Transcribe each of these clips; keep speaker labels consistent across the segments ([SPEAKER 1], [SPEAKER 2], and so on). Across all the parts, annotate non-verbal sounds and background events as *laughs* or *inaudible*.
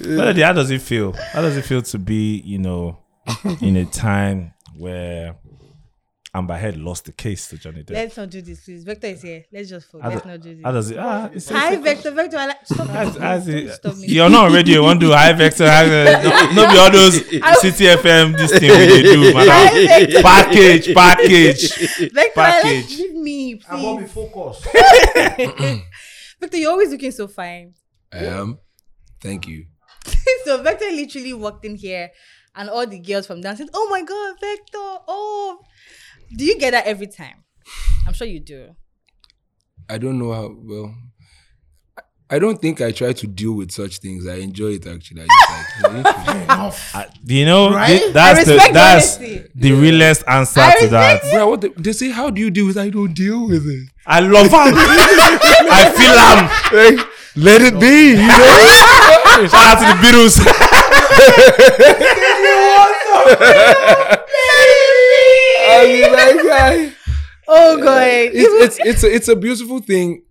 [SPEAKER 1] Melody, how does it feel? How does it feel to be, you know, in a time where Amber Heard lost the case to Johnny Depp?
[SPEAKER 2] Let's not do this, please. Vector is here. Let's just forget.
[SPEAKER 1] How,
[SPEAKER 2] Let's
[SPEAKER 1] do-
[SPEAKER 2] not do
[SPEAKER 1] how
[SPEAKER 2] this.
[SPEAKER 1] does it? Ah, it's,
[SPEAKER 2] Hi, Vector. Vector, I like.
[SPEAKER 3] *laughs*
[SPEAKER 2] Stop.
[SPEAKER 1] As, as
[SPEAKER 2] Don't
[SPEAKER 1] it,
[SPEAKER 2] stop me.
[SPEAKER 1] you're not on radio, you want to do high vector, high vector. No, no be all those City FM, this thing we dey do, man.
[SPEAKER 2] Hi, Vector.
[SPEAKER 1] Package, package.
[SPEAKER 2] Vector, I like.
[SPEAKER 1] package.
[SPEAKER 2] Leave me,
[SPEAKER 4] I want me
[SPEAKER 2] please.
[SPEAKER 3] *laughs*
[SPEAKER 4] focused.
[SPEAKER 2] *laughs* Vector, you're always looking so fine. *laughs*
[SPEAKER 3] Um, thank you.
[SPEAKER 2] so Vector literally walked in here, and all the girls from dancing. Oh my God, Vector! Oh, do you get that every time? I'm sure you
[SPEAKER 3] *laughs*
[SPEAKER 2] do.
[SPEAKER 3] I don't know how well. I- I don't think I try to deal with such things. I enjoy it actually. I just like, "Okay."
[SPEAKER 1] Uh, you know, thi-
[SPEAKER 4] Right?
[SPEAKER 2] I
[SPEAKER 1] that's the
[SPEAKER 2] respect
[SPEAKER 1] that's
[SPEAKER 2] honesty.
[SPEAKER 1] the realest answer
[SPEAKER 2] I
[SPEAKER 1] to that.
[SPEAKER 2] respect
[SPEAKER 3] Bro, what the, they say? How do you deal with? it? I don't deal with it.
[SPEAKER 1] I love
[SPEAKER 2] *laughs*
[SPEAKER 1] him. I feel
[SPEAKER 3] Like, let it be. You know.
[SPEAKER 1] him. Shout out to the Beatles.
[SPEAKER 3] *laughs* I *laughs* mean, like, I-
[SPEAKER 2] Oh God!
[SPEAKER 3] it's it's it's a, it's a beautiful thing.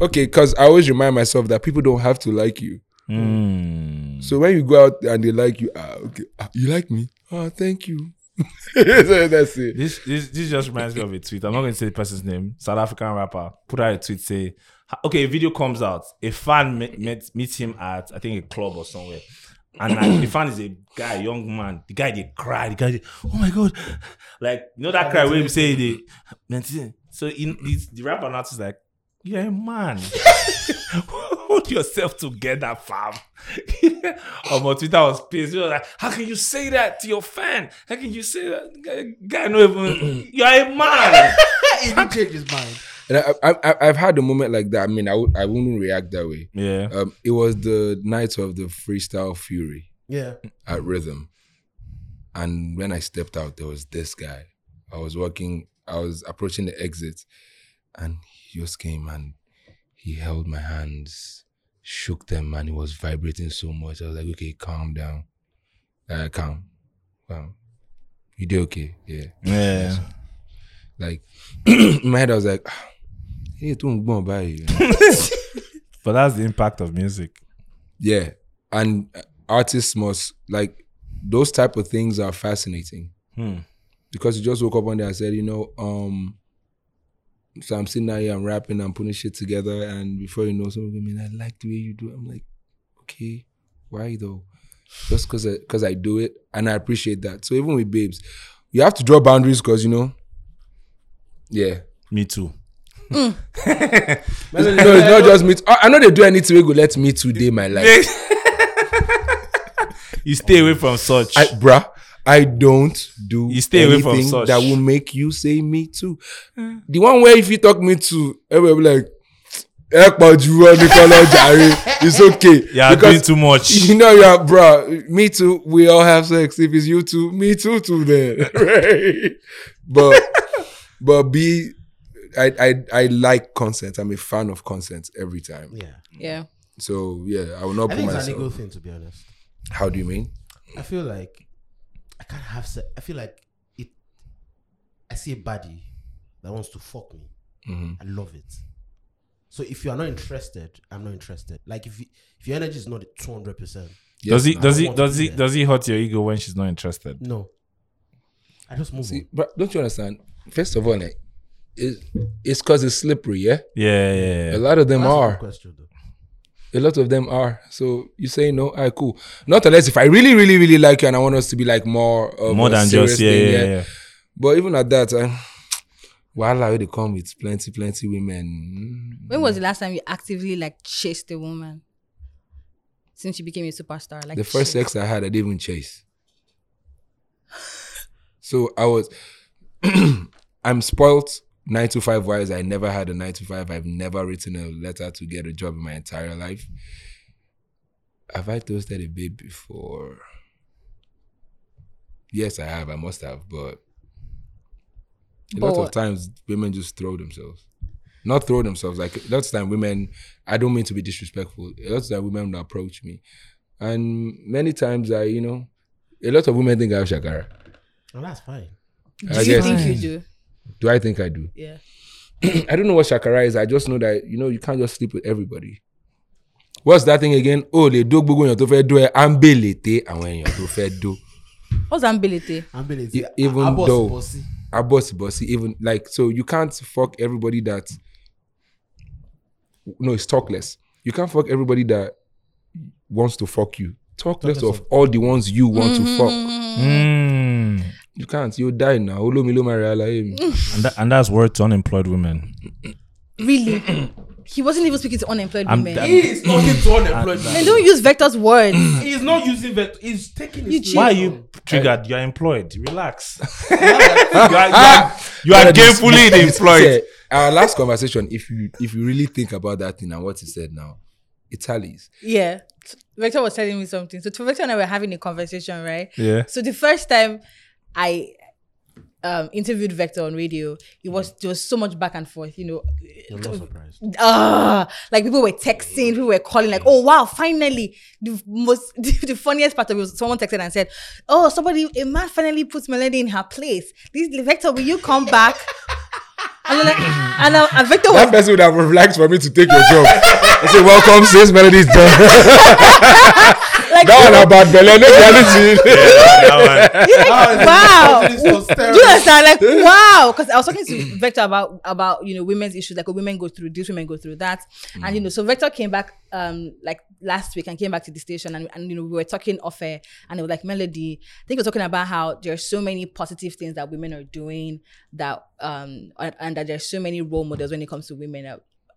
[SPEAKER 3] Okay, because I always remind myself that people don't have to like you.
[SPEAKER 1] Mm.
[SPEAKER 3] So when you go out and they like you, ah, okay, ah, you like me. Oh, thank you. *laughs* So that's it.
[SPEAKER 1] This, this this just reminds me of a tweet. I'm not going to say the person's name. South African rapper put out a tweet say, okay, a video comes out. A fan met, met meets him at I think a club or somewhere, and like, the fan is a guy, young man. The guy they cry. The guy, dey, oh my god, like you know that cry where we say they. 19. So in this, the rapper now is like, you're a man. *laughs* Hold yourself together, fam. *laughs* on my Twitter was pissed. He was like, How can you say that to your fan? How can you say that? Guy- Guy, no even. *clears throat* You're a man.
[SPEAKER 4] he did change his mind.
[SPEAKER 3] And I, I, I, I've had a moment like that. I mean, I w- I wouldn't react that way.
[SPEAKER 1] *laughs* Yeah.
[SPEAKER 3] Um, it was the night of the freestyle fury
[SPEAKER 4] Yeah.
[SPEAKER 3] at Rhythm, and when I stepped out, there was this guy. I was walking. I was approaching the exit, and he just came and he held my hands, shook them, and it was vibrating so much. I was like, okay, calm down, uh, calm, calm. You did okay, yeah.
[SPEAKER 1] Yeah.
[SPEAKER 3] Like *clears throat* in my head, I was like, "Ah, hey, don't go by you." know?
[SPEAKER 1] But that's the impact of music.
[SPEAKER 3] yeah and uh, artists must like those type of things are fascinating
[SPEAKER 1] Hmm.
[SPEAKER 3] because you just woke up one day and said you know um so i'm sitting out here i'm rapping i'm putting shit together and before you know some of i like the way you do it." i'm like okay why though just because because I, do it and i appreciate that so even with babes you have to draw boundaries because you know yeah
[SPEAKER 1] Me too.
[SPEAKER 3] no, it's not just me. Too. I I know they do anything. We go let me today my life.
[SPEAKER 1] you stay away from such.
[SPEAKER 3] I, bruh, I don't do
[SPEAKER 1] You stay away
[SPEAKER 3] anything
[SPEAKER 1] from such.
[SPEAKER 3] that will make you say me too.
[SPEAKER 4] Hmm.
[SPEAKER 3] The one where if you talk me too, everybody will be like, "Eh, Paju, eh, Nicola, Jare, it's okay.
[SPEAKER 1] you are doing too *laughs* much.
[SPEAKER 3] You know, yeah, bruh, me too. We all have sex. If it's you too, me too, too then. *laughs* right? But, but be, I, I, I like consent. I'm a fan of consent every time.
[SPEAKER 4] Yeah.
[SPEAKER 2] yeah.
[SPEAKER 3] So, yeah, I will not
[SPEAKER 4] I
[SPEAKER 3] put
[SPEAKER 4] think it's an ego
[SPEAKER 3] myself.
[SPEAKER 4] thing to be honest.
[SPEAKER 3] How do you mean?
[SPEAKER 4] I feel like I can't have sex. I feel like it. I see a body that wants to fuck me.
[SPEAKER 3] Mhm.
[SPEAKER 4] I love it. So if you are not interested, I'm not interested. Like if you, if your energy is not two hundred percent,
[SPEAKER 1] does he
[SPEAKER 3] Yes,
[SPEAKER 1] does
[SPEAKER 4] I
[SPEAKER 1] he
[SPEAKER 4] want
[SPEAKER 1] does
[SPEAKER 4] to
[SPEAKER 1] he
[SPEAKER 4] do that.
[SPEAKER 1] does he hurt your ego when she's not interested?
[SPEAKER 4] no, I just move
[SPEAKER 3] See, but don't you understand? First of all, like, it, it's because it's slippery, yeah?
[SPEAKER 1] Yeah, yeah,
[SPEAKER 3] A
[SPEAKER 1] yeah.
[SPEAKER 3] lot of them
[SPEAKER 4] on. That's a good
[SPEAKER 3] are.
[SPEAKER 4] question though.
[SPEAKER 3] A lot of them are. So you say no, I cool. Not unless if I really, really, really like you and I want us to be like more of
[SPEAKER 1] More
[SPEAKER 3] a
[SPEAKER 1] than
[SPEAKER 3] serious
[SPEAKER 1] just yeah,
[SPEAKER 3] thing,
[SPEAKER 1] yeah, yeah.
[SPEAKER 3] But even at that, I, while I already come with plenty, plenty women.
[SPEAKER 2] When was the last time you actively like chased a woman? Since you became a superstar, like
[SPEAKER 3] the first
[SPEAKER 2] chased.
[SPEAKER 3] sex I had, I didn't even chase. *laughs* So I was, *clears throat* I'm spoilt nine to five wise. I never had a nine to five. I've never written a letter to get a job in my entire life. Have I toasted a babe before? Yes, I have. I must have, but a lot of
[SPEAKER 2] But-
[SPEAKER 3] times women just throw themselves. Not throw themselves. Like a lot of time women, I don't mean to be disrespectful. A lot of time women will approach me. And many times I, you know, a lot of women think I have Shakara.
[SPEAKER 4] Well, that's fine.
[SPEAKER 2] Do
[SPEAKER 3] I
[SPEAKER 2] you
[SPEAKER 3] guess.
[SPEAKER 2] think you do?
[SPEAKER 3] Do I think I do?
[SPEAKER 2] Yeah.
[SPEAKER 3] I don't know what Shakara is. I just know that, you know, you can't just sleep with everybody. what's that thing again o lè dó gbogbo èèyàn tó fẹ́ dó ẹ à ń bèlè té àwọn èèyàn tó fẹ́ dó
[SPEAKER 2] What's ambelete?
[SPEAKER 4] Ambulance.
[SPEAKER 3] E- even
[SPEAKER 4] Abos-
[SPEAKER 3] though-
[SPEAKER 4] Bossy.
[SPEAKER 3] abọ́sibọ́sí even like so you can't fuck everybody that no it's talkless you can't fuck everybody that wants to fuck you talkless of all the ones you want to fuck
[SPEAKER 1] Mm.
[SPEAKER 3] you can't you die now olómi ló máa rẹ aláyé mi
[SPEAKER 1] And, that, and that's word to unemployed women.
[SPEAKER 2] Really? *clears throat* he wasn't even speaking to unemployed
[SPEAKER 1] I'm-
[SPEAKER 2] women.
[SPEAKER 1] I'm-
[SPEAKER 4] He is talking to unemployment.
[SPEAKER 2] Man, don't use Vector's
[SPEAKER 1] *clears throat*
[SPEAKER 2] words.
[SPEAKER 4] He is not using that. He's taking
[SPEAKER 2] You
[SPEAKER 4] his.
[SPEAKER 2] cheat.
[SPEAKER 1] Why are you triggered? You're employed. Relax. you are, you are, you are
[SPEAKER 3] Brother, this-
[SPEAKER 1] gainfully
[SPEAKER 3] this-
[SPEAKER 1] employed.
[SPEAKER 3] *laughs* Yeah, our last conversation, if you if you really think about that thing and what he said now, it tallies.
[SPEAKER 2] Yeah. Vector was telling me something. So Vector and I were having a conversation, right?
[SPEAKER 1] Yeah.
[SPEAKER 2] So the first time I um interviewed Vector on radio, it was there was so much back and forth, you know.
[SPEAKER 4] I'm not surprised.
[SPEAKER 2] Ah, like people were texting, people were calling, like, oh wow, finally. The most *laughs* the, funniest part of it was someone texted and said, Oh, somebody a man finally puts Melody in her place. This Vector, will you come back? *laughs* And, I'm like, and, I- and Vector was
[SPEAKER 3] That person would have relaxed for me to take your job. I say, welcome, sis, melody's done.
[SPEAKER 2] like,
[SPEAKER 3] that one about Belen, no reality.
[SPEAKER 1] That one.
[SPEAKER 2] You're like, wow.
[SPEAKER 4] This was
[SPEAKER 2] Do you
[SPEAKER 4] terrible.
[SPEAKER 2] understand? Like, wow. Because I was talking to Vector about about you know women's issues, like oh, women go through this, women go through that, and you know. So Vector came back um like last week and came back to the station, and, and you know we were talking off air, and it was like Melody. I think we were talking about how there are so many positive things that women are doing that um and, and that there's so many role models when it comes to women. Uh,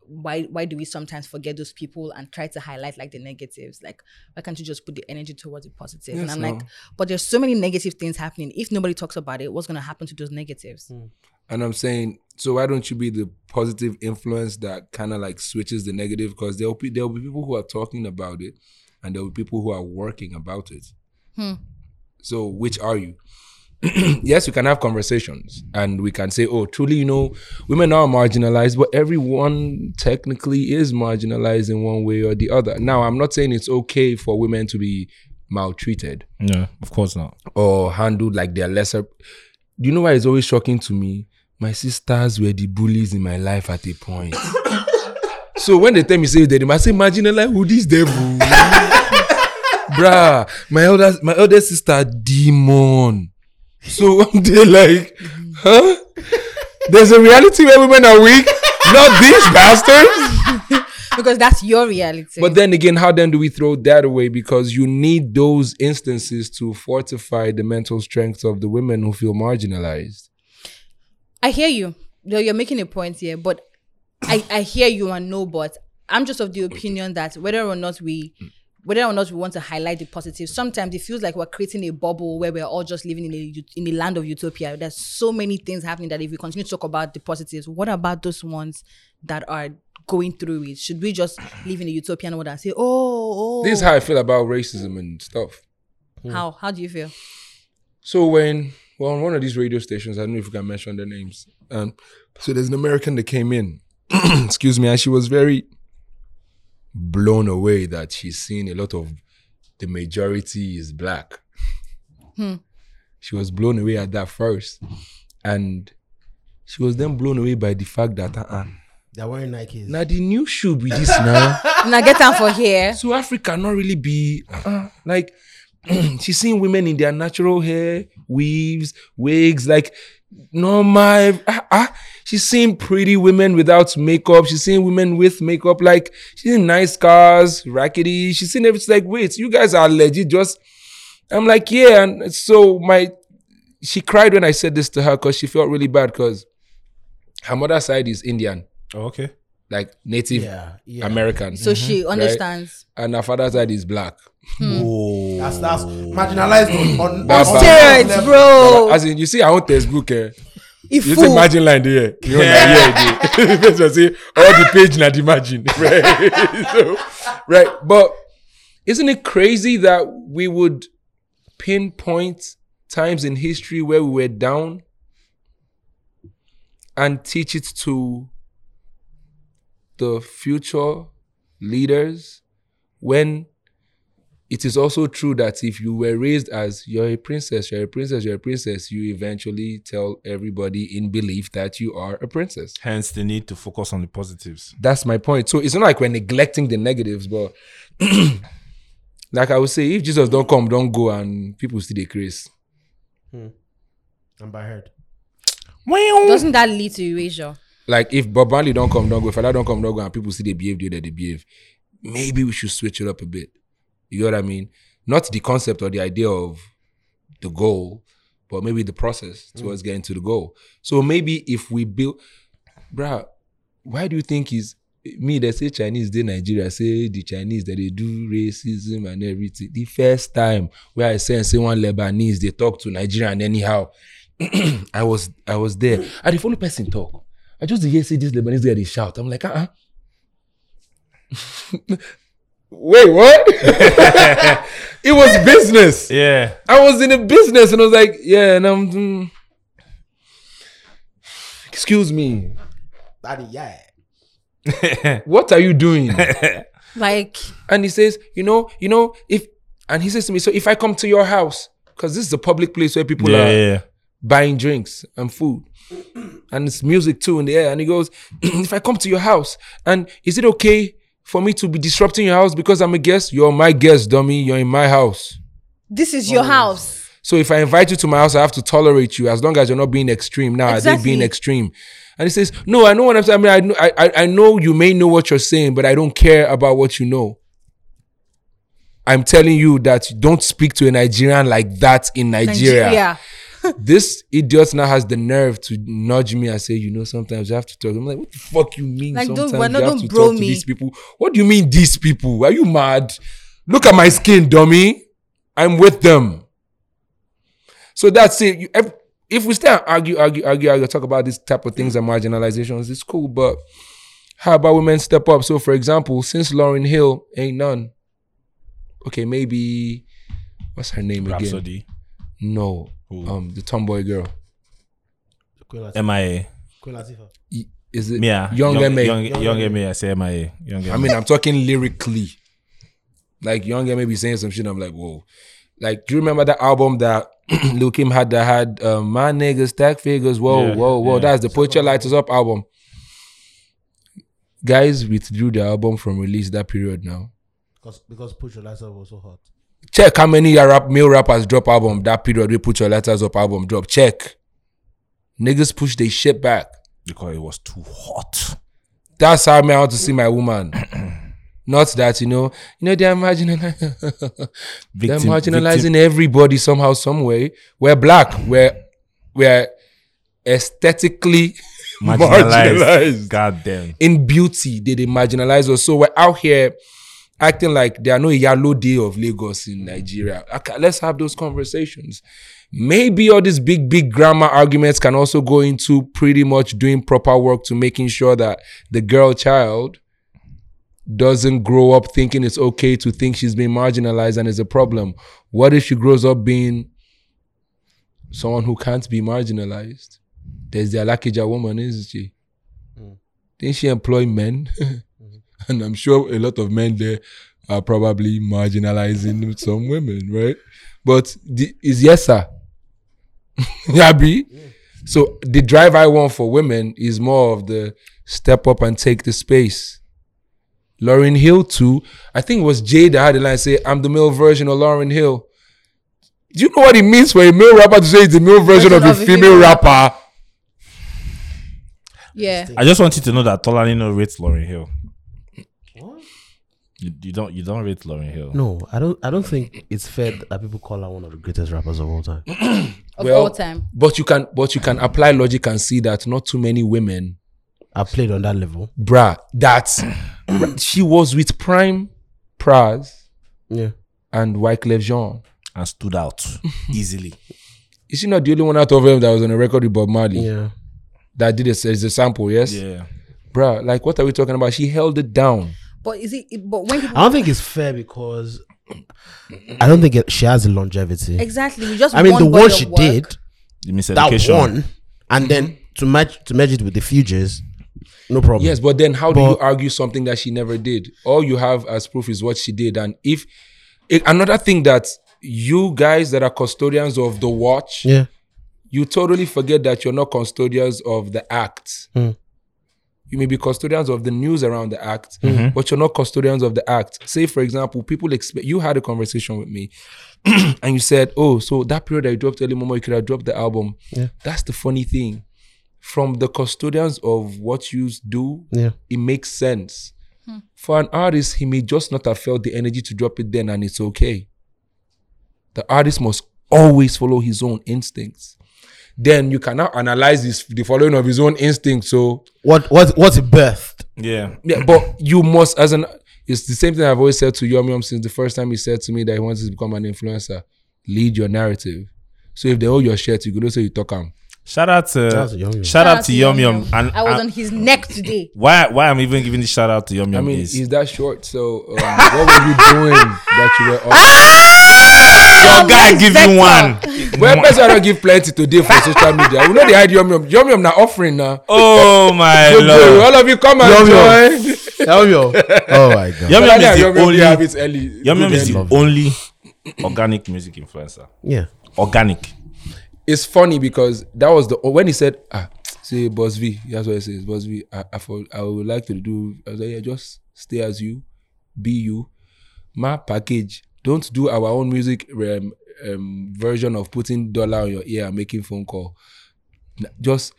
[SPEAKER 2] why why do we sometimes forget those people and try to highlight like the negatives? Like why can't you just put the energy towards the positive? and
[SPEAKER 3] Yes,
[SPEAKER 2] I'm
[SPEAKER 3] no.
[SPEAKER 2] like, but there's so many negative things happening. If nobody talks about it, what's going to happen to those negatives?
[SPEAKER 3] Hmm. And I'm saying, so why don't you be the positive influence that kind of like switches the negative? Because there'll be there'll be people who are talking about it, and there'll be people who are working about it. So which are you? *clears throat* yes, we can have conversations and we can say, oh, truly, you know, women are marginalized, but everyone technically is marginalized in one way or the other. Now, I'm not saying it's okay for women to be maltreated
[SPEAKER 1] No, of course not.
[SPEAKER 3] or handled like they're lesser. Do you know why it's always shocking to me? My sisters were the bullies in my life at a point. so when they tell me say they I say imagine like who this devil. Bruh, my elder my elder sister demon. So *laughs* one day like, huh? There's a reality where women are weak, not these bastards.
[SPEAKER 2] Because that's your reality.
[SPEAKER 3] But then again, how then do we throw that away? Because you need those instances to fortify the mental strength of the women who feel marginalized.
[SPEAKER 2] I hear you. You're, you're making a point here, but I, I hear you and no but. I'm just of the opinion that whether or not we
[SPEAKER 3] Hmm.
[SPEAKER 2] whether or not we want to highlight the positive, sometimes it feels like we're creating a bubble where we're all just living in a ut- in a land of utopia. There's so many things happening that if we continue to talk about the positives, what about those ones that are going through it? Should we just live in a utopian world and say, oh, oh
[SPEAKER 3] This is how I feel about racism and stuff.
[SPEAKER 2] how how do you feel?
[SPEAKER 3] So when well on one of these radio stations, I don't know if you can mention their names. Um, so there's an American that came in, *clears throat* excuse me, and she was very blown away that she's seen a lot of the majority is black. She was blown away at that first, and she was then blown away by the fact that uh-uh,
[SPEAKER 4] They're wearing Nikes.
[SPEAKER 3] now the new shoe be this now.
[SPEAKER 2] now get down for here.
[SPEAKER 3] So Africa not really be uh, like *clears throat* she's seeing women in their natural hair, weaves, wigs, like normal. Uh, uh, she's seeing pretty women without makeup. She's seeing women with makeup. Like she's in nice cars, rackety. She's seeing everything. Like wait, you guys are legit. Just I'm like yeah. And so my she cried when I said this to her because she felt really bad because her mother's side is Indian,
[SPEAKER 1] Oh, okay.
[SPEAKER 3] like Native
[SPEAKER 4] Yeah, yeah.
[SPEAKER 3] American.
[SPEAKER 2] So
[SPEAKER 1] Mm-hmm.
[SPEAKER 2] she understands.
[SPEAKER 3] and her father's side is black.
[SPEAKER 4] That's that's marginalized on- on, on,
[SPEAKER 3] That's
[SPEAKER 4] on
[SPEAKER 3] bad.
[SPEAKER 2] Steroids, bro.
[SPEAKER 3] As in, you see, I want textbook. Eh?
[SPEAKER 2] If
[SPEAKER 3] You see
[SPEAKER 2] Oh. fool.
[SPEAKER 3] margin line there. You know, yeah, yeah. You see, all the page not the margin. *laughs* Right? So, right. But isn't it crazy that we would pinpoint times in history where we were down and teach it to the future leaders when it is also true that if you were raised as you're a princess, you're a princess, you're a princess, you eventually tell everybody in belief that you are a princess.
[SPEAKER 1] Hence the need to focus on the positives.
[SPEAKER 3] That's my point. So it's not like we're neglecting the negatives, but *clears throat* like I would say, if Jesus don't come, don't go, and people still decrease.
[SPEAKER 4] I'm by heard.
[SPEAKER 2] Doesn't that lead to erasure?
[SPEAKER 3] Like if Bob Marley don't come, don't go. If Allah don't come, don't go, and people still they behave the way that they behave. Maybe we should switch it up a bit. You know what I mean? Not the concept or the idea of the goal, but maybe the process towards getting to the goal. So maybe if we build, bruh, why do you think is me they say Chinese they Nigeria say the Chinese that they do racism and everything. The first time where I say say one Lebanese they talk to Nigerian anyhow, *clears throat* I was I was there. I the only person talk. I just dey hear say this Lebanese guy they shout. I'm like uh uh *laughs* Wait, what? *laughs* it was business.
[SPEAKER 1] Yeah.
[SPEAKER 3] I was in a business and I was like, yeah, and I'm. mm. excuse me.
[SPEAKER 4] Daddy, yeah.
[SPEAKER 3] What are you doing?
[SPEAKER 2] Like,
[SPEAKER 3] and he says, you know, you know, if and he says to me, so if I come to your house, because this is a public place where people
[SPEAKER 1] Yeah,
[SPEAKER 3] are
[SPEAKER 1] yeah, yeah.
[SPEAKER 3] buying drinks and food, and it's music too in the air, and he goes, *clears throat* if I come to your house, and is it okay for me to be disrupting your house because I'm a guest? You're my guest, dummy. You're in my house.
[SPEAKER 2] this is
[SPEAKER 1] Oh.
[SPEAKER 2] your house.
[SPEAKER 3] So if I invite you to my house, I have to tolerate you as long as you're not being extreme. Now I think
[SPEAKER 2] Exactly.
[SPEAKER 3] being extreme. And he says, No, I know what I'm saying. I mean, I know, I, I- I know you may know what you're saying, but I don't care about what you know. I'm telling you that you don't speak to a Nigerian like that in Nigeria.
[SPEAKER 2] Nigeria.
[SPEAKER 3] This idiot now has the nerve to nudge me and say, you know, sometimes you have to talk. I'm like, what the fuck you mean?
[SPEAKER 2] Like, don't-
[SPEAKER 3] sometimes
[SPEAKER 2] why not-
[SPEAKER 3] you have
[SPEAKER 2] don't
[SPEAKER 3] to
[SPEAKER 2] bro
[SPEAKER 3] talk to
[SPEAKER 2] me."
[SPEAKER 3] these people. What do you mean these people? Are you mad? Look at my skin, dummy. I'm with them. So that's it. You, if, if we stay and argue, argue, argue, argue, talk about these type of things and marginalizations, it's cool. But how about women step up? So, for example, since Lauren Hill ain't none, okay, maybe what's her name again?
[SPEAKER 1] Rhapsody.
[SPEAKER 3] No,
[SPEAKER 1] Who?
[SPEAKER 3] um, the tomboy girl.
[SPEAKER 4] Queen Latifah.
[SPEAKER 1] MIA.
[SPEAKER 4] Queen Latifah.
[SPEAKER 3] Y- Is it
[SPEAKER 1] Yeah.
[SPEAKER 3] Young,
[SPEAKER 1] ah. young
[SPEAKER 3] MA?
[SPEAKER 1] Young,
[SPEAKER 4] Young
[SPEAKER 1] young
[SPEAKER 4] MA.
[SPEAKER 1] MA. I say MIA. Young MA.
[SPEAKER 3] I mean, I'm talking lyrically. Like Young MA be saying some shit. I'm like, whoa. Like, do you remember that album that *clears throat* Lil Kim had that had uh, my niggas stack figures? Whoa,
[SPEAKER 1] Yeah,
[SPEAKER 3] whoa, whoa.
[SPEAKER 1] yeah.
[SPEAKER 3] That's the Put Your Lighters Up album. Guys withdrew the album from release that period now.
[SPEAKER 4] Because, because Push Your Lights Up was so hot.
[SPEAKER 3] Check how many ya- rap, male rappers drop album that period. We put your letters up album drop. Check. Niggas push they shit back.
[SPEAKER 1] because it was too hot.
[SPEAKER 3] That's how me I want to see my woman. *clears throat* Not that you know, you know *laughs* they're marginalized. they're
[SPEAKER 1] Victim-
[SPEAKER 3] marginalizing
[SPEAKER 1] victim-
[SPEAKER 3] everybody somehow, some way. We're black. We're we're aesthetically
[SPEAKER 1] marginalized.
[SPEAKER 3] marginalized.
[SPEAKER 1] God damn.
[SPEAKER 3] In beauty, they, they marginalize us. So we're out here acting like there are no yellow day of Lagos in Nigeria. Okay, Let's have those conversations. Maybe all these big, big grammar arguments can also go into pretty much doing proper work to making sure that the girl child doesn't grow up thinking it's okay to think she's being marginalized and is a problem. What if she grows up being someone who can't be marginalized? There's the Alakija woman, isn't she? Didn't she employ men? *laughs* and I'm sure a lot of men there are probably marginalizing some women, right? But the, is yes, sir. *laughs* Yabi. So the drive I want for women is more of the step up and take the space. Lauren Hill too. I think it was Jay that had the line say, "I'm the male version of Lauren Hill." Do you know what it means for a male rapper to say it's the male version of a female rapper?
[SPEAKER 2] Yeah.
[SPEAKER 1] I just want you to know that Tolanino rates Lauren Hill.
[SPEAKER 4] What?
[SPEAKER 1] You, you don't you don't rate Lauren Hill.
[SPEAKER 4] No, I don't. I don't think it's fair that people call her one of the greatest rappers of all time.
[SPEAKER 2] Of
[SPEAKER 3] Well,
[SPEAKER 2] all time.
[SPEAKER 3] But you can but you can apply logic and see that not too many women,
[SPEAKER 4] I played on that level.
[SPEAKER 3] bruh, that *coughs* she was with Prime Praz
[SPEAKER 4] Yeah.
[SPEAKER 3] and Wyclef Jean.
[SPEAKER 1] And stood out
[SPEAKER 3] *laughs*
[SPEAKER 1] easily.
[SPEAKER 3] Is she not the only one out of them that was on a record with Bob Marley
[SPEAKER 4] Yeah.
[SPEAKER 3] that did a, is a sample, yes?
[SPEAKER 1] Yeah.
[SPEAKER 3] Bruh, like what are we talking about? She held it down.
[SPEAKER 2] But is it, but when people,
[SPEAKER 4] I don't think it's fair because I don't think it, she has the longevity.
[SPEAKER 2] exactly, you just,
[SPEAKER 4] I mean,
[SPEAKER 2] one
[SPEAKER 4] the
[SPEAKER 2] body
[SPEAKER 4] one
[SPEAKER 2] of
[SPEAKER 4] she
[SPEAKER 2] work.
[SPEAKER 4] did,
[SPEAKER 1] The
[SPEAKER 4] that
[SPEAKER 1] miseducation.
[SPEAKER 4] one, and then to match to match it with the futures, no problem.
[SPEAKER 3] Yes, but then how do
[SPEAKER 4] But-
[SPEAKER 3] you argue something that she never did? All you have as proof is what she did. And if it, another thing that you guys that are custodians of the watch,
[SPEAKER 4] Yeah.
[SPEAKER 3] you totally forget that you're not custodians of the act. You may be custodians of the news around the act, but you're not custodians of the act. Say, for example, people expect you had a conversation with me *clears throat* and you said, Oh, so that period I dropped early Momo, you could have dropped the album.
[SPEAKER 4] Yeah.
[SPEAKER 3] That's the funny thing. From the custodians of what you do,
[SPEAKER 4] Yeah.
[SPEAKER 3] it makes sense. For an artist, he may just not have felt the energy to drop it then, and it's okay. The artist must always follow his own instincts. Then you can now analyze his, the following of his own instincts. So,
[SPEAKER 4] What what what's birthed?
[SPEAKER 1] Yeah.
[SPEAKER 3] yeah, but you must, as an, it's the same thing I've always said to Yum Yum since the first time he said to me that he wants to become an influencer. Lead your narrative. So if they owe your shirt, you could also you talk them.
[SPEAKER 1] Shout out to
[SPEAKER 4] Shout out to Yum Yum.
[SPEAKER 1] shout out to Yum Yum. And,
[SPEAKER 2] I was
[SPEAKER 1] and
[SPEAKER 2] on his neck
[SPEAKER 1] *laughs*
[SPEAKER 2] today.
[SPEAKER 1] why why I'm even giving this shout out to Yum
[SPEAKER 3] I
[SPEAKER 1] Yum
[SPEAKER 3] mean,
[SPEAKER 1] is
[SPEAKER 3] he's that short. So um, what were you doing that you were off?
[SPEAKER 1] your guy give you one.
[SPEAKER 3] Well, person don't give plenty today
[SPEAKER 1] *laughs*
[SPEAKER 3] for social media. We know they hide yum yum. Yum yum na offering now.
[SPEAKER 1] Oh my
[SPEAKER 3] *laughs* Good boy.
[SPEAKER 1] lord.
[SPEAKER 3] All of you come and
[SPEAKER 4] Yum yum.
[SPEAKER 3] join.
[SPEAKER 4] Yum yum. *laughs* Oh my god.
[SPEAKER 1] Yum Yum
[SPEAKER 3] Yum
[SPEAKER 1] is
[SPEAKER 3] yum
[SPEAKER 1] the
[SPEAKER 3] yum
[SPEAKER 1] only
[SPEAKER 3] they have it early.
[SPEAKER 1] Yum Yum
[SPEAKER 3] Good
[SPEAKER 1] is
[SPEAKER 3] end.
[SPEAKER 1] the only organic music influencer.
[SPEAKER 4] Yeah.
[SPEAKER 1] Organic.
[SPEAKER 3] It's funny because that was the when he said ah say Boss V. That's what he says. Boss V. I I, for, I would like to do. I was like yeah, just stay as you, be you. My package. Don't do our own music um, um, version of putting dollar on your ear and making phone call. Na- Just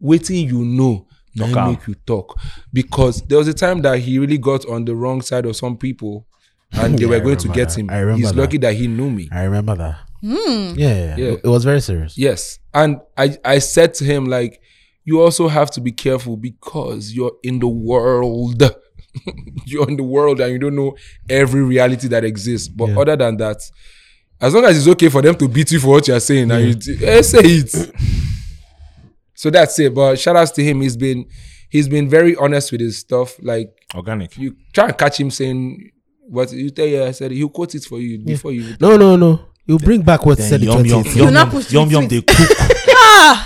[SPEAKER 3] waiting, you know. Now
[SPEAKER 1] Knock am.
[SPEAKER 3] make you talk because there was a time that he really got on the wrong side of some people,
[SPEAKER 4] *laughs*
[SPEAKER 3] and they
[SPEAKER 4] Yeah, I
[SPEAKER 3] were going to
[SPEAKER 4] remember
[SPEAKER 3] get
[SPEAKER 4] that.
[SPEAKER 3] him.
[SPEAKER 4] I remember
[SPEAKER 3] He's
[SPEAKER 4] that.
[SPEAKER 3] lucky that he knew me.
[SPEAKER 4] I remember that.
[SPEAKER 2] Hmm.
[SPEAKER 4] Yeah, yeah, yeah.
[SPEAKER 3] Yeah.
[SPEAKER 4] It was very serious.
[SPEAKER 3] Yes. And I, I said to him, like, you also have to be careful because you're in the world. *laughs* you're in the world and you don't know every reality that exists. But other than that, as long as it's okay for them to beat you for what you're saying, and you t- eh, say it. so that's it. But shout outs to him. He's been he's been very honest with his stuff. Like
[SPEAKER 1] Organic.
[SPEAKER 3] you try and catch him saying what you tell you, I said he'll quote it for you before you
[SPEAKER 4] No, no, no. You bring back what said
[SPEAKER 1] Yum
[SPEAKER 4] the
[SPEAKER 1] Yum.
[SPEAKER 4] 20th.
[SPEAKER 1] Yum
[SPEAKER 2] not
[SPEAKER 1] Yum.
[SPEAKER 2] put
[SPEAKER 1] Yum Yum they
[SPEAKER 2] sweet-
[SPEAKER 1] cook.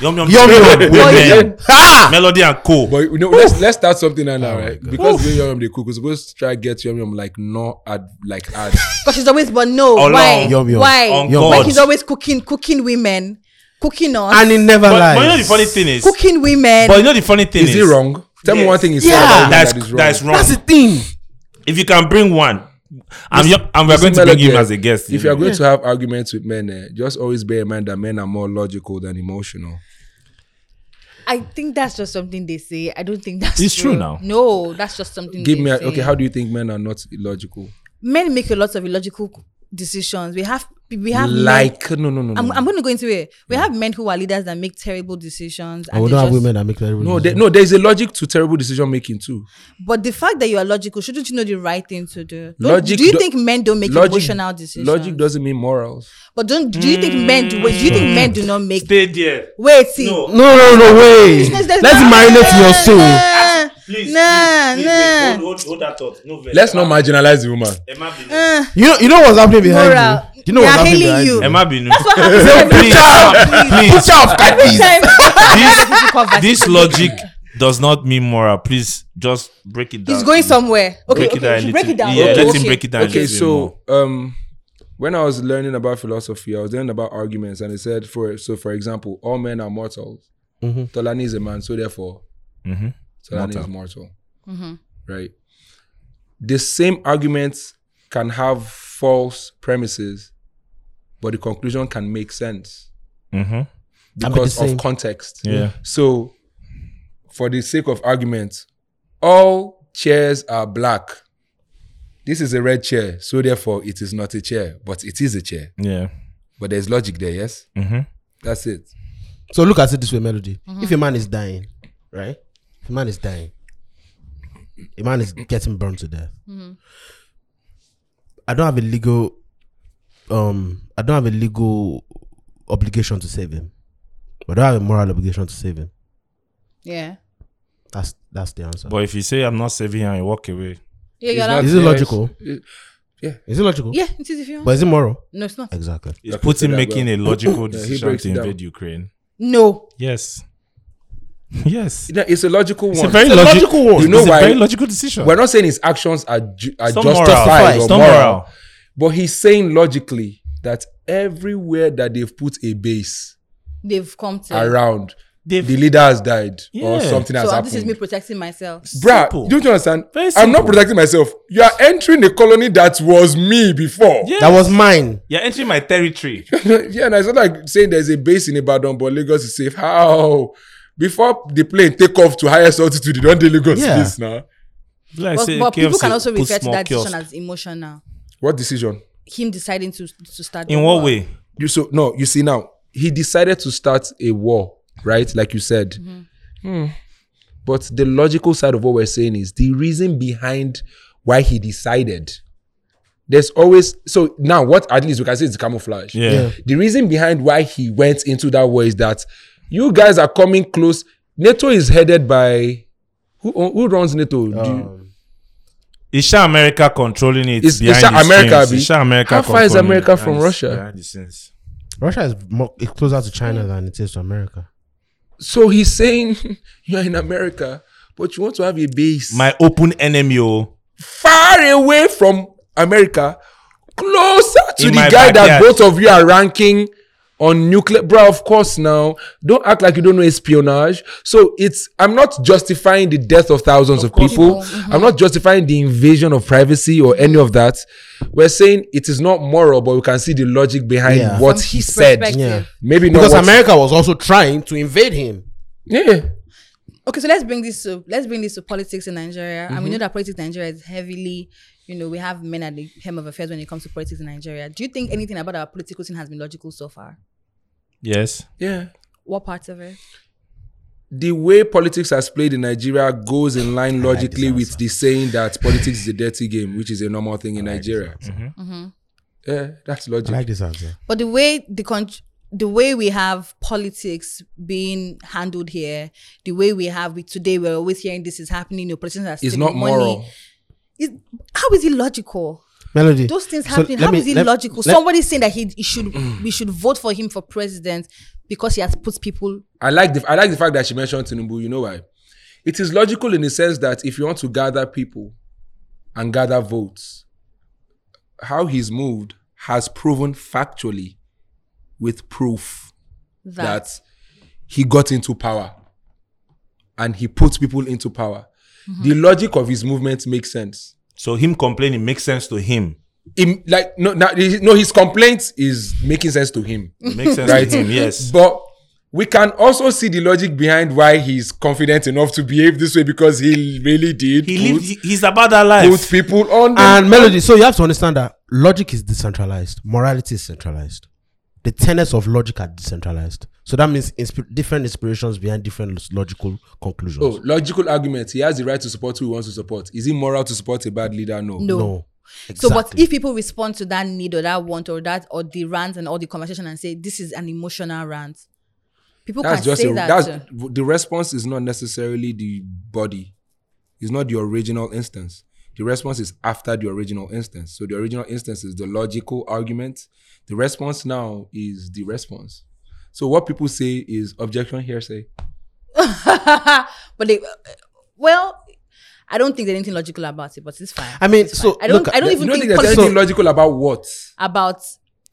[SPEAKER 1] Yum Yum
[SPEAKER 4] Yum Yum. Ah!
[SPEAKER 1] women,
[SPEAKER 2] Boy,
[SPEAKER 1] women.
[SPEAKER 2] you-
[SPEAKER 4] Ha!
[SPEAKER 1] Melody and Co.
[SPEAKER 3] But you know, let's let's start something now,
[SPEAKER 1] Oh
[SPEAKER 3] now, right? Because the way yum yum they cook, we're supposed to try get yum yum like no ad like
[SPEAKER 1] *laughs*
[SPEAKER 3] ads.
[SPEAKER 2] Because she's always, but no,
[SPEAKER 1] Along.
[SPEAKER 2] why?
[SPEAKER 4] Yum, yum.
[SPEAKER 2] Why?
[SPEAKER 1] On
[SPEAKER 4] Yum.
[SPEAKER 2] Like
[SPEAKER 1] God.
[SPEAKER 2] he's always cooking, cooking women, cooking us,
[SPEAKER 4] And it never
[SPEAKER 1] But,
[SPEAKER 4] lies.
[SPEAKER 1] but you know the funny thing is
[SPEAKER 2] cooking women.
[SPEAKER 1] but you know the funny thing
[SPEAKER 3] is
[SPEAKER 1] is
[SPEAKER 3] it wrong? Tell me
[SPEAKER 1] Yes.
[SPEAKER 3] one thing is
[SPEAKER 4] Yeah.
[SPEAKER 1] That's
[SPEAKER 3] that is wrong.
[SPEAKER 1] that's wrong.
[SPEAKER 4] That's the thing.
[SPEAKER 1] If you can bring one, I'm young, and we're
[SPEAKER 3] Listen,
[SPEAKER 1] going to bring
[SPEAKER 3] Melody,
[SPEAKER 1] him as a guest.
[SPEAKER 3] If you're going to have arguments with men, eh, just always bear in mind that men are more logical than emotional.
[SPEAKER 2] I think that's just something they say. I don't think that's
[SPEAKER 1] It's true now.
[SPEAKER 2] No, that's just something.
[SPEAKER 3] Give
[SPEAKER 2] they
[SPEAKER 3] me a,
[SPEAKER 2] say.
[SPEAKER 3] okay. How do you think men are not logical?
[SPEAKER 2] men make a lot of illogical decisions. We have we have men-
[SPEAKER 3] Like no no no no.
[SPEAKER 2] I'm, I'm going to go into it. We have men who are leaders that make terrible decisions.
[SPEAKER 4] I
[SPEAKER 2] And
[SPEAKER 4] would
[SPEAKER 2] they
[SPEAKER 4] not Oh, have
[SPEAKER 2] just-
[SPEAKER 4] women that make very
[SPEAKER 3] no, there, no, there's a logic to terrible decision making too.
[SPEAKER 2] But the fact that you are logical, shouldn't you know the right thing to do? Don't-
[SPEAKER 3] Logic
[SPEAKER 2] do you
[SPEAKER 3] do-
[SPEAKER 2] think men don't make emotional decisions?
[SPEAKER 3] Logic doesn't mean morals.
[SPEAKER 2] But don't do you think men do? Wait, do you think men do not make? Mm.
[SPEAKER 1] stay there.
[SPEAKER 2] Wait, see.
[SPEAKER 4] no, no, no way.
[SPEAKER 2] There's-
[SPEAKER 4] Let's
[SPEAKER 2] there's-
[SPEAKER 4] marinate your soul.
[SPEAKER 2] Nah, nah, nah.
[SPEAKER 1] hold, that thought. No,
[SPEAKER 3] Let's not marginalize the woman.
[SPEAKER 2] Uh,
[SPEAKER 4] You know, you know what's happening behind
[SPEAKER 2] Moral.
[SPEAKER 4] you. You know
[SPEAKER 2] They
[SPEAKER 4] what's
[SPEAKER 2] are
[SPEAKER 4] happening
[SPEAKER 2] hailing
[SPEAKER 4] behind
[SPEAKER 2] you.
[SPEAKER 4] you.
[SPEAKER 1] Emma Binu.
[SPEAKER 2] Please,
[SPEAKER 1] please,
[SPEAKER 4] Picture of
[SPEAKER 1] please.
[SPEAKER 4] Kathy.
[SPEAKER 1] This logic does not mean moral. Please just break it down.
[SPEAKER 2] He's going somewhere. Okay,
[SPEAKER 1] Break
[SPEAKER 2] okay,
[SPEAKER 1] it down. a
[SPEAKER 2] you should
[SPEAKER 1] little-
[SPEAKER 2] break it down.
[SPEAKER 1] Yeah,
[SPEAKER 2] okay,
[SPEAKER 1] let him
[SPEAKER 2] okay.
[SPEAKER 1] break it down. a
[SPEAKER 3] okay
[SPEAKER 1] little bit more.
[SPEAKER 3] so um when i was learning about philosophy i was learning about arguments and it said for so for example all men are mortals
[SPEAKER 4] Mhm.
[SPEAKER 3] tolani is a man so therefore
[SPEAKER 1] Mhm.
[SPEAKER 3] tolani
[SPEAKER 1] Mortal.
[SPEAKER 3] is mortal right the same arguments can have false premises but the conclusion can make sense Mm-hmm,
[SPEAKER 1] Mhm.
[SPEAKER 4] the
[SPEAKER 3] because
[SPEAKER 4] same.
[SPEAKER 3] of context
[SPEAKER 1] Yeah.
[SPEAKER 3] so for the sake of argument all chairs are black this is a red chair so therefore it is not a chair but it is a chair
[SPEAKER 1] Yeah.
[SPEAKER 3] but there's logic there yes
[SPEAKER 1] Mhm.
[SPEAKER 3] that's it
[SPEAKER 4] So look at it this way, Melody. If a man is dying, right? If a man is dying, a man is getting burned to death. I don't have a legal, um, I don't have a legal obligation to save him. But I don't have a moral obligation to save him.
[SPEAKER 2] Yeah.
[SPEAKER 4] That's that's the answer.
[SPEAKER 1] But if you say I'm not saving you and you walk away,
[SPEAKER 2] Yeah,
[SPEAKER 3] It's
[SPEAKER 2] you're
[SPEAKER 3] not-
[SPEAKER 2] allowed.
[SPEAKER 4] Is it
[SPEAKER 3] yeah,
[SPEAKER 4] logical?
[SPEAKER 3] it's-
[SPEAKER 4] Is it logical?
[SPEAKER 2] Yeah, it is if you want.
[SPEAKER 4] But is it moral?
[SPEAKER 2] No, it's not.
[SPEAKER 4] Exactly.
[SPEAKER 1] it's
[SPEAKER 3] Okay, say
[SPEAKER 1] Putin
[SPEAKER 3] that
[SPEAKER 1] making
[SPEAKER 3] well.
[SPEAKER 1] a logical
[SPEAKER 3] *coughs* Yeah, he
[SPEAKER 1] decision
[SPEAKER 3] breaks
[SPEAKER 1] to
[SPEAKER 3] it down.
[SPEAKER 1] invade Ukraine.
[SPEAKER 2] No.
[SPEAKER 1] Yes. yes.
[SPEAKER 3] it- it's a logical
[SPEAKER 1] It's
[SPEAKER 3] one
[SPEAKER 1] a very
[SPEAKER 4] a
[SPEAKER 1] logic-
[SPEAKER 4] logical one.
[SPEAKER 1] You
[SPEAKER 3] You know
[SPEAKER 1] it's a
[SPEAKER 3] why?
[SPEAKER 1] very logical decision.
[SPEAKER 3] we're not saying his actions are, ju- are
[SPEAKER 1] It's not
[SPEAKER 3] justified
[SPEAKER 1] moral. It's
[SPEAKER 3] or
[SPEAKER 1] not
[SPEAKER 3] moral,
[SPEAKER 1] moral.
[SPEAKER 3] But he's saying logically that everywhere that they've put a base
[SPEAKER 2] They've come to.
[SPEAKER 3] around,
[SPEAKER 1] They've-
[SPEAKER 3] the leader has died
[SPEAKER 1] Yeah.
[SPEAKER 3] or something has
[SPEAKER 2] so
[SPEAKER 3] happened.
[SPEAKER 2] this is me protecting myself.
[SPEAKER 3] Bruh,
[SPEAKER 1] Simple.
[SPEAKER 3] don't you understand?
[SPEAKER 1] Very
[SPEAKER 3] I'm not
[SPEAKER 1] simple.
[SPEAKER 3] protecting myself. You are entering the colony that was me before.
[SPEAKER 1] Yeah.
[SPEAKER 4] That was mine.
[SPEAKER 1] You're entering my territory.
[SPEAKER 3] *laughs*
[SPEAKER 1] *laughs*
[SPEAKER 3] yeah, and it's not like saying there's a base in Ibadan, but Lagos is safe. How? Before the plane take off to highest altitude, they don't do Lagos
[SPEAKER 4] Yeah.
[SPEAKER 3] this now.
[SPEAKER 1] Like I
[SPEAKER 2] But,
[SPEAKER 1] say,
[SPEAKER 2] but people
[SPEAKER 1] KFC,
[SPEAKER 2] can also
[SPEAKER 1] put
[SPEAKER 2] refer to
[SPEAKER 1] small
[SPEAKER 2] that decision
[SPEAKER 1] kiosk.
[SPEAKER 2] as emotional.
[SPEAKER 3] What decision?
[SPEAKER 2] Him deciding to to start.
[SPEAKER 1] In
[SPEAKER 2] the
[SPEAKER 1] what
[SPEAKER 2] war.
[SPEAKER 1] way?
[SPEAKER 3] You so no, you see now, he decided to start a war, right? Like you said. Hmm. But the logical side of what we're saying is the reason behind why he decided. There's always so now what at least we can say it's camouflage.
[SPEAKER 1] Yeah.
[SPEAKER 4] Yeah.
[SPEAKER 3] The reason behind why he went into that war is that you guys are coming close. NATO is headed by who? Who runs NATO? Do you,
[SPEAKER 4] Um,
[SPEAKER 1] Is Sha America controlling it?
[SPEAKER 3] Is- is
[SPEAKER 1] behind
[SPEAKER 3] Sha
[SPEAKER 1] the
[SPEAKER 3] America,
[SPEAKER 1] scenes?
[SPEAKER 3] Abi?
[SPEAKER 1] Is Sha America
[SPEAKER 3] How far is
[SPEAKER 1] controlling
[SPEAKER 3] America
[SPEAKER 1] it
[SPEAKER 3] from
[SPEAKER 1] behind the-
[SPEAKER 3] Russia?
[SPEAKER 1] behind the scenes?
[SPEAKER 4] Russia is more, it's closer to China than it is to America.
[SPEAKER 3] so he's saying *laughs* you're in America, but you want to have a base
[SPEAKER 1] My open enemy, oh.
[SPEAKER 3] far away from America, closer to
[SPEAKER 1] In
[SPEAKER 3] the
[SPEAKER 1] my
[SPEAKER 3] guy that
[SPEAKER 1] backyard.
[SPEAKER 3] both of you are ranking on nuclear. Bro, of course now. Don't act like you don't know espionage. So it's I'm not justifying the death of thousands of, people.
[SPEAKER 2] People, mhm.
[SPEAKER 3] I'm not justifying the invasion of privacy or any of that. We're saying it is not moral, but we can see the logic behind
[SPEAKER 4] Yeah.
[SPEAKER 3] what
[SPEAKER 2] From
[SPEAKER 3] he
[SPEAKER 2] his
[SPEAKER 3] said.
[SPEAKER 2] perspective.
[SPEAKER 4] Yeah.
[SPEAKER 3] Maybe not
[SPEAKER 4] Because
[SPEAKER 3] what-
[SPEAKER 4] America was also trying to invade him.
[SPEAKER 3] Yeah.
[SPEAKER 2] okay so let's bring this to let's bring this to politics in nigeria
[SPEAKER 1] Mm-hmm.
[SPEAKER 2] and we know that politics in nigeria is heavily you know we have men at the helm of affairs when it comes to politics in nigeria do you think anything about our political scene has been logical so far
[SPEAKER 1] Yes.
[SPEAKER 3] Yeah.
[SPEAKER 2] what parts of it
[SPEAKER 3] the way politics has played in Nigeria goes in line logically with the saying that politics is a dirty game, which is a normal thing in Nigeria. Yeah, that's logic.
[SPEAKER 4] this answer.
[SPEAKER 2] but the way the country the way we have politics being handled here, the way we have with today, we're always hearing this is happening. Your politicians are
[SPEAKER 3] it's
[SPEAKER 2] stealing
[SPEAKER 3] not moral.
[SPEAKER 2] Money. Is- how is it logical?
[SPEAKER 4] Melody.
[SPEAKER 2] Those things
[SPEAKER 4] so
[SPEAKER 2] happening.
[SPEAKER 4] let
[SPEAKER 2] how
[SPEAKER 4] me-
[SPEAKER 2] is it
[SPEAKER 4] let-
[SPEAKER 2] logical?
[SPEAKER 4] let-
[SPEAKER 2] Somebody's saying that he, he should we should vote for him for president because he has put people
[SPEAKER 3] I like the I like the fact that she mentioned Tinubu. You know why? It is logical in the sense that if you want to gather people and gather votes, how he's moved has proven factually with proof
[SPEAKER 2] that,
[SPEAKER 3] that he got into power and he put people into power. The logic of his movement makes sense.
[SPEAKER 1] So him complaining makes sense to him.
[SPEAKER 3] Im- like no, no, no, his complaint is making sense to him,
[SPEAKER 1] It makes sense
[SPEAKER 3] right?
[SPEAKER 1] to him,
[SPEAKER 3] *laughs*
[SPEAKER 1] yes.
[SPEAKER 3] But we can also see the logic behind why he's confident enough to behave this way because he really did
[SPEAKER 1] He
[SPEAKER 3] put,
[SPEAKER 1] lived, he- he's about that life.
[SPEAKER 3] put people on. the-
[SPEAKER 4] Ah, And Melody, so you have to understand that logic is decentralized, morality is centralized. The tenets of logic are decentralized. So that means insp- different inspirations behind different lo- logical conclusions.
[SPEAKER 3] Oh, logical argument. He has the right to support who he wants to support. Is it moral to support a bad leader? No.
[SPEAKER 2] no.
[SPEAKER 4] No.
[SPEAKER 2] So, but
[SPEAKER 4] Exactly.
[SPEAKER 2] if people respond to that need or that want or that or the rant and all the conversation and say this is an emotional rant, people
[SPEAKER 3] That's
[SPEAKER 2] can
[SPEAKER 3] just
[SPEAKER 2] say
[SPEAKER 3] a,
[SPEAKER 2] that. uh,
[SPEAKER 3] that's
[SPEAKER 2] too.
[SPEAKER 3] the response is not necessarily the body. It's not the original instance. The response is after the original instance. So the original instance is the logical argument. The response now is the response. So what people say is objection hearsay.
[SPEAKER 2] *laughs* but they, uh, well, I don't think there's anything logical about it, but it's fine.
[SPEAKER 4] I mean, so
[SPEAKER 2] I don't.
[SPEAKER 4] look,
[SPEAKER 2] I don't
[SPEAKER 4] let-
[SPEAKER 2] even
[SPEAKER 3] you don't
[SPEAKER 2] think
[SPEAKER 3] think there's
[SPEAKER 2] politi-
[SPEAKER 3] anything logical about what?
[SPEAKER 2] about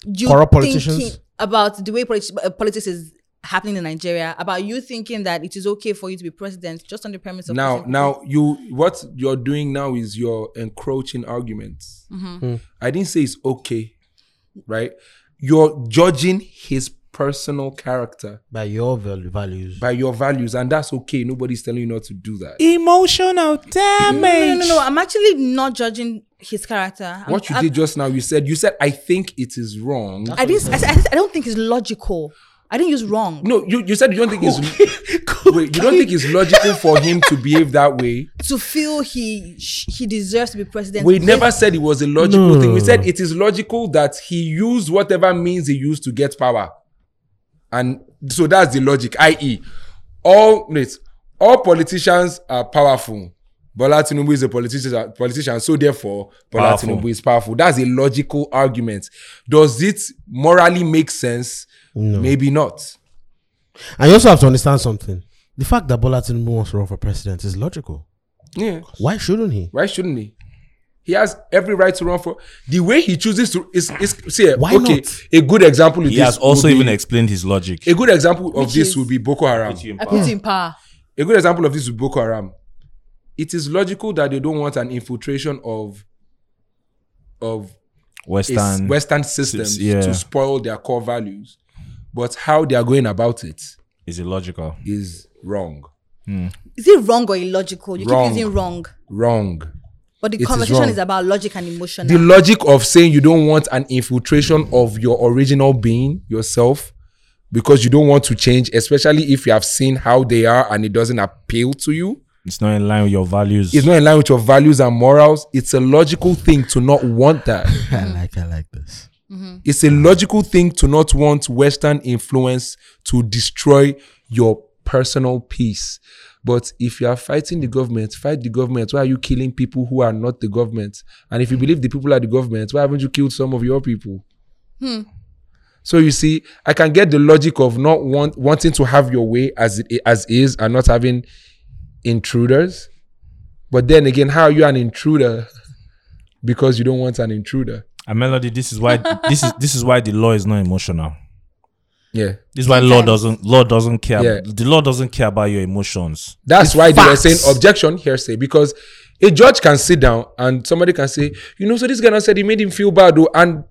[SPEAKER 2] you
[SPEAKER 4] Corrupt
[SPEAKER 2] thinking
[SPEAKER 4] politicians?
[SPEAKER 2] about the way politi- uh, politics is happening in Nigeria. About you thinking that it is okay for you to be president just on the premise of
[SPEAKER 3] Now,
[SPEAKER 2] president-
[SPEAKER 3] now you what you're doing now is you're encroaching arguments.
[SPEAKER 2] Mm-hmm.
[SPEAKER 3] I didn't say it's okay, right? You're judging his personal character.
[SPEAKER 4] by your val- values.
[SPEAKER 3] by your values, and that's okay. Nobody's telling you not to do that.
[SPEAKER 1] Emotional
[SPEAKER 2] No,
[SPEAKER 1] damage.
[SPEAKER 2] no, no. I'm actually not judging his character. I'm-
[SPEAKER 3] what you
[SPEAKER 2] I'm-
[SPEAKER 3] did just now, you said you said I think it is wrong.
[SPEAKER 2] I didn't. I, I, I don't think it's logical. I didn't use wrong.
[SPEAKER 3] *laughs* no, you, you said you don't think
[SPEAKER 2] *laughs*
[SPEAKER 3] it's wait, you don't think it's logical for him to behave that way.
[SPEAKER 2] To feel he sh- he deserves to be president.
[SPEAKER 3] We
[SPEAKER 2] Yes,
[SPEAKER 3] never said it was a logical
[SPEAKER 4] No.
[SPEAKER 3] thing. We said it is logical that he used whatever means he used to get power, and so that's the logic. I.e., all wait, all politicians are powerful. Bola Tinubu is a politician, politician, so therefore Bola
[SPEAKER 1] Powerful.
[SPEAKER 3] Tinubu is powerful. That's a logical argument. Does it morally make sense? Maybe not.
[SPEAKER 4] And you also have to understand something. The fact that Bola Tinubu wants to run for president is logical.
[SPEAKER 3] Yeah.
[SPEAKER 4] Why shouldn't he?
[SPEAKER 3] Why shouldn't he? He has every right to run for the way he chooses to is is see eh,
[SPEAKER 4] Why
[SPEAKER 3] okay.
[SPEAKER 4] not?
[SPEAKER 3] A good example is
[SPEAKER 1] He
[SPEAKER 3] this
[SPEAKER 1] has also
[SPEAKER 3] would be-
[SPEAKER 1] even explained his logic.
[SPEAKER 3] a good example of
[SPEAKER 2] Which
[SPEAKER 3] this
[SPEAKER 2] is-
[SPEAKER 3] would be Boko Haram.
[SPEAKER 1] Put you in
[SPEAKER 2] I
[SPEAKER 1] power.
[SPEAKER 2] put you in power.
[SPEAKER 3] A good example of this is Boko Haram. It is logical that they don't want an infiltration of of a s-
[SPEAKER 1] Western.
[SPEAKER 3] Western systems
[SPEAKER 1] yeah.
[SPEAKER 3] to spoil their core values, but how they are going about it
[SPEAKER 1] is illogical.
[SPEAKER 3] is wrong.
[SPEAKER 2] Is it wrong or illogical? You
[SPEAKER 3] Wrong.
[SPEAKER 2] keep using wrong.
[SPEAKER 3] Wrong.
[SPEAKER 2] But the
[SPEAKER 3] It is
[SPEAKER 2] conversation
[SPEAKER 3] wrong.
[SPEAKER 2] is, about logic and emotion.
[SPEAKER 3] The logic of saying you don't want an infiltration of your original being, yourself, because you don't want to change, especially if you have seen how they are and it doesn't appeal to you.
[SPEAKER 1] It's not in line with your values.
[SPEAKER 3] It's not in line with your values and morals. It's a logical thing to not want that.
[SPEAKER 4] I like I like this.
[SPEAKER 3] It's a logical thing to not want Western influence to destroy your personal peace. But if you are fighting the government, fight the government. Why are you killing people who are not the government? And if you believe the people are the government, why haven't you killed some of your people? So you see, I can get the logic of not want, wanting to have your way as it, as is and not having intruders. But then again, how are you an intruder because you don't want an intruder?
[SPEAKER 1] a melody. This is why this is this is why the law is not emotional.
[SPEAKER 3] Yeah.
[SPEAKER 1] This is why law doesn't law doesn't care.
[SPEAKER 3] Yeah.
[SPEAKER 1] The law doesn't care about your emotions.
[SPEAKER 3] That's why
[SPEAKER 4] facts.
[SPEAKER 3] they were saying objection hearsay because a judge can sit down and somebody can say, you know, so this guy now said he made him feel bad, though, and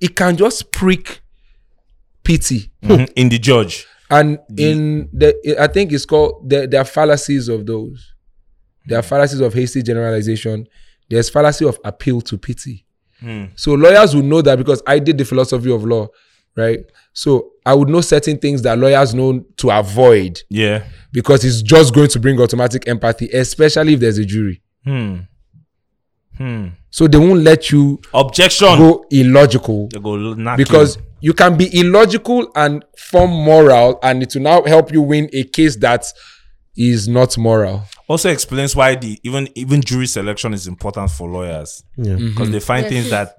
[SPEAKER 3] it can just prick pity.
[SPEAKER 1] Mhm. In the judge,
[SPEAKER 3] And in the, I think it's called there, there are fallacies of those. There are fallacies of hasty generalization. There's fallacy of appeal to pity. So lawyers will know that because I did the philosophy of law, right? So I would know certain things that lawyers know to avoid
[SPEAKER 1] yeah.
[SPEAKER 3] because it's just going to bring automatic empathy, especially if there's a jury.
[SPEAKER 1] Hmm. Hmm.
[SPEAKER 3] So they won't let you
[SPEAKER 1] Objection.
[SPEAKER 3] go illogical
[SPEAKER 1] They go knock
[SPEAKER 3] because
[SPEAKER 1] you.
[SPEAKER 3] you can be illogical and form moral, and it will now help you win a case that is not moral.
[SPEAKER 1] also explains why the even even jury selection is important for lawyers
[SPEAKER 4] Yeah.
[SPEAKER 1] because they find
[SPEAKER 2] Yes,
[SPEAKER 1] things
[SPEAKER 2] yes.
[SPEAKER 1] that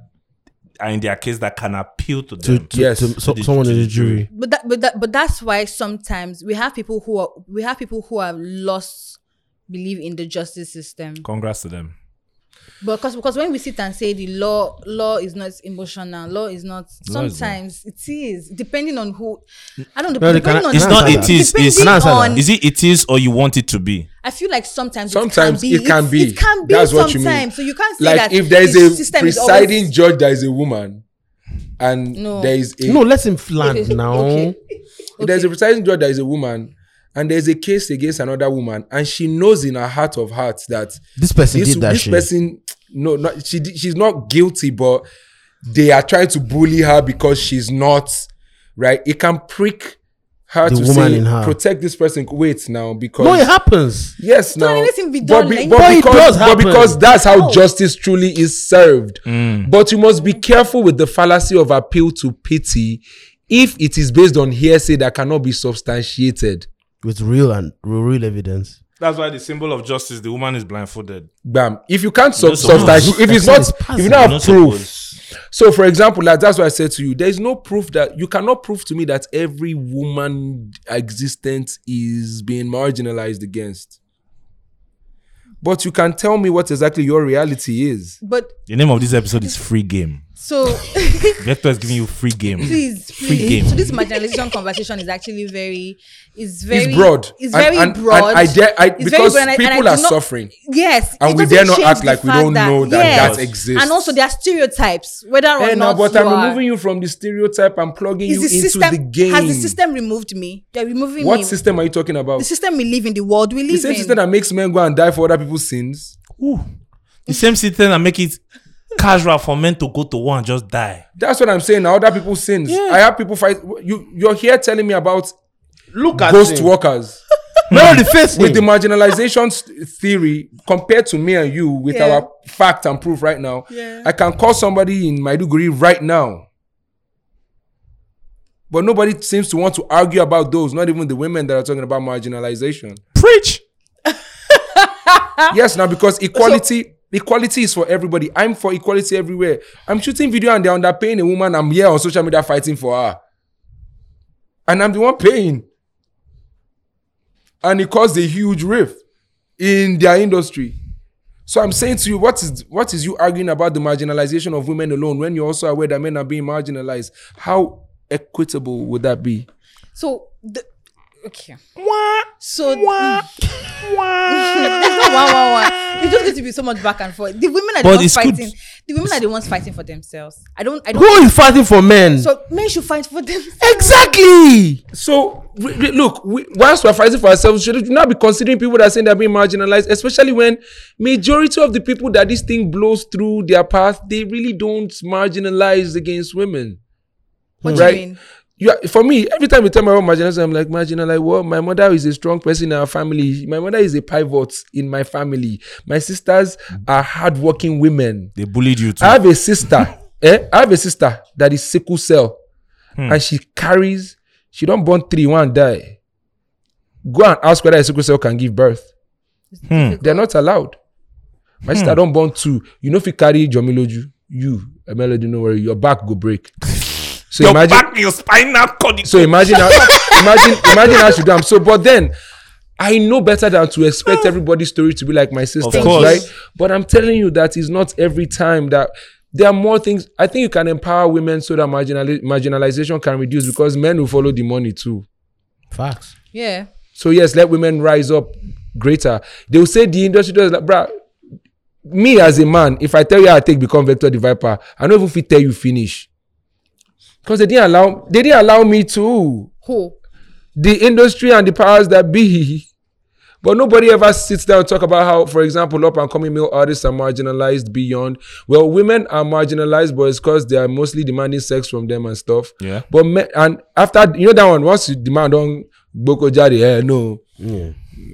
[SPEAKER 1] are in their case that can appeal to
[SPEAKER 4] To,
[SPEAKER 1] them.
[SPEAKER 4] to,
[SPEAKER 3] Yes.
[SPEAKER 4] to,
[SPEAKER 1] To
[SPEAKER 4] so,
[SPEAKER 1] the-
[SPEAKER 4] someone
[SPEAKER 1] to
[SPEAKER 4] in
[SPEAKER 1] the
[SPEAKER 4] the jury.
[SPEAKER 2] but that, but that, but that's why sometimes we have people who are we have people who have lost belief in the justice system.
[SPEAKER 1] Congrats to them.
[SPEAKER 2] Because because when we sit and say the law law is not emotional, law is
[SPEAKER 1] Law
[SPEAKER 2] not.
[SPEAKER 1] is not.
[SPEAKER 2] Sometimes it is depending on who. I don't know.
[SPEAKER 4] No, they
[SPEAKER 2] depending
[SPEAKER 4] cannot-
[SPEAKER 2] on
[SPEAKER 1] It's
[SPEAKER 4] Can I
[SPEAKER 1] not.
[SPEAKER 4] answer
[SPEAKER 1] It
[SPEAKER 4] that?
[SPEAKER 1] is. It's,
[SPEAKER 2] Depending
[SPEAKER 4] on-
[SPEAKER 1] is it? It is, or you want it to be.
[SPEAKER 2] I feel like sometimes
[SPEAKER 3] Sometimes
[SPEAKER 2] it can be. It, it can be
[SPEAKER 3] That's what you
[SPEAKER 2] sometimes.
[SPEAKER 3] mean.
[SPEAKER 2] So you can't say
[SPEAKER 3] Like
[SPEAKER 2] that
[SPEAKER 3] if there is
[SPEAKER 2] the
[SPEAKER 3] a
[SPEAKER 2] system is
[SPEAKER 3] presiding
[SPEAKER 2] always-
[SPEAKER 3] judge that is a woman, and
[SPEAKER 2] No.
[SPEAKER 3] there is a
[SPEAKER 4] No, let him
[SPEAKER 2] *laughs*
[SPEAKER 4] land now.
[SPEAKER 2] Okay.
[SPEAKER 3] there's a
[SPEAKER 2] Okay.
[SPEAKER 3] presiding judge that is a woman, and there's a case against another woman, and she knows in her heart of hearts that
[SPEAKER 4] This person
[SPEAKER 3] this,
[SPEAKER 4] did that
[SPEAKER 3] this
[SPEAKER 4] shit.
[SPEAKER 3] person no not she di- she's not guilty but they are trying to bully her because she's not right it can prick her
[SPEAKER 4] The
[SPEAKER 3] to
[SPEAKER 4] woman
[SPEAKER 3] say
[SPEAKER 4] in her.
[SPEAKER 3] protect this person wait now because
[SPEAKER 4] no, it happens.
[SPEAKER 3] yes
[SPEAKER 2] not
[SPEAKER 3] now
[SPEAKER 2] anything be
[SPEAKER 3] but,
[SPEAKER 2] done, like-
[SPEAKER 3] but
[SPEAKER 2] No,
[SPEAKER 4] it
[SPEAKER 3] because,
[SPEAKER 4] does
[SPEAKER 3] but
[SPEAKER 4] happen.
[SPEAKER 3] because that's how
[SPEAKER 2] No.
[SPEAKER 3] justice truly is served but you must be careful with the fallacy of appeal to pity if it is based on hearsay that cannot be substantiated
[SPEAKER 4] With real and real, real evidence.
[SPEAKER 1] That's why the symbol of justice, the woman is blindfolded.
[SPEAKER 3] bam if you can't sub-
[SPEAKER 1] You're supposed-
[SPEAKER 3] substantiate if it's not
[SPEAKER 4] That's
[SPEAKER 3] if you
[SPEAKER 4] I
[SPEAKER 3] don't
[SPEAKER 1] You're
[SPEAKER 3] have
[SPEAKER 1] not
[SPEAKER 3] proof
[SPEAKER 1] supposed-
[SPEAKER 3] So, for example, like that's why I said to you, there is no proof that you cannot prove to me that every woman existence is being marginalized against. But you can tell me what exactly your reality is.
[SPEAKER 2] But
[SPEAKER 1] The name of this episode is Free Game.
[SPEAKER 2] so
[SPEAKER 1] Vector is giving you free game.
[SPEAKER 2] please,
[SPEAKER 1] Free
[SPEAKER 2] please.
[SPEAKER 1] game.
[SPEAKER 2] So this marginalization conversation is actually very, is very
[SPEAKER 3] broad.
[SPEAKER 2] It's
[SPEAKER 3] And-
[SPEAKER 2] very
[SPEAKER 3] and- and
[SPEAKER 2] broad.
[SPEAKER 3] I dare- I-
[SPEAKER 2] It's very
[SPEAKER 3] because
[SPEAKER 2] broad and I- and I
[SPEAKER 3] people
[SPEAKER 2] do
[SPEAKER 3] are
[SPEAKER 2] not-
[SPEAKER 3] suffering.
[SPEAKER 2] Yes,
[SPEAKER 3] And
[SPEAKER 2] it
[SPEAKER 3] we
[SPEAKER 2] doesn't
[SPEAKER 3] dare not
[SPEAKER 2] change
[SPEAKER 3] act
[SPEAKER 2] the
[SPEAKER 3] like we
[SPEAKER 2] fact
[SPEAKER 3] don't know that that exists.
[SPEAKER 2] And also, there are stereotypes, whether or
[SPEAKER 3] And now,
[SPEAKER 2] not.
[SPEAKER 3] Eh, but
[SPEAKER 2] you
[SPEAKER 3] I'm
[SPEAKER 2] are-
[SPEAKER 3] removing you from the stereotype. I'm plugging
[SPEAKER 2] Is
[SPEAKER 3] you
[SPEAKER 2] the
[SPEAKER 3] into
[SPEAKER 2] system
[SPEAKER 3] the game.
[SPEAKER 2] has the system removed me? They're removing
[SPEAKER 3] what
[SPEAKER 2] me.
[SPEAKER 3] system are you talking about?
[SPEAKER 2] The system we live in, the world we live
[SPEAKER 3] The same
[SPEAKER 2] in.
[SPEAKER 3] system that makes men go and die for other people's sins.
[SPEAKER 1] Ooh. The same system and make it casual for men to go to war and just die.
[SPEAKER 3] That's what I'm saying. now, Other people's sins. I have people fight. You you're here telling me about
[SPEAKER 4] Look at
[SPEAKER 3] ghost workers.
[SPEAKER 4] Melody face
[SPEAKER 3] with the
[SPEAKER 4] him.
[SPEAKER 3] marginalization st- theory compared to me and you with
[SPEAKER 2] Yeah.
[SPEAKER 3] our fact and proof right now
[SPEAKER 2] Yeah.
[SPEAKER 3] i can call somebody in maiduguri right now but nobody seems to want to argue about those not even the women that are talking about marginalization
[SPEAKER 1] Preach.
[SPEAKER 3] yes now because equality equality is for everybody i'm for equality everywhere i'm shooting video and they're underpaying a woman i'm here on social media fighting for her and i'm the one paying and it caused a huge rift in their industry So I'm saying to you, what is what is you arguing about the marginalization of women alone when you're also aware that men are being marginalized? How equitable would that be?
[SPEAKER 2] So the okay. So *laughs* there's no wah wah wah. It's just going to be so much back and forth. The women are
[SPEAKER 1] But
[SPEAKER 2] the ones
[SPEAKER 1] it's good.
[SPEAKER 2] fighting. The women are the ones fighting for themselves. I don't. I
[SPEAKER 4] Who
[SPEAKER 2] don't.
[SPEAKER 4] is fighting for men?
[SPEAKER 2] So men should fight for themselves.
[SPEAKER 4] exactly.
[SPEAKER 3] So we, we- look, we, whilst we're fighting for ourselves, we should not be considering people that are saying they're being marginalized, especially when majority of the people that this thing blows through their path, they really don't marginalize against women.
[SPEAKER 2] What do
[SPEAKER 3] right?
[SPEAKER 2] you mean?
[SPEAKER 3] You are, for me, every time you tell me about marginalized, I'm like, marginalized, well, my mother is a strong person in our family. My mother is a pivot in my family. My sisters are hardworking women.
[SPEAKER 1] They bullied you too.
[SPEAKER 3] I have a sister. eh? I have a sister that is sickle cell, and she carries. She don't born three, one die. Go and ask whether a sickle cell can give birth. They're not allowed. My sister don't born two. You know if you carry Jomiloju, you a melody, no worry, your back go break. So
[SPEAKER 1] your
[SPEAKER 3] imagine,
[SPEAKER 1] back, your spinal cord. is-
[SPEAKER 3] so imagine, how, imagine, imagine how she do. am. So, but then. I know better than to expect everybody's story to be like my sister's,
[SPEAKER 1] course.
[SPEAKER 3] right? But I'm telling you that it's not every time that there are more things. I think you can empower women so that marginali- marginalization can reduce because men will follow the money too.
[SPEAKER 4] Facts.
[SPEAKER 2] Yeah.
[SPEAKER 3] So yes, let women rise up greater. They will say the industry does like, bruh. Me as a man, if I tell you I take become Vector the Viper, I don't even fit tell you finish. Because they didn't allow they didn't allow me to
[SPEAKER 2] Who?
[SPEAKER 3] the industry and the powers that be. But nobody ever sits down and talk about how, for example, up and coming male artists are marginalized beyond. Well, women are marginalized, but it's because they are mostly demanding sex from them and stuff.
[SPEAKER 1] Yeah.
[SPEAKER 3] But men, and after you know that one, once you demand on Boko Jari, eh, no,
[SPEAKER 4] Yeah.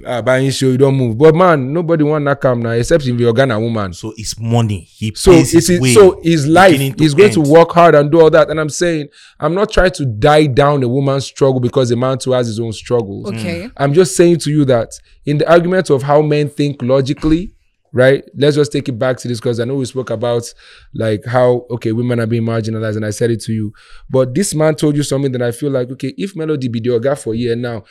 [SPEAKER 3] ah, buying show, you don't move. But man, nobody want that come now, except if you're Ghana woman.
[SPEAKER 1] So it's money. He
[SPEAKER 3] So
[SPEAKER 1] pays
[SPEAKER 3] it's
[SPEAKER 1] his way.
[SPEAKER 3] so his life.
[SPEAKER 1] beginning
[SPEAKER 3] He's going to
[SPEAKER 1] end.
[SPEAKER 3] work hard and do all that. And I'm saying, I'm not trying to die down a woman's struggle because a man too has his own struggles.
[SPEAKER 2] Okay.
[SPEAKER 1] Mm.
[SPEAKER 3] I'm just saying to you that in the argument of how men think logically, right? Let's just take it back to this because I know we spoke about like how okay women are being marginalized, and I said it to you. But this man told you something that I feel like okay, if Melody be the oga for a year now,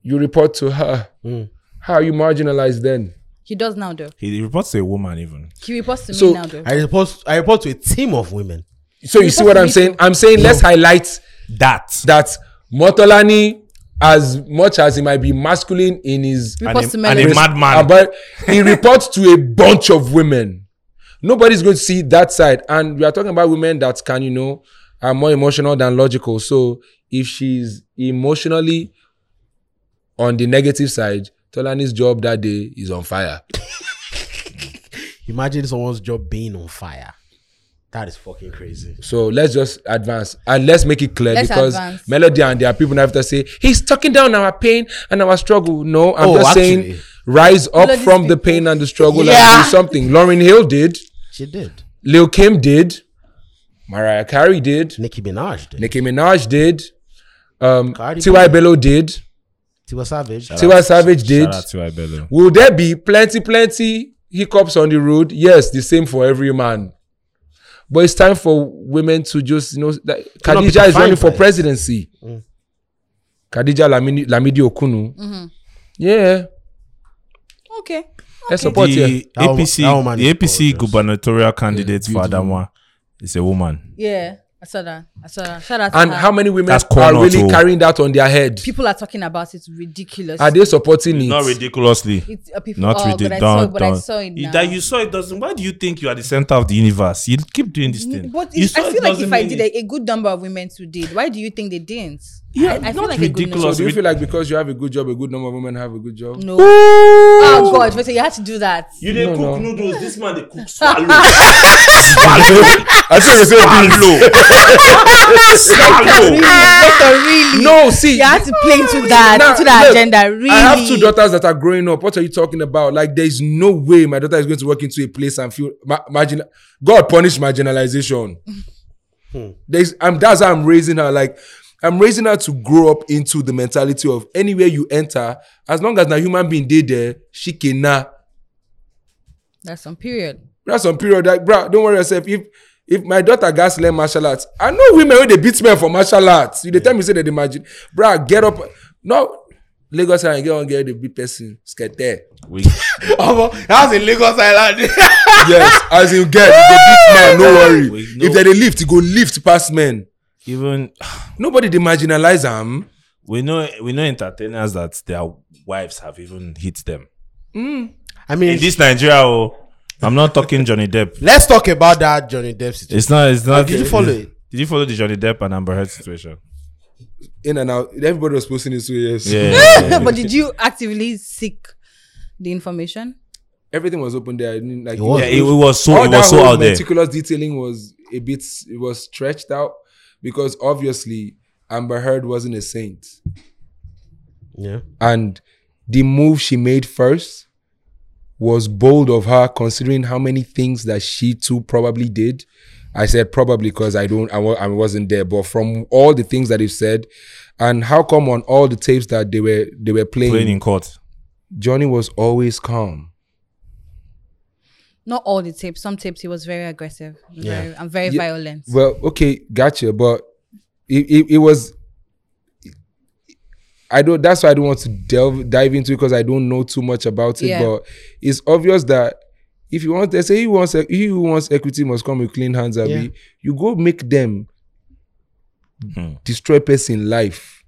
[SPEAKER 3] you report to her.
[SPEAKER 1] Mm.
[SPEAKER 3] How are you marginalized then?
[SPEAKER 2] He does now though.
[SPEAKER 1] He reports to a woman even.
[SPEAKER 2] He reports to
[SPEAKER 3] So,
[SPEAKER 2] me now though.
[SPEAKER 4] I report. I report to a team of women.
[SPEAKER 3] So you see what I'm saying? I'm saying let's highlight
[SPEAKER 1] That.
[SPEAKER 3] that Motolani, as much as he might be masculine in his
[SPEAKER 1] And
[SPEAKER 2] Reports to
[SPEAKER 1] a, and
[SPEAKER 2] Melody.
[SPEAKER 1] a madman.
[SPEAKER 3] about he reports to a bunch of women. Nobody's going to see that side. And we are talking about women that can, you know, are more emotional than logical. So if she's emotionally on the negative side, Tolani's job that day is on fire.
[SPEAKER 4] Imagine someone's job being on fire. That is fucking crazy.
[SPEAKER 3] So let's just advance and let's make it clear
[SPEAKER 2] Let's
[SPEAKER 3] because
[SPEAKER 2] advance.
[SPEAKER 3] Melody and their people now have to say he's talking down our pain and our struggle. No, I'm
[SPEAKER 4] Oh,
[SPEAKER 3] just
[SPEAKER 4] actually.
[SPEAKER 3] saying rise up
[SPEAKER 2] Melody's
[SPEAKER 3] from the
[SPEAKER 2] people.
[SPEAKER 3] pain and the struggle
[SPEAKER 4] Yeah.
[SPEAKER 3] and do something. Lauren Hill did.
[SPEAKER 4] She did.
[SPEAKER 3] Lil Kim did, Mariah Carey did,
[SPEAKER 4] Nicki Minaj did.
[SPEAKER 3] Nicki Minaj did, um,
[SPEAKER 4] Cardi
[SPEAKER 3] T.Y. Bello did,
[SPEAKER 4] Tiwa Savage.
[SPEAKER 3] T.Y. Savage did.
[SPEAKER 1] Shout out to Ibello.
[SPEAKER 3] Will there be plenty, plenty hiccups on the road? Yes, the same for every man. But it's time for women to just, you know, that
[SPEAKER 4] not be
[SPEAKER 3] Khadija is running
[SPEAKER 4] defined
[SPEAKER 3] for
[SPEAKER 4] by it.
[SPEAKER 3] presidency. Khadija Lamini, Lamidi Okunu.
[SPEAKER 2] Mm-hmm.
[SPEAKER 3] Yeah,
[SPEAKER 2] Okay.
[SPEAKER 3] let's
[SPEAKER 1] The
[SPEAKER 3] support her.
[SPEAKER 4] That woman-
[SPEAKER 1] APC,
[SPEAKER 4] that woman
[SPEAKER 1] the
[SPEAKER 4] is
[SPEAKER 1] APC
[SPEAKER 4] gorgeous.
[SPEAKER 1] gubernatorial candidate for Adamawa is a woman.
[SPEAKER 2] Yeah. I saw that. I saw that. Shout out to
[SPEAKER 3] And
[SPEAKER 2] her.
[SPEAKER 3] how many women
[SPEAKER 1] That's
[SPEAKER 3] are
[SPEAKER 1] corner
[SPEAKER 3] really
[SPEAKER 1] too.
[SPEAKER 3] carrying that on their head?
[SPEAKER 2] Ah. people are talking about it. Ridiculous.
[SPEAKER 3] Are they supporting it?
[SPEAKER 1] Not ridiculously.
[SPEAKER 2] It's uh, people.
[SPEAKER 1] Not
[SPEAKER 2] oh, but I
[SPEAKER 1] ridiculous.
[SPEAKER 2] saw it. But I saw it now.
[SPEAKER 1] That you saw it doesn't. Why do you think you are the center of the universe? You keep doing this thing.
[SPEAKER 2] But
[SPEAKER 1] you
[SPEAKER 2] if,
[SPEAKER 1] saw
[SPEAKER 2] I
[SPEAKER 1] it
[SPEAKER 2] feel like
[SPEAKER 1] doesn't
[SPEAKER 2] if I
[SPEAKER 1] mean
[SPEAKER 2] did,
[SPEAKER 1] it.
[SPEAKER 2] a, a good number of women too did. Why do you think they didn't?
[SPEAKER 1] Yeah,
[SPEAKER 2] I, I feel
[SPEAKER 1] not
[SPEAKER 2] like a good
[SPEAKER 1] ridiculous.
[SPEAKER 3] So do
[SPEAKER 2] number.
[SPEAKER 3] you feel like because you have a good job, a good number of women have a good job?
[SPEAKER 2] No. Oh God, Victor, you had to do that.
[SPEAKER 1] You didn't
[SPEAKER 3] No,
[SPEAKER 1] cook
[SPEAKER 3] no.
[SPEAKER 1] noodles. This man they
[SPEAKER 2] *laughs*
[SPEAKER 1] cook swallow.
[SPEAKER 3] I think you
[SPEAKER 1] swallow. swallow.
[SPEAKER 2] Victor, really.
[SPEAKER 3] No, see,
[SPEAKER 2] You had to play into that,
[SPEAKER 3] Nah,
[SPEAKER 2] into that
[SPEAKER 3] look,
[SPEAKER 2] agenda. Really.
[SPEAKER 3] I have two daughters that are growing up. What are you talking about? Like, there is no way my daughter is going to walk into a place and feel ma- margin. God punish marginalization. There's, I'm that's how I'm raising her. Like, I'm raising her to grow up into the mentality of anywhere you enter, as long as a human being did there, she can nah.
[SPEAKER 2] That's some period.
[SPEAKER 3] That's some period. Like, bruh, don't worry yourself. If if my daughter gas learn martial arts, I know women when they beat men for martial arts. You they tell me say that they imagine, bruh, get up. No, Lagos Island, get one girl, the big person, sketer.
[SPEAKER 1] We,
[SPEAKER 4] Omo, that was in Lagos Island.
[SPEAKER 3] yes, as you get, you go beat man, no worry.
[SPEAKER 1] We-
[SPEAKER 3] If they dey lift, you go lift past men.
[SPEAKER 1] *laughs* even
[SPEAKER 3] Nobody dey marginalize am.
[SPEAKER 1] we know we know entertainers that their wives have even hit them
[SPEAKER 4] I
[SPEAKER 1] in
[SPEAKER 4] mean,
[SPEAKER 1] this Nigeria. Oh, I'm not talking Johnny Depp.
[SPEAKER 4] let's talk about that Johnny Depp situation.
[SPEAKER 1] It's not. It's not.
[SPEAKER 4] Ah, did you follow it?
[SPEAKER 1] Did you follow the Johnny Depp and Amber Heard
[SPEAKER 2] *laughs*
[SPEAKER 1] situation?
[SPEAKER 3] In and out, everybody was posting it, so yes.
[SPEAKER 1] Yeah. yeah, yeah.
[SPEAKER 2] *laughs* but did you actively seek the information?
[SPEAKER 3] Everything was open there. I didn't, like,
[SPEAKER 4] It was.
[SPEAKER 1] Yeah, it, it was so.
[SPEAKER 3] all
[SPEAKER 1] It
[SPEAKER 3] that
[SPEAKER 1] was so
[SPEAKER 3] whole
[SPEAKER 1] out there.
[SPEAKER 3] meticulous detailing was a bit it was stretched out because obviously Amber Heard wasn't a saint,
[SPEAKER 4] Yeah.
[SPEAKER 3] and the move she made first was bold of her, considering how many things that she too probably did. I said probably because I don't I, wa- I wasn't there, but from all the things that they've said, and how come on all the tapes that they were they were
[SPEAKER 1] Playing
[SPEAKER 3] playing
[SPEAKER 1] in court.
[SPEAKER 3] Johnny was always calm.
[SPEAKER 2] Not all the tapes. Some tapes he was very aggressive,
[SPEAKER 4] Yeah.
[SPEAKER 2] very, and very
[SPEAKER 3] Yeah.
[SPEAKER 2] violent.
[SPEAKER 3] Well, okay, gotcha. But it, it, it was. I don't. That's why I don't want to delve dive into because I don't know too much about it.
[SPEAKER 2] Yeah.
[SPEAKER 3] But it's obvious that if you want, they say he wants he who wants equity must come with clean hands. Abi,
[SPEAKER 4] Yeah.
[SPEAKER 3] you go make them
[SPEAKER 1] Hmm.
[SPEAKER 3] destroy person life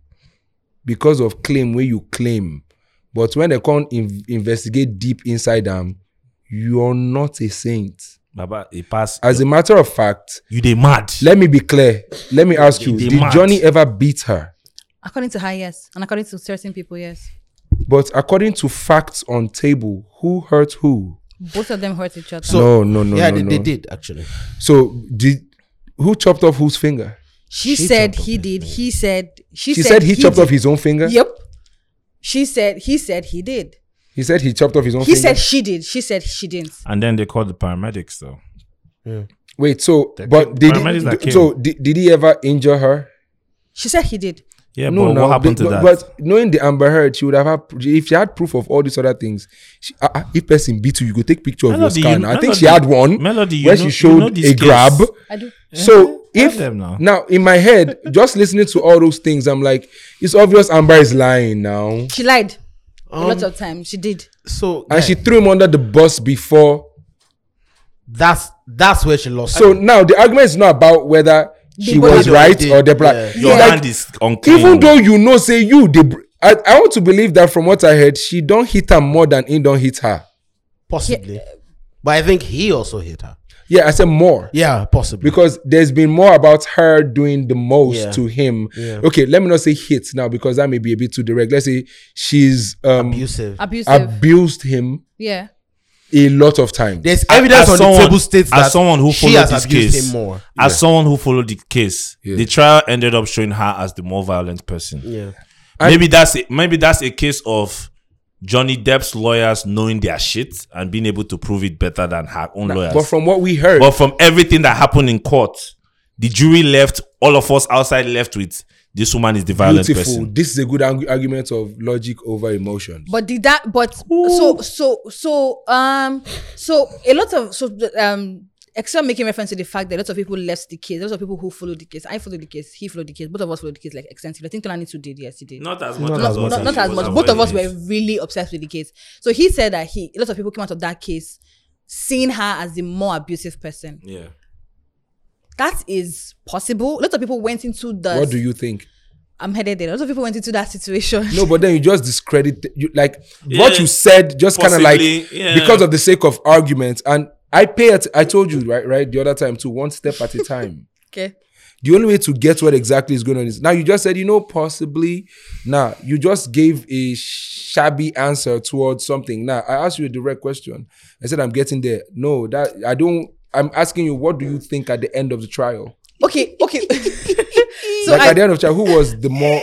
[SPEAKER 3] because of claim where you claim. But when they come in, investigate deep inside them, you're not a saint.
[SPEAKER 1] Baba, it passed.
[SPEAKER 3] As a matter of fact,
[SPEAKER 1] you they mad.
[SPEAKER 3] let me be clear. Let me ask you:
[SPEAKER 1] They
[SPEAKER 3] Did
[SPEAKER 1] mad.
[SPEAKER 3] Johnny ever beat her?
[SPEAKER 2] According to her, yes, and according to certain people, yes,
[SPEAKER 3] But according to facts on table, who hurt who?
[SPEAKER 2] both of them hurt each other.
[SPEAKER 4] So-
[SPEAKER 3] no, no, no,
[SPEAKER 4] yeah,
[SPEAKER 3] no,
[SPEAKER 4] they,
[SPEAKER 3] no.
[SPEAKER 4] they did actually.
[SPEAKER 3] So did who chopped off whose finger?
[SPEAKER 2] she,
[SPEAKER 4] she
[SPEAKER 2] said
[SPEAKER 4] chopped
[SPEAKER 2] he did. He said she,
[SPEAKER 3] She said he chopped
[SPEAKER 2] did.
[SPEAKER 3] off his own finger.
[SPEAKER 2] Yep. She said he said he did.
[SPEAKER 3] He said he chopped off his own.
[SPEAKER 2] He
[SPEAKER 3] finger.
[SPEAKER 2] said she did. She said she didn't.
[SPEAKER 1] And then they called the paramedics though.
[SPEAKER 3] Wait, so
[SPEAKER 1] The
[SPEAKER 3] but
[SPEAKER 1] ki-
[SPEAKER 3] did
[SPEAKER 1] paramedics that
[SPEAKER 3] he,
[SPEAKER 1] came.
[SPEAKER 3] so did, did he ever injure her?
[SPEAKER 2] She said he did.
[SPEAKER 1] Yeah, but
[SPEAKER 3] no,
[SPEAKER 1] what happened
[SPEAKER 3] they-
[SPEAKER 1] to
[SPEAKER 3] but,
[SPEAKER 1] that?
[SPEAKER 3] But knowing the Amber Heard, she would have had, if she had proof of all these other things. She, uh, uh, if person beat you, you go take picture of your
[SPEAKER 1] Melody,
[SPEAKER 3] scan.
[SPEAKER 1] you-
[SPEAKER 3] I think
[SPEAKER 1] Melody-
[SPEAKER 3] she had one
[SPEAKER 1] Melody, you
[SPEAKER 3] where
[SPEAKER 1] know-
[SPEAKER 3] she
[SPEAKER 1] you
[SPEAKER 3] showed
[SPEAKER 1] know this
[SPEAKER 3] a grab.
[SPEAKER 1] case.
[SPEAKER 2] I do.
[SPEAKER 3] So if
[SPEAKER 1] them now.
[SPEAKER 3] now. in my head, just listening to all those things, I'm like, it's obvious Amber is lying now,
[SPEAKER 2] She lied
[SPEAKER 4] Um,
[SPEAKER 2] a lot of times. She did.
[SPEAKER 4] So
[SPEAKER 3] and
[SPEAKER 4] guys,
[SPEAKER 3] she threw him under the bus before.
[SPEAKER 4] that's that's where she lost.
[SPEAKER 3] So now the argument is not about whether she
[SPEAKER 2] People
[SPEAKER 3] was
[SPEAKER 2] did
[SPEAKER 4] what
[SPEAKER 3] right
[SPEAKER 4] they
[SPEAKER 3] or
[SPEAKER 4] did,
[SPEAKER 3] the black.
[SPEAKER 4] yeah.
[SPEAKER 1] Your
[SPEAKER 3] Like,
[SPEAKER 1] hand is unclean.
[SPEAKER 3] even though you know, say you the. I, I want to believe that from what I heard, she don't hit her more than he don't hit her.
[SPEAKER 4] possibly. But I think he also hit her.
[SPEAKER 3] Yeah, I said more.
[SPEAKER 4] Yeah, possibly.
[SPEAKER 3] because there's been more about her doing the most
[SPEAKER 4] Yeah.
[SPEAKER 3] to him.
[SPEAKER 4] Yeah.
[SPEAKER 3] Okay, let me not say hit now because that may be a bit too direct. Let's say she's um,
[SPEAKER 4] Abusive.
[SPEAKER 2] Abusive.
[SPEAKER 3] abused him
[SPEAKER 2] yeah.
[SPEAKER 3] a lot of times.
[SPEAKER 4] There's
[SPEAKER 1] As-
[SPEAKER 4] evidence
[SPEAKER 1] as
[SPEAKER 4] on
[SPEAKER 1] someone-
[SPEAKER 4] the table states
[SPEAKER 1] as
[SPEAKER 4] that
[SPEAKER 1] someone who
[SPEAKER 4] she
[SPEAKER 1] followed
[SPEAKER 4] has
[SPEAKER 1] this
[SPEAKER 4] abused
[SPEAKER 1] case
[SPEAKER 4] him more.
[SPEAKER 1] As someone who followed the case,
[SPEAKER 3] Yeah.
[SPEAKER 1] the trial ended up showing her as the more violent person.
[SPEAKER 4] Yeah.
[SPEAKER 1] maybe that's a, maybe that's a case of Johnny Depp's lawyers knowing their shit and being able to prove it better than her own lawyers.
[SPEAKER 3] But from what we heard,
[SPEAKER 1] Oh, But from everything that happened in court, the jury left all of us outside left with this woman is the violent
[SPEAKER 3] beautiful.
[SPEAKER 1] person.
[SPEAKER 3] This is a good argu- argument of logic over emotion.
[SPEAKER 2] But did that? But so so so um so a lot of so um. Except making reference to the fact that lots of people left the case, lots of people who followed the case. I followed the case, he followed the case, both of us followed the case like extensively. I think Tolani too did, yes, he did.
[SPEAKER 1] Not as much.
[SPEAKER 4] Not
[SPEAKER 1] as,
[SPEAKER 2] not, not, not as much. Both of us were really obsessed with the case. So he said that he, a lot of people came out of that case seeing her as the more abusive person.
[SPEAKER 1] Yeah.
[SPEAKER 2] That is possible. Lots of people went into the.
[SPEAKER 3] What do you think?
[SPEAKER 2] I'm headed there. Lots of people went into that situation. *laughs*
[SPEAKER 3] No, but then you just discredit you, like
[SPEAKER 1] Yeah,
[SPEAKER 3] what you said, just kind of like
[SPEAKER 1] possibly, yeah.
[SPEAKER 3] because of the sake of argument. And I pay. At, I told you right, right the other time too. One step at a time.
[SPEAKER 2] Okay.
[SPEAKER 3] the only way to get what exactly is going on is now you just said you know possibly nah you just gave a shabby answer towards something now i asked you a direct question i said i'm getting there no that i don't i'm asking you what do you think at the end of the trial
[SPEAKER 2] Okay.
[SPEAKER 4] *laughs*
[SPEAKER 2] Okay. so
[SPEAKER 3] like
[SPEAKER 2] I,
[SPEAKER 3] at the end of the trial who was the more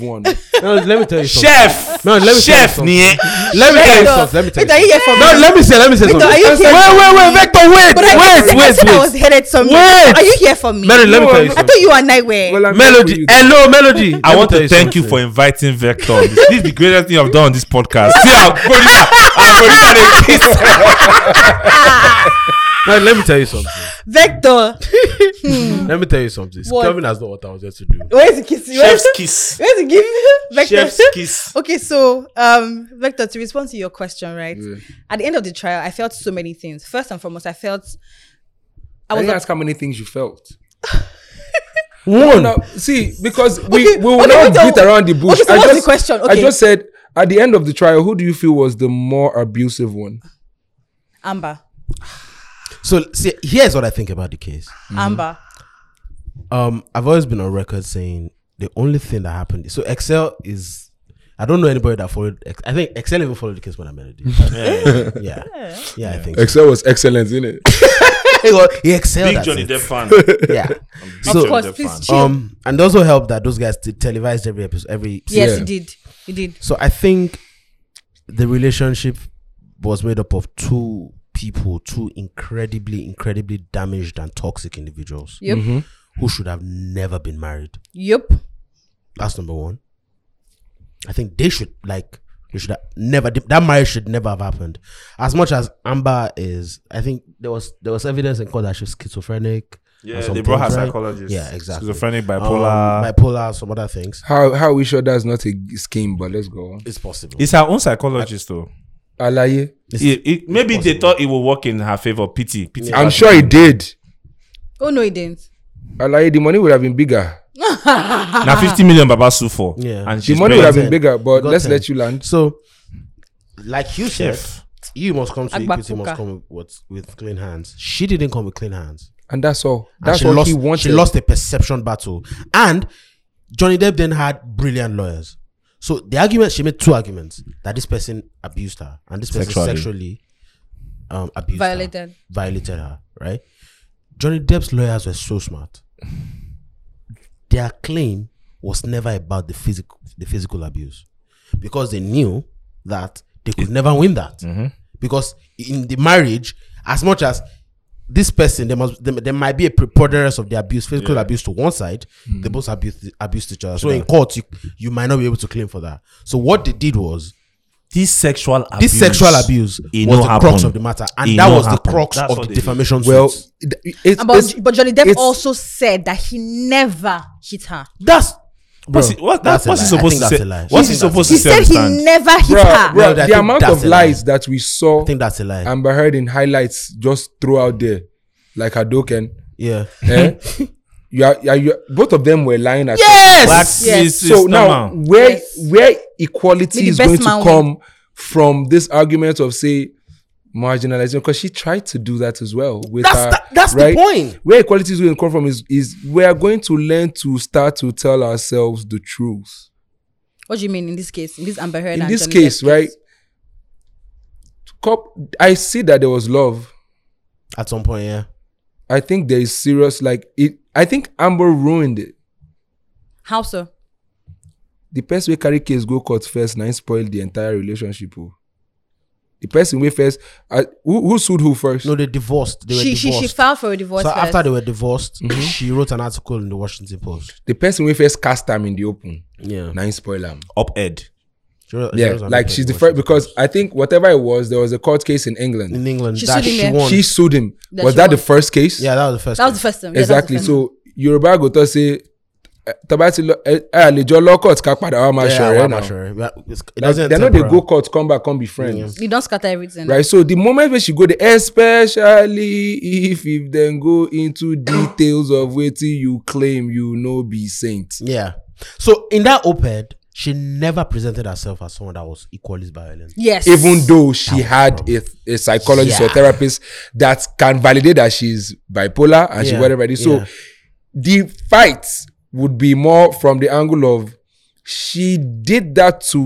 [SPEAKER 2] *laughs*
[SPEAKER 3] one
[SPEAKER 4] *laughs* No, let me tell you something.
[SPEAKER 1] Chef.
[SPEAKER 4] No, let me tell you
[SPEAKER 1] Chef,
[SPEAKER 4] something.
[SPEAKER 1] nie.
[SPEAKER 4] Let me tell you
[SPEAKER 2] Victor,
[SPEAKER 4] something. Let me tell
[SPEAKER 2] Victor,
[SPEAKER 4] you.
[SPEAKER 2] are you here
[SPEAKER 4] something.
[SPEAKER 2] for
[SPEAKER 4] No,
[SPEAKER 2] me?
[SPEAKER 4] let me say. Let me say
[SPEAKER 2] Victor,
[SPEAKER 4] something.
[SPEAKER 2] are you here?
[SPEAKER 4] Wait, wait, wait, Victor. Wait,
[SPEAKER 2] But I, I, said- I
[SPEAKER 4] wait,
[SPEAKER 2] said I was
[SPEAKER 4] wait, wait.
[SPEAKER 2] headed somewhere.
[SPEAKER 4] Wait.
[SPEAKER 2] Are you here for me?
[SPEAKER 4] Mary, let me
[SPEAKER 3] No,
[SPEAKER 4] tell
[SPEAKER 3] I'm
[SPEAKER 4] you
[SPEAKER 2] I
[SPEAKER 4] something.
[SPEAKER 2] thought you and I were.
[SPEAKER 3] Well, I'm here for
[SPEAKER 4] Melody,
[SPEAKER 3] you.
[SPEAKER 4] hello, Melody.
[SPEAKER 1] I
[SPEAKER 4] Let
[SPEAKER 1] want
[SPEAKER 4] me
[SPEAKER 1] to
[SPEAKER 4] tell
[SPEAKER 1] thank you for
[SPEAKER 4] something.
[SPEAKER 1] inviting Vector. on This, this is the greatest thing I've done on this
[SPEAKER 4] *laughs* Ah!
[SPEAKER 1] podcast. See how Bonita, how Bonita they kiss.
[SPEAKER 4] Now, let me tell you something.
[SPEAKER 2] *laughs* Vector.
[SPEAKER 4] Let me tell you something.
[SPEAKER 2] What?
[SPEAKER 4] Kelvin has not what I was just to do.
[SPEAKER 2] Hmm, Where's the kiss? Where's
[SPEAKER 1] Chef's
[SPEAKER 2] the
[SPEAKER 1] kiss.
[SPEAKER 2] Where's the give? *laughs* Vector.
[SPEAKER 1] Chef's kiss.
[SPEAKER 2] *laughs* Okay, so um, Vector, to respond to your question, right? At the end of the trial, I felt so many things. First and foremost, I felt I
[SPEAKER 3] I
[SPEAKER 2] was
[SPEAKER 3] didn't
[SPEAKER 2] like,
[SPEAKER 3] ask how many things you felt.
[SPEAKER 4] One.
[SPEAKER 3] No, see, because we,
[SPEAKER 2] Okay,
[SPEAKER 3] we will
[SPEAKER 2] okay,
[SPEAKER 3] now
[SPEAKER 2] wait, so-
[SPEAKER 3] beat around the bush.
[SPEAKER 2] okay, so
[SPEAKER 3] I
[SPEAKER 2] what's the
[SPEAKER 3] just,
[SPEAKER 2] question?
[SPEAKER 3] I
[SPEAKER 2] Okay.
[SPEAKER 3] just said at the end of the trial, who do you feel was the more abusive one?
[SPEAKER 2] Amber,
[SPEAKER 4] So see, here's what I think about the case.
[SPEAKER 3] Mm-hmm.
[SPEAKER 2] Amber.
[SPEAKER 4] Um, I've always been on record saying the only thing that happened. So Excel is. I don't know anybody that followed. Ex- I think Excel even followed the case when
[SPEAKER 1] *laughs*
[SPEAKER 4] I met Yeah. yeah, yeah, I think. So.
[SPEAKER 3] Excel was excellent, isn't it?
[SPEAKER 4] He was- he excelled.
[SPEAKER 1] Big
[SPEAKER 4] at
[SPEAKER 1] Johnny
[SPEAKER 4] it.
[SPEAKER 1] Depp
[SPEAKER 4] *laughs*
[SPEAKER 1] fan.
[SPEAKER 4] Yeah.
[SPEAKER 1] Big
[SPEAKER 4] So-
[SPEAKER 2] Of course,
[SPEAKER 1] Johnny Depp
[SPEAKER 2] please
[SPEAKER 1] fan.
[SPEAKER 2] chill.
[SPEAKER 4] Um, and also helped that those guys did televised every episode, every
[SPEAKER 2] yes,
[SPEAKER 3] yeah.
[SPEAKER 2] you did. You did.
[SPEAKER 4] So I think the relationship was made up of two people, two incredibly, incredibly damaged and toxic individuals
[SPEAKER 2] Yep.
[SPEAKER 3] Mm-hmm.
[SPEAKER 4] who should have never been married.
[SPEAKER 2] Yep.
[SPEAKER 4] That's number one. I think they should like they should have never that marriage should never have happened. As much as Amber is, I think there was there was evidence in court that she's schizophrenic. and
[SPEAKER 1] Yeah,
[SPEAKER 4] some
[SPEAKER 1] they brought her
[SPEAKER 4] things, right?
[SPEAKER 1] psychologist.
[SPEAKER 4] Yeah, exactly.
[SPEAKER 1] Schizophrenic,
[SPEAKER 4] Um,
[SPEAKER 1] bipolar.
[SPEAKER 4] bipolar, some other things.
[SPEAKER 3] How how are we sure that's not a g- scheme? But let's go. on.
[SPEAKER 4] It's possible.
[SPEAKER 1] it's her own psychologist, though.
[SPEAKER 3] Alaye,
[SPEAKER 4] It's-
[SPEAKER 1] It, it, maybe they thought it would work in her favor. Pity, pity.
[SPEAKER 3] I'm sure he did.
[SPEAKER 2] Oh no, it didn't.
[SPEAKER 3] Alaye, the money would have been bigger.
[SPEAKER 1] Now 50 million Baba Sue for.
[SPEAKER 4] Yeah.
[SPEAKER 1] and
[SPEAKER 3] The
[SPEAKER 1] she's
[SPEAKER 3] money
[SPEAKER 1] paying
[SPEAKER 3] would have
[SPEAKER 1] ten.
[SPEAKER 3] been bigger, but
[SPEAKER 4] got
[SPEAKER 3] let's
[SPEAKER 4] ten.
[SPEAKER 3] let you land.
[SPEAKER 4] So, like you said,
[SPEAKER 1] Chef.
[SPEAKER 4] you must come to equity,
[SPEAKER 2] Agbakuka.
[SPEAKER 4] must come with, with clean hands. She didn't come with clean hands.
[SPEAKER 3] And that's all.
[SPEAKER 4] And
[SPEAKER 3] That's
[SPEAKER 4] she
[SPEAKER 3] all
[SPEAKER 4] lost,
[SPEAKER 3] he wanted.
[SPEAKER 4] She lost a perception battle. And Johnny Depp then had brilliant lawyers. So the argument she made two arguments that this person abused her and this person
[SPEAKER 1] Sexually.
[SPEAKER 4] sexually, um, abused her,
[SPEAKER 2] Violated.
[SPEAKER 4] violated her, right? Johnny Depp's lawyers were so smart. Their claim was never about the physical the physical abuse because they knew that they could never win that because in the marriage as much as this person there must there, there might be a preponderance of the abuse physical abuse to one side they both abused abused each other so in court you, you might not be able to claim for that so what they did was
[SPEAKER 1] This sexual abuse.
[SPEAKER 4] this sexual abuse
[SPEAKER 1] it
[SPEAKER 4] was
[SPEAKER 1] no
[SPEAKER 4] the
[SPEAKER 1] happen.
[SPEAKER 4] crux of the matter and
[SPEAKER 1] It
[SPEAKER 4] that
[SPEAKER 1] no
[SPEAKER 4] was
[SPEAKER 1] happen.
[SPEAKER 4] the crux
[SPEAKER 1] That's
[SPEAKER 4] of
[SPEAKER 1] what
[SPEAKER 4] the
[SPEAKER 1] they did.
[SPEAKER 4] defamation
[SPEAKER 3] Well,
[SPEAKER 4] suit.
[SPEAKER 3] it- it's,
[SPEAKER 2] But,
[SPEAKER 3] it's-
[SPEAKER 2] but Johnny Depp
[SPEAKER 3] it's-
[SPEAKER 2] also said that he never hit her.
[SPEAKER 4] that's
[SPEAKER 1] What's
[SPEAKER 4] bro,
[SPEAKER 1] he, what, that's
[SPEAKER 4] a
[SPEAKER 1] what's he
[SPEAKER 4] lie. I think
[SPEAKER 1] supposed to
[SPEAKER 4] that's
[SPEAKER 1] say?
[SPEAKER 4] a lie.
[SPEAKER 1] What's
[SPEAKER 4] I
[SPEAKER 1] he
[SPEAKER 4] think that's
[SPEAKER 1] supposed
[SPEAKER 4] a
[SPEAKER 2] He
[SPEAKER 1] to
[SPEAKER 4] lie.
[SPEAKER 1] say?
[SPEAKER 2] said
[SPEAKER 1] understand?
[SPEAKER 2] he never hit
[SPEAKER 3] bruh,
[SPEAKER 2] her.
[SPEAKER 3] bruh,
[SPEAKER 4] No, I
[SPEAKER 3] the
[SPEAKER 4] think
[SPEAKER 3] amount
[SPEAKER 4] that's
[SPEAKER 3] of
[SPEAKER 4] a lie.
[SPEAKER 3] lies that we saw
[SPEAKER 4] I think that's a lie
[SPEAKER 3] Amber Heard in highlights just throw out there, like Hadoken.
[SPEAKER 4] yeah *laughs*
[SPEAKER 3] Eh? you are, you are, you are- both of them were lying at
[SPEAKER 1] Black
[SPEAKER 2] Yes. Yes.
[SPEAKER 1] sis-
[SPEAKER 3] so
[SPEAKER 1] sister
[SPEAKER 3] now
[SPEAKER 1] man.
[SPEAKER 3] where
[SPEAKER 2] Yes.
[SPEAKER 3] where equality
[SPEAKER 2] May the
[SPEAKER 3] is
[SPEAKER 2] best
[SPEAKER 3] going to
[SPEAKER 2] man
[SPEAKER 3] come from this argument of say marginalization because she tried to do that as well with
[SPEAKER 4] That's
[SPEAKER 3] her,
[SPEAKER 4] the- that's the
[SPEAKER 3] right?
[SPEAKER 4] point.
[SPEAKER 3] where equality is going to come from is is we are going to learn to start to tell ourselves the truth
[SPEAKER 2] What do you mean in this case? In this Amber Heard.
[SPEAKER 3] in
[SPEAKER 2] and
[SPEAKER 3] this
[SPEAKER 2] Johnny Depp
[SPEAKER 3] case right cop i see that there was love
[SPEAKER 4] at some point yeah
[SPEAKER 3] i think there is serious like it i think amber ruined it
[SPEAKER 2] How so?
[SPEAKER 3] the person wey carry case go court first na him spoil the entire relationship o the person wey first uh, who who sued who first.
[SPEAKER 4] no they divorced they were
[SPEAKER 2] She, she she
[SPEAKER 4] divorced.
[SPEAKER 2] filed for a divorce.
[SPEAKER 4] so
[SPEAKER 2] first.
[SPEAKER 4] after they were divorced, she wrote an article in the Washington Post.
[SPEAKER 3] the person wey first cast am in the open
[SPEAKER 4] Yeah,
[SPEAKER 3] na him spoil am.
[SPEAKER 1] Up ed.
[SPEAKER 4] she wrote, she
[SPEAKER 3] yeah
[SPEAKER 4] wrote an
[SPEAKER 3] like
[SPEAKER 4] article
[SPEAKER 3] she's
[SPEAKER 4] in
[SPEAKER 3] the first
[SPEAKER 4] Washington
[SPEAKER 3] because i think whatever it was there was a court case in
[SPEAKER 4] Post.
[SPEAKER 3] england
[SPEAKER 4] in England
[SPEAKER 2] She
[SPEAKER 4] that
[SPEAKER 2] sued him,
[SPEAKER 4] she
[SPEAKER 2] yeah.
[SPEAKER 4] won.
[SPEAKER 3] she sued him
[SPEAKER 2] That
[SPEAKER 3] was
[SPEAKER 2] she
[SPEAKER 3] that the
[SPEAKER 2] won.
[SPEAKER 3] first case.
[SPEAKER 4] yeah, that was the first.
[SPEAKER 2] that was the
[SPEAKER 4] case.
[SPEAKER 2] first time. Yeah, that was the
[SPEAKER 3] exactly
[SPEAKER 2] first time.
[SPEAKER 3] so yorùbá go talk say eh, taba ti lọ ẹ ẹ lè jọ lọ court ká padà wá máa
[SPEAKER 4] Yeah,
[SPEAKER 3] ṣọ̀rẹ́
[SPEAKER 4] I'm
[SPEAKER 3] na
[SPEAKER 4] not sure. Yeah, it's- It doesn't.
[SPEAKER 3] they no dey go
[SPEAKER 4] temporal.
[SPEAKER 3] court come back come be friends.
[SPEAKER 2] you don't scatter everything.
[SPEAKER 3] right so the moment wey she go there especially if if dem go into details of wetin you claim you no be saint.
[SPEAKER 4] Yeah. So in that op-ed, she never presented herself as someone that was equally violent.
[SPEAKER 2] Yes.
[SPEAKER 3] even though she had a, a psychologist or
[SPEAKER 4] Yeah.
[SPEAKER 3] therapist that can validate that she's bipolar and she
[SPEAKER 4] Yeah,
[SPEAKER 3] whatever it is so
[SPEAKER 4] yeah.
[SPEAKER 3] the fight would be more from the angle of she did that to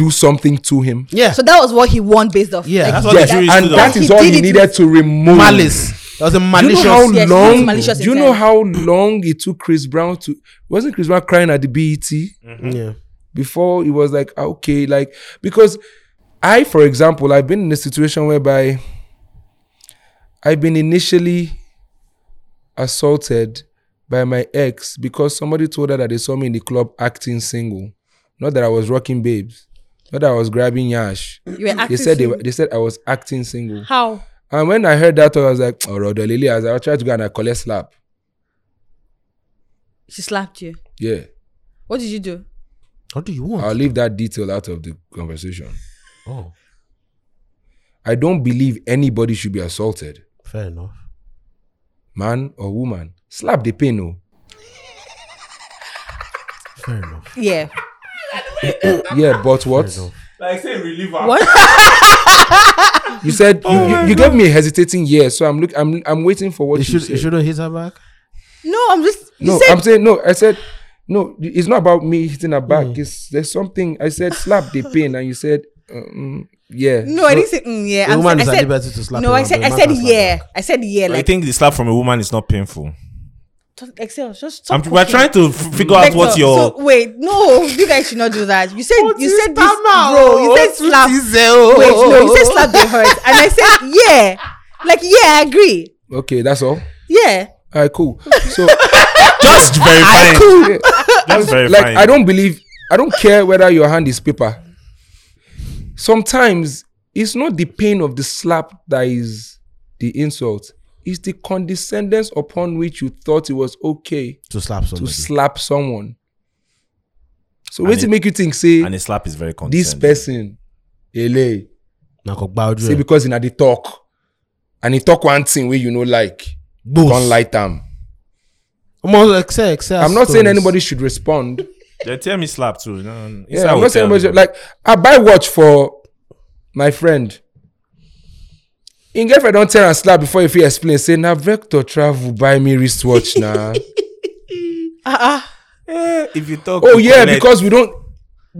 [SPEAKER 3] do something to him
[SPEAKER 4] Yeah.
[SPEAKER 2] So that was what he won based off.
[SPEAKER 4] Yeah, that's
[SPEAKER 1] what the jury
[SPEAKER 3] and
[SPEAKER 1] stood
[SPEAKER 3] that
[SPEAKER 1] on.
[SPEAKER 3] is
[SPEAKER 2] He
[SPEAKER 3] all
[SPEAKER 2] did
[SPEAKER 3] he
[SPEAKER 2] it
[SPEAKER 3] needed to remove
[SPEAKER 4] malice. That was a
[SPEAKER 3] Do Hmm. you
[SPEAKER 4] malicious.
[SPEAKER 3] know how
[SPEAKER 2] Yes,
[SPEAKER 3] long?
[SPEAKER 2] malicious
[SPEAKER 3] do you know
[SPEAKER 2] intent.
[SPEAKER 3] how long it took Chris Brown to? Wasn't Chris Brown crying at the BET
[SPEAKER 4] yeah.
[SPEAKER 3] before it was like ah, okay, like because I, for example, I've been in a situation whereby I've been initially assaulted by my ex because somebody told her that they saw me in the club acting single, not that I was rocking babes, not that I was grabbing yash.
[SPEAKER 2] You were
[SPEAKER 3] They
[SPEAKER 2] acting.
[SPEAKER 3] said they,
[SPEAKER 2] single.
[SPEAKER 3] were- they said I was acting single
[SPEAKER 2] How?
[SPEAKER 3] And when I heard that, I was like, oh, Rodo Lily, as I tried to go and I collect slap.
[SPEAKER 2] She slapped you.
[SPEAKER 3] Yeah.
[SPEAKER 2] What did you do?
[SPEAKER 4] What do you
[SPEAKER 2] Hmm.
[SPEAKER 4] want?
[SPEAKER 3] I'll leave that detail out of the conversation.
[SPEAKER 4] oh,
[SPEAKER 3] I don't believe anybody should be assaulted,
[SPEAKER 4] fair enough.
[SPEAKER 3] man or woman. Slap the pain, oh. no.
[SPEAKER 4] Fair enough.
[SPEAKER 2] Yeah.
[SPEAKER 3] Yeah, but what?
[SPEAKER 4] enough.
[SPEAKER 1] Like say reliever.
[SPEAKER 2] What?
[SPEAKER 3] You said
[SPEAKER 2] Oh
[SPEAKER 3] you, you, you gave me a hesitating yes, so I'm look I'm I'm waiting for what
[SPEAKER 4] You
[SPEAKER 3] you,
[SPEAKER 4] should. You
[SPEAKER 3] said.
[SPEAKER 4] shouldn't hit her back.
[SPEAKER 2] No, I'm just. You
[SPEAKER 3] no,
[SPEAKER 2] said,
[SPEAKER 3] I'm saying no. I said no. It's not about me hitting her back.
[SPEAKER 4] Hmm.
[SPEAKER 3] It's there's something. I said slap the pain, and you said um, yeah.
[SPEAKER 2] no, I didn't say. Mm, yeah.
[SPEAKER 4] A
[SPEAKER 2] I'm
[SPEAKER 4] woman
[SPEAKER 2] saying-
[SPEAKER 4] is
[SPEAKER 2] I
[SPEAKER 4] at
[SPEAKER 2] said,
[SPEAKER 4] liberty to slap.
[SPEAKER 2] no,
[SPEAKER 4] a
[SPEAKER 2] I
[SPEAKER 4] man,
[SPEAKER 2] said.
[SPEAKER 4] but a
[SPEAKER 2] I
[SPEAKER 4] man
[SPEAKER 2] said
[SPEAKER 4] can slap
[SPEAKER 2] yeah.
[SPEAKER 4] back.
[SPEAKER 2] I said yeah.
[SPEAKER 1] I
[SPEAKER 2] Like
[SPEAKER 1] think the slap from a woman is not painful.
[SPEAKER 2] don't- Excel, just
[SPEAKER 1] I'm,
[SPEAKER 2] stop.
[SPEAKER 1] we're
[SPEAKER 2] cooking.
[SPEAKER 1] trying to f- figure out
[SPEAKER 2] Like,
[SPEAKER 1] what
[SPEAKER 2] so-
[SPEAKER 1] your
[SPEAKER 2] so, wait, no, you guys should not do that. You said you said this,
[SPEAKER 4] Otistama,
[SPEAKER 2] bro. You said slap.
[SPEAKER 4] oh?
[SPEAKER 2] Wait, no, you said slap the hurt, and I said yeah, like yeah, I agree,
[SPEAKER 3] Okay, that's all.
[SPEAKER 2] yeah.
[SPEAKER 3] All right, cool.
[SPEAKER 2] *laughs*
[SPEAKER 3] So
[SPEAKER 1] *laughs* just verifying.
[SPEAKER 3] cool.
[SPEAKER 1] Just verifying.
[SPEAKER 3] like I don't believe. I don't care whether your hand is paper. Sometimes it's not the pain of the slap that is the insult. It's the condescendence upon which you thought it was okay
[SPEAKER 4] to slap
[SPEAKER 3] to
[SPEAKER 4] somebody.
[SPEAKER 3] slap someone. So what
[SPEAKER 1] it-
[SPEAKER 3] to make you think say
[SPEAKER 1] and a slap is very condescending.
[SPEAKER 3] this person, ele,
[SPEAKER 4] Na ko gba ojú
[SPEAKER 1] Hmm.
[SPEAKER 3] say
[SPEAKER 4] ẹ.
[SPEAKER 3] because he na the talk, and he talk one thing where you know like,
[SPEAKER 4] Gbos.
[SPEAKER 3] don't light them.
[SPEAKER 4] Ọmọ Excel, Excel
[SPEAKER 3] I'm not saying
[SPEAKER 4] stories.
[SPEAKER 3] anybody should respond.
[SPEAKER 1] They tell me slap too. No, no,
[SPEAKER 3] Yeah,
[SPEAKER 1] inside
[SPEAKER 3] I'm not saying
[SPEAKER 1] hotel.
[SPEAKER 3] anybody should, like I buy watch for my friend. In if I don't tell and slap before if he explain, say na vector travel buy me
[SPEAKER 1] *laughs*
[SPEAKER 3] wristwatch now.
[SPEAKER 2] Uh-uh.
[SPEAKER 1] Eh, if you talk.
[SPEAKER 3] oh
[SPEAKER 1] you
[SPEAKER 3] yeah,
[SPEAKER 1] collect.
[SPEAKER 3] because we don't.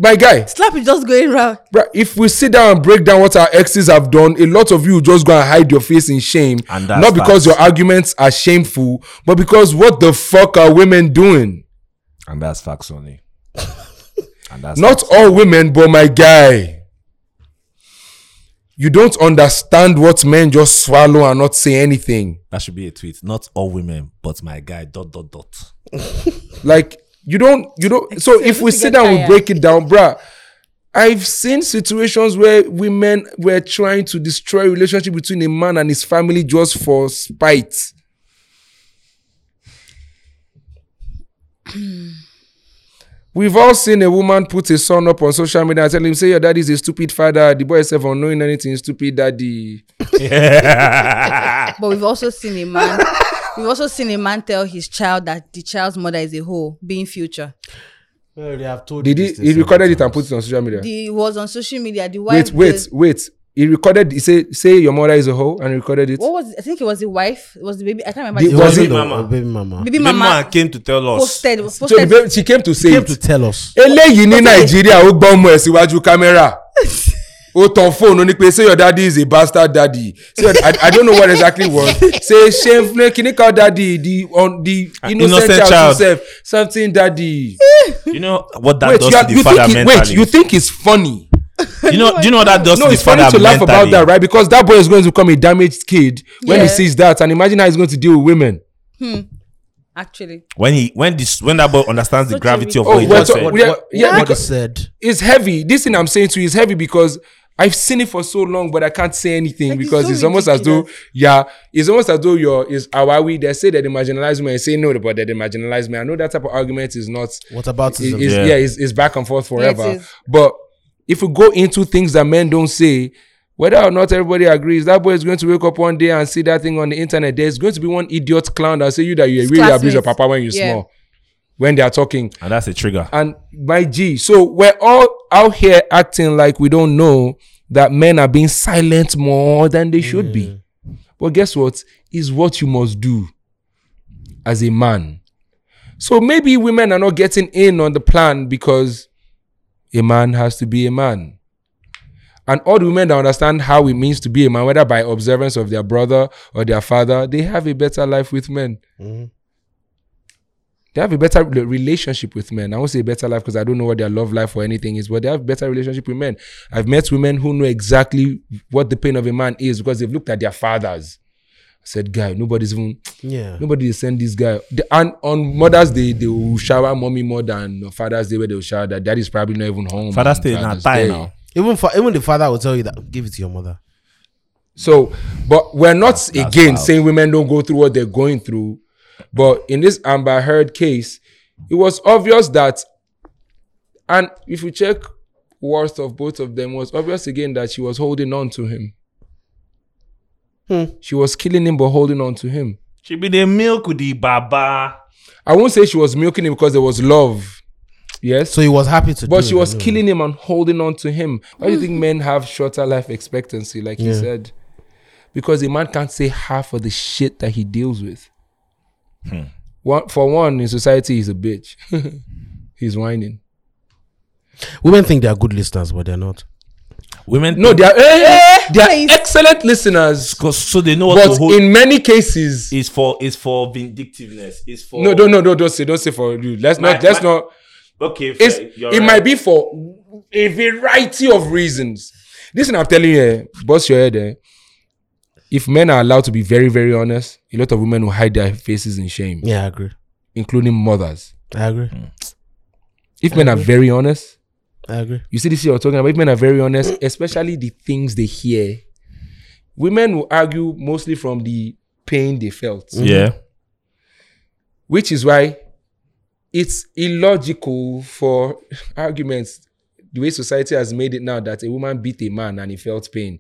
[SPEAKER 3] My guy,
[SPEAKER 2] Slap is just going round.
[SPEAKER 3] bruh, if we sit down and break down what our exes have done, a lot of you just go and hide your face in shame.
[SPEAKER 1] And that's
[SPEAKER 3] not because
[SPEAKER 1] facts.
[SPEAKER 3] your arguments are shameful, but because what the fuck are women doing?
[SPEAKER 1] and that's facts
[SPEAKER 3] *laughs*
[SPEAKER 1] only. and that's
[SPEAKER 3] Not all women, but my guy. You don't understand what men just swallow and not say anything.
[SPEAKER 1] that should be a tweet. Not all women, but my guy. Dot dot dot.
[SPEAKER 3] Like you don't, you don't. So if we
[SPEAKER 2] to
[SPEAKER 3] sit
[SPEAKER 2] get
[SPEAKER 3] down, we
[SPEAKER 2] tired.
[SPEAKER 3] break it down, bruh. I've seen situations where women were trying to destroy relationship between a man and his family just for spite. *clears throat* We've all seen a woman put a son up on social media and tell him, say your daddy is a stupid father. The boy said, for knowing anything, stupid daddy.
[SPEAKER 2] But we've also seen a man. we've also seen a man tell his child that the child's mother is a hoe, being future.
[SPEAKER 4] Well, they have told
[SPEAKER 3] Did
[SPEAKER 4] you
[SPEAKER 3] he,
[SPEAKER 4] this
[SPEAKER 3] he
[SPEAKER 4] thing
[SPEAKER 3] recorded it
[SPEAKER 4] several
[SPEAKER 3] and put it on social media?
[SPEAKER 2] The he was on social media. The wife.
[SPEAKER 3] Wait, wait,
[SPEAKER 2] the-
[SPEAKER 3] wait. He recorded, he said, say your mother is a hoe and he recorded it.
[SPEAKER 2] what was? I think it was the wife. It was the baby. I can't remember.
[SPEAKER 3] The-
[SPEAKER 4] times. It
[SPEAKER 2] the
[SPEAKER 3] was
[SPEAKER 4] wasn't
[SPEAKER 1] it-
[SPEAKER 4] the-
[SPEAKER 1] Mama.
[SPEAKER 4] the baby mama.
[SPEAKER 2] baby
[SPEAKER 1] Mama,
[SPEAKER 2] mama,
[SPEAKER 1] came to tell us.
[SPEAKER 2] posted. Was
[SPEAKER 3] So the
[SPEAKER 2] posted.
[SPEAKER 3] babe- she came to say
[SPEAKER 4] Came
[SPEAKER 3] it.
[SPEAKER 4] to tell us.
[SPEAKER 3] eléyìí ní nàìjíríà ó gbọ́ ọmọ ẹ̀ síwájú kámẹ́rà ó tan fóònù ní pé say your daddy is a bastard daddy say your, I, i don't know what exactly it was say shame kini call daddy the on the innocent,
[SPEAKER 1] innocent
[SPEAKER 3] child,
[SPEAKER 1] child.
[SPEAKER 3] himself something daddy
[SPEAKER 1] You know what that
[SPEAKER 3] wait
[SPEAKER 1] does
[SPEAKER 3] you, are,
[SPEAKER 1] to the
[SPEAKER 3] you
[SPEAKER 1] father
[SPEAKER 3] think it,
[SPEAKER 1] mentally.
[SPEAKER 3] wait you think it's funny
[SPEAKER 1] you know? Do you know what that does
[SPEAKER 3] no
[SPEAKER 1] to the
[SPEAKER 3] it's funny
[SPEAKER 1] father
[SPEAKER 3] to laugh about
[SPEAKER 1] mentally?
[SPEAKER 3] that right because that boy is going to become a damaged kid when he
[SPEAKER 2] Yeah.
[SPEAKER 3] sees that and imagine how he's going to deal with women
[SPEAKER 2] Actually,
[SPEAKER 1] When he when this when that boy understands the
[SPEAKER 2] Such a
[SPEAKER 1] gravity of
[SPEAKER 3] weak-
[SPEAKER 1] what he
[SPEAKER 3] Oh, we're
[SPEAKER 1] just
[SPEAKER 3] talk-
[SPEAKER 1] said.
[SPEAKER 3] we are-
[SPEAKER 4] what,
[SPEAKER 3] yeah,
[SPEAKER 4] what
[SPEAKER 3] because-
[SPEAKER 4] he said.
[SPEAKER 3] it's heavy. This thing I'm saying to you is heavy because I've seen it for so long, but I can't say anything
[SPEAKER 2] Like, it's
[SPEAKER 3] because
[SPEAKER 2] so
[SPEAKER 3] it's almost as though,
[SPEAKER 2] ridiculous.
[SPEAKER 3] yeah, it's almost as though you're is awawi. They say that they marginalize me and say no, but that they marginalize me. I know that type of argument is not
[SPEAKER 4] What
[SPEAKER 3] is,
[SPEAKER 4] about his
[SPEAKER 3] is-
[SPEAKER 1] Yeah.
[SPEAKER 3] yeah, is, is back and forth forever.
[SPEAKER 2] Yes, yes.
[SPEAKER 3] But if we go into things that men don't say, whether or not everybody agrees, that boy is going to wake up one day and see that thing on the internet. There's going to be one idiot clown that say you that you really abuse your
[SPEAKER 2] classmates.
[SPEAKER 3] papa when you
[SPEAKER 2] Yeah.
[SPEAKER 3] small. When they are talking,
[SPEAKER 1] And that's a trigger.
[SPEAKER 3] and my G. So we're all out here acting like we don't know that men are being silent more than they should be. But guess what? Is what you must do as a man. So maybe women are not getting in on the plan because a man has to be a man. And all the women that understand how it means to be a man, whether by observance of their brother or their father, they have a better life with men they have a better rela- relationship with men. I won't say better life because I don't know what their love life or anything is, but they have better relationship with men. I've met women who know exactly what the pain of a man is because they've looked at their fathers. I said, guy, nobody's even
[SPEAKER 4] Yeah.
[SPEAKER 3] nobody will send this guy. The- and on Mother's Day, they will shower mommy more than on Father's Day where they will shower that daddy's probably not even home.
[SPEAKER 1] Father's
[SPEAKER 3] on
[SPEAKER 1] Day now
[SPEAKER 3] Father's
[SPEAKER 1] die
[SPEAKER 3] Day.
[SPEAKER 1] now.
[SPEAKER 4] Even fa- even the father will tell you that give it to your mother.
[SPEAKER 3] So, but we're not again
[SPEAKER 1] wild.
[SPEAKER 3] saying women don't go through what they're going through. But in this Amber Heard case, it was obvious that, and if you check worth of both of them, it was obvious again that she was holding on to him. She was killing him, but holding on to him.
[SPEAKER 1] She be the milk with the baba.
[SPEAKER 3] I won't say she was milking him because there was love. Yes.
[SPEAKER 4] So he was happy to
[SPEAKER 3] But
[SPEAKER 4] do
[SPEAKER 3] she
[SPEAKER 4] it,
[SPEAKER 3] was
[SPEAKER 4] anyway.
[SPEAKER 3] killing him and holding on to him. Why do you think men have shorter life expectancy, like you
[SPEAKER 4] Yeah.
[SPEAKER 3] said? Because a man can't say half of the shit that he deals with. One, for one, in society, he's a bitch. *laughs* he's whining.
[SPEAKER 4] Women think they are good listeners, but they're not.
[SPEAKER 1] Women
[SPEAKER 3] No, they are, eh, eh, they
[SPEAKER 2] please.
[SPEAKER 3] are excellent listeners.
[SPEAKER 1] because so they know what to
[SPEAKER 3] But
[SPEAKER 1] hold.
[SPEAKER 3] in many cases,
[SPEAKER 1] is for is for vindictiveness. Is for
[SPEAKER 3] no, don't, no, no, don't say, don't say for you. Let's
[SPEAKER 1] My-
[SPEAKER 3] not, let's
[SPEAKER 1] my-
[SPEAKER 3] not.
[SPEAKER 1] Okay, fair,
[SPEAKER 3] it's
[SPEAKER 1] you're
[SPEAKER 3] it
[SPEAKER 1] right.
[SPEAKER 3] might be for a variety of reasons. Listen, I'm telling you, eh, bust your head. Eh, if men are allowed to be very, very honest, a lot of women will hide their faces in shame,
[SPEAKER 4] Yeah, I agree.
[SPEAKER 3] including mothers.
[SPEAKER 4] I agree.
[SPEAKER 3] Hmm. If men are very honest,
[SPEAKER 4] I agree.
[SPEAKER 3] you see this you're talking about. If men are very honest, especially the things they hear, women will argue mostly from the pain they felt,
[SPEAKER 1] Yeah,
[SPEAKER 3] which is why it's illogical for arguments the way society has made it now that a woman beat a man and he felt pain,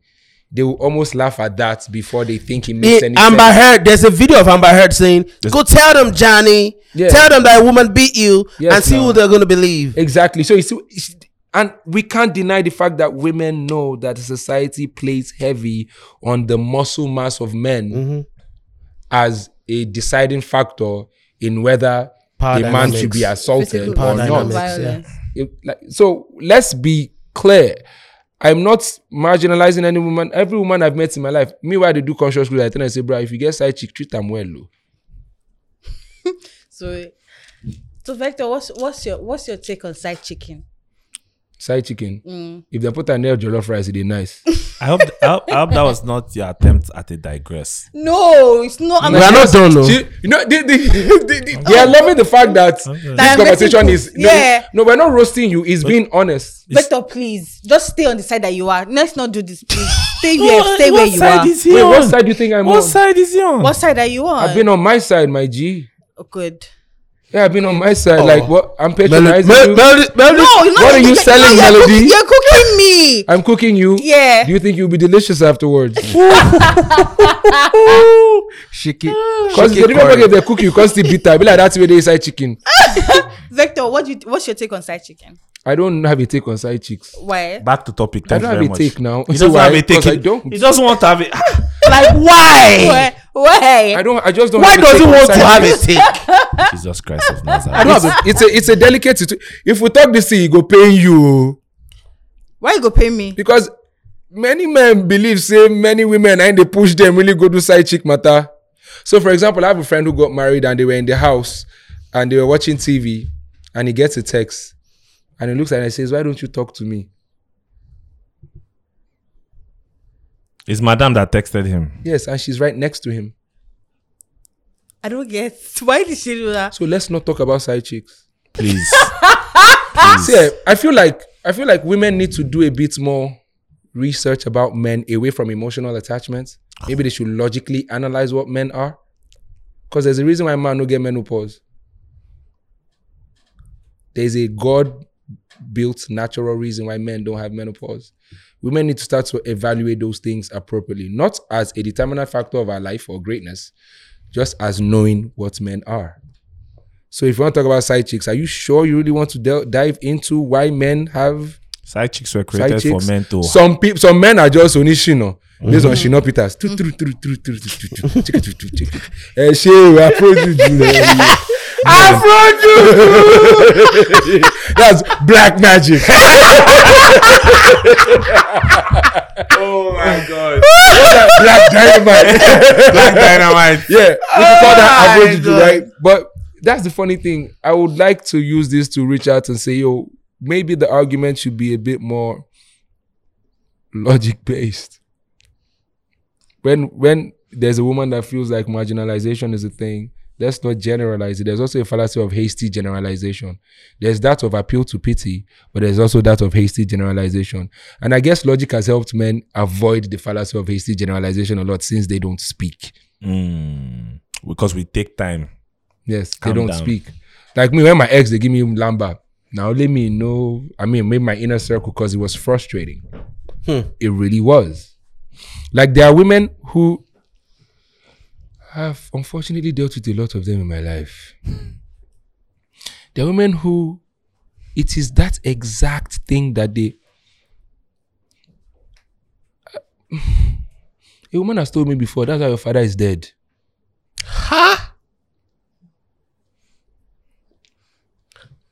[SPEAKER 3] they will almost laugh at that before they think it makes any
[SPEAKER 4] Eh, Amber
[SPEAKER 3] sense.
[SPEAKER 4] Heard, there's a video of Amber Heard saying, "Go tell them, Johnny.
[SPEAKER 3] Yeah.
[SPEAKER 4] Tell them that a woman beat you,
[SPEAKER 3] Yes,
[SPEAKER 4] and see
[SPEAKER 3] now.
[SPEAKER 4] who they're gonna believe."
[SPEAKER 3] Exactly. So it's, it's and we can't deny the fact that women know that society plays heavy on the muscle mass of men
[SPEAKER 4] Mm-hmm.
[SPEAKER 3] as a deciding factor in whether
[SPEAKER 4] Power
[SPEAKER 3] a man should
[SPEAKER 4] dynamics.
[SPEAKER 3] be assaulted
[SPEAKER 2] Physical
[SPEAKER 3] or
[SPEAKER 4] Power
[SPEAKER 3] not.
[SPEAKER 4] dynamics.
[SPEAKER 2] violence.
[SPEAKER 3] If- like, so let's be clear. I'm not marginalizing any woman. Every woman I've met in my life, me why they do conscious growth, I tell them, I say, bro, if you get side chick, treat them well, oh. though.
[SPEAKER 2] So, so Vector, what's what's your what's your take on side chicken?
[SPEAKER 3] Side chicken.
[SPEAKER 2] Mm.
[SPEAKER 3] If they put an nail jollof rice, it
[SPEAKER 2] *laughs*
[SPEAKER 3] is nice.
[SPEAKER 1] I hope, I hope I hope that was not your attempt at a digress.
[SPEAKER 2] No, it's not. I'm
[SPEAKER 4] We are not done, though.
[SPEAKER 3] See, you know, they, they, they,
[SPEAKER 2] *laughs*
[SPEAKER 3] they, they are loving the fact that this
[SPEAKER 2] That I'm
[SPEAKER 3] conversation
[SPEAKER 2] making-
[SPEAKER 3] is no,
[SPEAKER 2] Yeah.
[SPEAKER 3] no, we're not roasting you. It's being honest.
[SPEAKER 2] Vector, please just stay on the side that you are. Let's not do this. Please
[SPEAKER 3] *laughs*
[SPEAKER 2] stay here. Stay where you are.
[SPEAKER 1] he
[SPEAKER 3] Wait, what side do you think I'm
[SPEAKER 1] What
[SPEAKER 3] on?
[SPEAKER 1] side is he on?
[SPEAKER 2] What side are you on?
[SPEAKER 3] I've been on my side, my G.
[SPEAKER 2] oh, good.
[SPEAKER 3] Yeah, I've been on my side. Like what? I'm
[SPEAKER 4] Melody,
[SPEAKER 3] patronizing
[SPEAKER 4] Oh. Mel-
[SPEAKER 3] you.
[SPEAKER 4] Melody, Melody.
[SPEAKER 2] No, you're not.
[SPEAKER 3] What are you
[SPEAKER 2] you're-
[SPEAKER 3] selling,
[SPEAKER 2] you're
[SPEAKER 3] Melody?
[SPEAKER 2] Cooking, you're cooking *laughs* me.
[SPEAKER 3] I'm cooking you.
[SPEAKER 2] Yeah.
[SPEAKER 3] Do you think you'll be delicious afterwards?
[SPEAKER 2] *laughs*
[SPEAKER 4] Shiki.
[SPEAKER 3] Because they don't forget they cook you. Cause the bitter. Be like that's where they inside chicken.
[SPEAKER 2] Vector, what do you, what's your take on side chicken?
[SPEAKER 3] I don't have a take on side chicks.
[SPEAKER 2] Why?
[SPEAKER 1] Back to topic.
[SPEAKER 3] I
[SPEAKER 1] Thank
[SPEAKER 3] don't
[SPEAKER 1] you
[SPEAKER 3] have
[SPEAKER 1] very
[SPEAKER 3] a
[SPEAKER 1] much.
[SPEAKER 3] take now.
[SPEAKER 1] He
[SPEAKER 3] So
[SPEAKER 1] doesn't
[SPEAKER 3] why?
[SPEAKER 1] have a take.
[SPEAKER 3] Because I
[SPEAKER 1] He,
[SPEAKER 3] don't.
[SPEAKER 1] he doesn't want to have it.
[SPEAKER 3] *laughs*
[SPEAKER 2] Like *laughs* why? Why?
[SPEAKER 3] I don't. I just don't.
[SPEAKER 4] Why
[SPEAKER 3] have a
[SPEAKER 4] does
[SPEAKER 3] take
[SPEAKER 4] he
[SPEAKER 3] on
[SPEAKER 4] want to
[SPEAKER 3] side
[SPEAKER 4] have
[SPEAKER 3] chicks.
[SPEAKER 4] a take?
[SPEAKER 1] Jesus Christ of
[SPEAKER 3] I
[SPEAKER 1] Nazareth.
[SPEAKER 3] don't have a, it's a it's a delicate situ- if we talk this thing e go pain you o.
[SPEAKER 2] Why you go pay me?
[SPEAKER 3] because many men believe say many women na im dey push dem really go do side chick matter so for example i have a friend who got married and they were in the house and they were watching tv and he gets a text and he looks at her and says why don't you talk to me
[SPEAKER 1] It's Madame that texted him.
[SPEAKER 3] yes and she's right next to him
[SPEAKER 2] I don't get. *laughs* Why did she do that?
[SPEAKER 3] so let's not talk about side chicks *laughs*
[SPEAKER 1] Please.
[SPEAKER 3] see eh, i feel like i feel like women need to do a bit more research about men away from emotional attachments maybe they should logically analyze what men are because there's a reason why man no get menopause there's a god built natural reason why men don't have menopause women need to start to evaluate those things appropriately not as a determinant factor of our life or greatness just as knowing what men are so if you want to talk about side chicks, are you sure you really want to del- dive into why men have
[SPEAKER 1] Side chicks were
[SPEAKER 3] side
[SPEAKER 1] created for
[SPEAKER 3] chicks?
[SPEAKER 1] men to.
[SPEAKER 3] Some people, some men are just onishino. Based on Shino Peters. Tu- tu- tu- tu- tu- tu- tu- tu- tu- tu- tu- tu- tu- tu. Eh, ṣé o, Afro juju rẹ ni? Afro juju! *laughs* That's black magic.
[SPEAKER 1] oh
[SPEAKER 3] *laughs*
[SPEAKER 1] my God.
[SPEAKER 3] Black dynamite. *laughs*
[SPEAKER 1] Black dynamite.
[SPEAKER 3] Yeah, we could call that
[SPEAKER 4] Oh my
[SPEAKER 3] average,
[SPEAKER 4] God.
[SPEAKER 3] right? But that's the funny thing. I would like to use this to reach out and say, yo, maybe the argument should be a bit more logic based. When when there's a woman that feels like marginalization is a thing, Let's not generalize it. There's also a fallacy of hasty generalization. There's that of appeal to pity, but there's also that of hasty generalization. And I guess logic has helped men avoid the fallacy of hasty generalization a lot since they don't speak.
[SPEAKER 1] Mm. Because we take time.
[SPEAKER 3] Yes,
[SPEAKER 1] Calm
[SPEAKER 3] they don't
[SPEAKER 1] down.
[SPEAKER 3] speak. Like me, when my ex, they give me lamba. Now let me know. I mean, made my inner circle because it was frustrating.
[SPEAKER 1] Hmm.
[SPEAKER 3] It really was. Like there are women who have unfortunately dealt with a lot of them in my life. There are women who it is that exact thing that they. *sighs* A woman has told me before, that's why your father is dead.
[SPEAKER 4] Ha!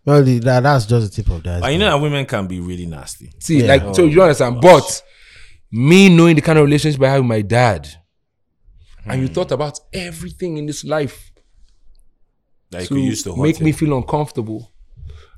[SPEAKER 4] Well, the- that, that's just the tip of the
[SPEAKER 1] But
[SPEAKER 4] iceberg.
[SPEAKER 1] you know that women can be really nasty.
[SPEAKER 3] See,
[SPEAKER 4] Yeah.
[SPEAKER 3] like, so
[SPEAKER 1] Oh,
[SPEAKER 3] you don't understand. But me knowing the kind of relationship I have with my dad, and
[SPEAKER 1] Hmm.
[SPEAKER 3] you thought about everything in this life
[SPEAKER 1] That you
[SPEAKER 3] to
[SPEAKER 1] could use to hurt
[SPEAKER 3] make me
[SPEAKER 1] him.
[SPEAKER 3] feel uncomfortable.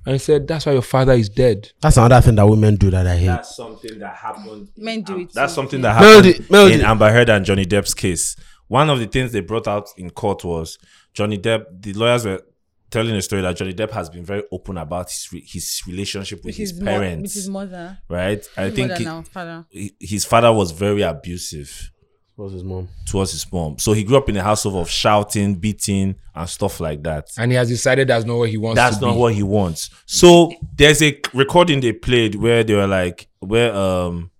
[SPEAKER 3] And he said, That's why your father is dead.
[SPEAKER 4] That's another thing that women do that I hate.
[SPEAKER 1] That's something that happened. in
[SPEAKER 2] Men do
[SPEAKER 1] Am-
[SPEAKER 2] it
[SPEAKER 1] That's
[SPEAKER 2] too.
[SPEAKER 1] something that
[SPEAKER 4] Melody-
[SPEAKER 1] happened
[SPEAKER 4] Melody.
[SPEAKER 1] in Amber Heard and Johnny Depp's case. One of the things they brought out in court was Johnny Depp. The lawyers were telling a story that Johnny Depp has been very open about his re- his relationship with
[SPEAKER 2] With
[SPEAKER 1] his,
[SPEAKER 2] his, mo- with
[SPEAKER 1] parents,
[SPEAKER 2] his mother.
[SPEAKER 1] right? I
[SPEAKER 2] His
[SPEAKER 1] think
[SPEAKER 2] mother
[SPEAKER 1] he-
[SPEAKER 2] now, father.
[SPEAKER 1] he- his father was very abusive
[SPEAKER 4] What's his mom?
[SPEAKER 1] towards his mom, so he grew up in a household of shouting, beating, and stuff like that.
[SPEAKER 3] And he has decided that's not what he wants
[SPEAKER 1] That's
[SPEAKER 3] to
[SPEAKER 1] not
[SPEAKER 3] be.
[SPEAKER 1] what he wants. So there's a recording they played where they were like, where um,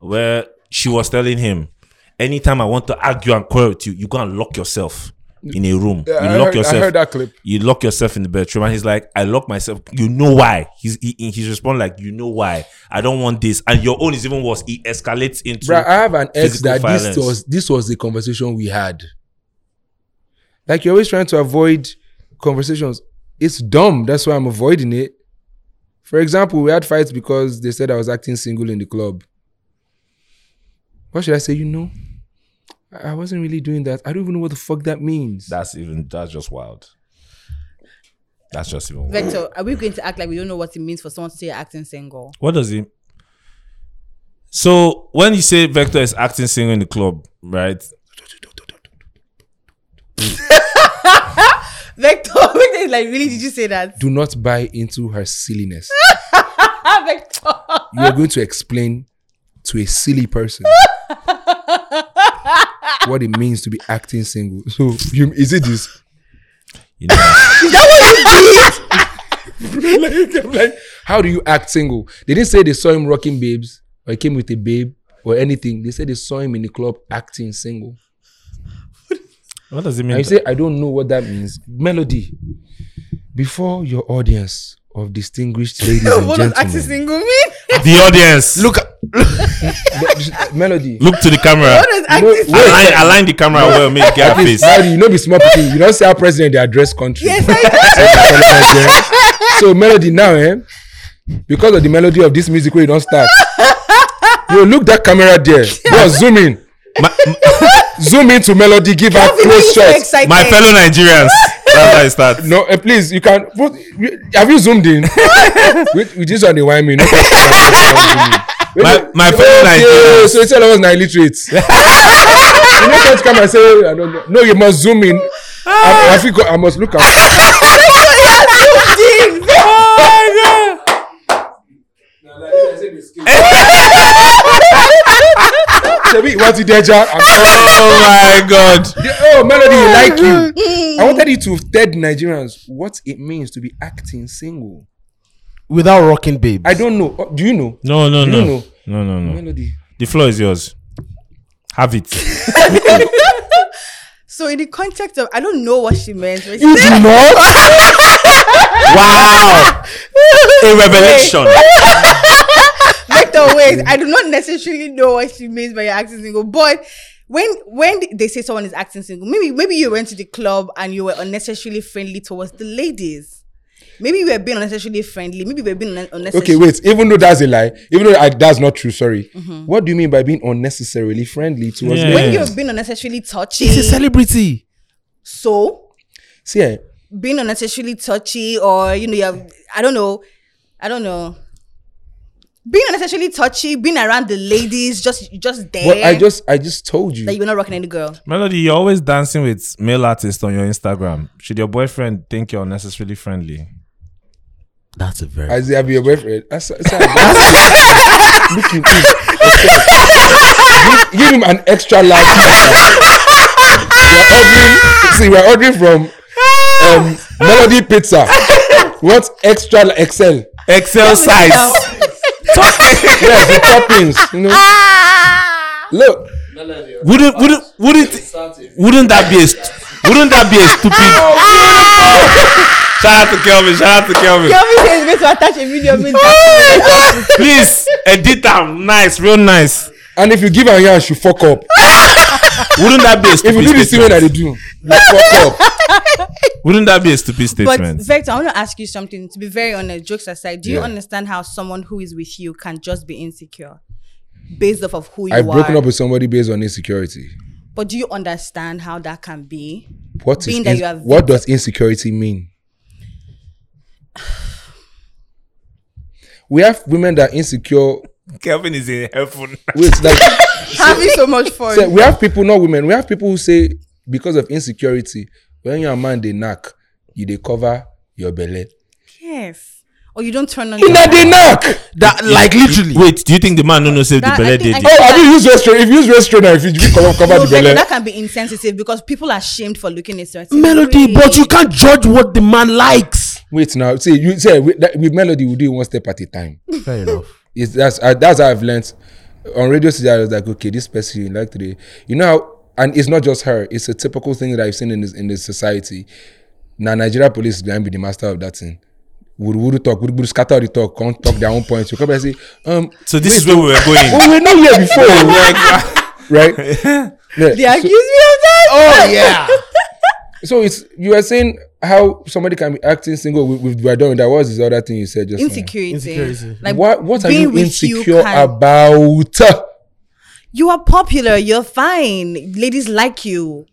[SPEAKER 1] where she was telling him, anytime I want to argue and quarrel with you, you go and lock yourself in a room.
[SPEAKER 3] Yeah,
[SPEAKER 1] you
[SPEAKER 3] I,
[SPEAKER 1] lock
[SPEAKER 3] heard,
[SPEAKER 1] yourself.
[SPEAKER 3] I heard that clip.
[SPEAKER 1] You lock yourself in the bedroom, and he's like, "I lock myself." You know why? He's he, he- he's responding like, "You know why? I don't want this." And your own is even worse. It escalates into.
[SPEAKER 3] Bruh, I have an ex
[SPEAKER 1] physical
[SPEAKER 3] that
[SPEAKER 1] violence.
[SPEAKER 3] this was this was the conversation we had. Like you're always trying to avoid conversations. It's dumb. That's why I'm avoiding it. For example, we had fights because they said I was acting single in the club. What should I say? You know, I I wasn't really doing that. I don't even know what the fuck that means.
[SPEAKER 1] that's even. That's just wild. That's just even. Wild.
[SPEAKER 2] Vector, are we going to act like we don't know what it means for someone to say you're acting *laughs* single?
[SPEAKER 1] What does it? So when you say Vector is acting singer in the club, right?
[SPEAKER 2] Vector, *laughs* Vector is like, really, did you say that?
[SPEAKER 3] Do not buy into her silliness.
[SPEAKER 2] Ah, Vector.
[SPEAKER 3] you are going to explain to a silly person what it means to be acting single. So you, is it this?
[SPEAKER 1] You know,
[SPEAKER 3] like, I'm like, how do you act single? They didn't say they saw him rocking babes or he came with a babe or anything. They said they saw him in the club acting single.
[SPEAKER 1] what does it
[SPEAKER 3] And
[SPEAKER 1] mean?
[SPEAKER 3] you say, I don't know what that means. Melody, before your audience of
[SPEAKER 2] *laughs*
[SPEAKER 3] distinguished ladies and
[SPEAKER 2] what does acting
[SPEAKER 3] gentlemen,
[SPEAKER 2] single mean?
[SPEAKER 1] the audience look
[SPEAKER 3] Me- Melody,
[SPEAKER 1] look to the camera.
[SPEAKER 2] What does
[SPEAKER 3] know-
[SPEAKER 2] acting single mean?
[SPEAKER 1] Align, align the camera well, make get
[SPEAKER 3] at least,
[SPEAKER 1] face.
[SPEAKER 3] Melody, you know, be small picking. You don't say our president they address country.
[SPEAKER 2] Yes, I
[SPEAKER 3] so melody now, eh? Because of the melody of this music, where you don't start. You look that camera
[SPEAKER 2] *laughs*
[SPEAKER 3] there. Yo, zoom in.
[SPEAKER 1] My,
[SPEAKER 3] zoom into melody give her
[SPEAKER 2] know
[SPEAKER 3] close
[SPEAKER 2] you're so
[SPEAKER 3] shots
[SPEAKER 2] excited. *laughs*
[SPEAKER 1] my fellow Nigerians. That's how it starts.
[SPEAKER 3] no eh, please you can put have you zoomed
[SPEAKER 2] *laughs*
[SPEAKER 3] in with, with this one they whine me no
[SPEAKER 1] My, my uh, fellow Nigerians.
[SPEAKER 3] so you tell us
[SPEAKER 1] *laughs*
[SPEAKER 3] na illiterate you no get come and say i don't know no you must zoom in
[SPEAKER 2] Ah.
[SPEAKER 3] i, I fit go i must look at
[SPEAKER 1] *laughs*
[SPEAKER 3] sebi wati deja i'm sorry
[SPEAKER 1] Oh my God!
[SPEAKER 3] oh melody we like you i wanted you to tell the nigerians what it means to be acting single
[SPEAKER 4] Without rocking babes.
[SPEAKER 3] i don't know Oh, do you know
[SPEAKER 1] No, no,
[SPEAKER 3] no.
[SPEAKER 1] no, no, no, no.
[SPEAKER 3] melody
[SPEAKER 1] The floor is yours. Have it.
[SPEAKER 2] So in the context of, I don't know what she meant. but
[SPEAKER 3] *laughs* you do not
[SPEAKER 1] Wow! A revelation.
[SPEAKER 2] Vector, wait, I do not necessarily know what she means by you're acting single, but when when they say someone is acting single, maybe maybe you went to the club and you were unnecessarily friendly towards the ladies. Maybe you were being unnecessarily friendly. Maybe you were being un- unnecessarily.
[SPEAKER 3] okay wait even though that's a lie even though I, that's not true sorry what do you mean by being unnecessarily friendly towards
[SPEAKER 1] Yeah.
[SPEAKER 3] Mm-hmm. yeah.
[SPEAKER 2] When you've been unnecessarily touchy,
[SPEAKER 4] She's a celebrity.
[SPEAKER 2] so
[SPEAKER 3] see eh,
[SPEAKER 2] being unnecessarily touchy or you know you have I don't know I don't know being unnecessarily touchy, being around the ladies, just just there.
[SPEAKER 3] Well, I just I just told you.
[SPEAKER 2] that you were not rocking any girl.
[SPEAKER 1] Melody, you're always dancing with male artists on your Instagram. Should your boyfriend think you're unnecessarily friendly?
[SPEAKER 4] That's a very.
[SPEAKER 3] I say, I'll be your boyfriend. That's, that's how I- Look him, please. Give- Give him an extra large. we're ordering, see, we're ordering from um, Melody Pizza. What extra la- XL?
[SPEAKER 1] Excel size.
[SPEAKER 3] Yes, the toppings. You know, look.
[SPEAKER 1] wouldn't wouldn't wouldn't wouldn't that be a st- wouldn't that be a *laughs* stupid? shout out to Kelvin. Shout out to Ah! Kelvin.
[SPEAKER 2] Kelvin says going to attach a video of *laughs* me.
[SPEAKER 1] Please edit them. Nice, real nice.
[SPEAKER 3] And if you give her yarn, she fuck up.
[SPEAKER 1] Wouldn't that be a
[SPEAKER 3] If
[SPEAKER 1] stupid
[SPEAKER 3] you do the same way
[SPEAKER 1] statement?
[SPEAKER 3] that they do, you fuck up.
[SPEAKER 1] Wouldn't that be a stupid
[SPEAKER 2] But
[SPEAKER 1] statement?
[SPEAKER 2] Victor, I want to ask you something. To be very honest, jokes aside, do you
[SPEAKER 3] Yeah.
[SPEAKER 2] understand how someone who is with you can just be insecure based off of who you
[SPEAKER 3] I've
[SPEAKER 2] are?
[SPEAKER 3] broken up with somebody based on insecurity.
[SPEAKER 2] but do you understand how that can be?
[SPEAKER 3] What is
[SPEAKER 2] Being that
[SPEAKER 3] ins-
[SPEAKER 2] you have-
[SPEAKER 3] what does insecurity mean? *sighs* We have women that are insecure.
[SPEAKER 1] Kelvin is a helpful. *laughs*
[SPEAKER 3] Wait, like *laughs*
[SPEAKER 2] Having so much fun.
[SPEAKER 3] say, we have people, not women. We have people who say because of insecurity, when you're a man, they knock, you they cover your belly.
[SPEAKER 2] yes. Or you don't turn on your-
[SPEAKER 3] Inna they knock.
[SPEAKER 4] that like literally.
[SPEAKER 1] Wait, do you think the man don't know save the
[SPEAKER 2] That- I
[SPEAKER 1] belly
[SPEAKER 2] think-
[SPEAKER 1] did?
[SPEAKER 2] I
[SPEAKER 3] Oh, have you used restraint? If you use restraint, now, if you you cover, cover
[SPEAKER 2] No,
[SPEAKER 3] the
[SPEAKER 2] Victor,
[SPEAKER 3] belly.
[SPEAKER 2] that can be insensitive because people are shamed for looking a certain
[SPEAKER 4] melody,
[SPEAKER 2] way.
[SPEAKER 4] but you can't judge what the man likes.
[SPEAKER 3] Wait now, see you say with, that, with melody, we do it one step at a time.
[SPEAKER 4] Fair enough.
[SPEAKER 3] It's, that's I, that's how I've learnt on radio today. I was like, okay, this person you like today, you know, how, and it's not just her. It's a typical thing that I've seen in this in this society. Now Nigeria police is going to be the master of that thing. Would would talk, would would scatter the talk, can't talk their own points. You come and say, um,
[SPEAKER 1] So this is where we were *laughs* going.
[SPEAKER 3] Oh, we were not here before, *laughs* right? Yeah.
[SPEAKER 2] They accuse me of that.
[SPEAKER 4] Oh yeah.
[SPEAKER 3] So it's you were saying how somebody can be acting single. We, we were done with that. What was this other thing you said just now?
[SPEAKER 2] insecurity.
[SPEAKER 4] Insecurity.
[SPEAKER 2] Like
[SPEAKER 3] what what are
[SPEAKER 2] being
[SPEAKER 3] you
[SPEAKER 2] with
[SPEAKER 3] insecure
[SPEAKER 2] can-
[SPEAKER 3] about?
[SPEAKER 2] You are popular. You're fine. Ladies like you.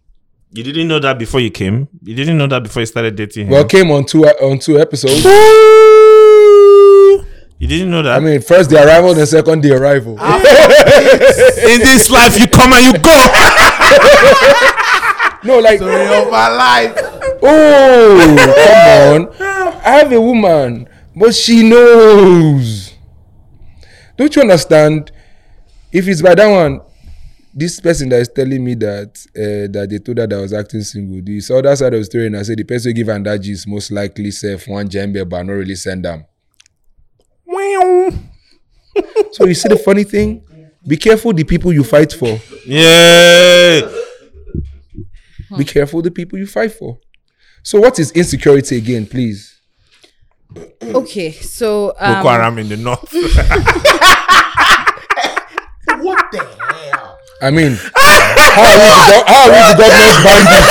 [SPEAKER 1] You didn't know that before you came. You didn't know that before you started dating him.
[SPEAKER 3] Well, came on two on two episodes.
[SPEAKER 1] you didn't know that.
[SPEAKER 3] I mean, first the arrival, then second the arrival.
[SPEAKER 1] in this life, you come and you go. *laughs*
[SPEAKER 3] no, like,
[SPEAKER 4] of my life.
[SPEAKER 3] oh, come on. I have a woman, but she knows. Don't you understand? If it's by that one, this person that is telling me that uh, that they told her that I was acting single, this other side of the story, and I say the person who give and that G is most likely self one jembe, but not really send them. so you see the funny thing? Be careful the people you fight for.
[SPEAKER 1] Yeah.
[SPEAKER 3] Be careful the people you fight for. So what is insecurity again, please?
[SPEAKER 2] Okay, so
[SPEAKER 1] Boko
[SPEAKER 2] um,
[SPEAKER 1] Haram in the north.
[SPEAKER 4] What the hell?
[SPEAKER 3] I mean, how are we the, gov- how are we the government bandits?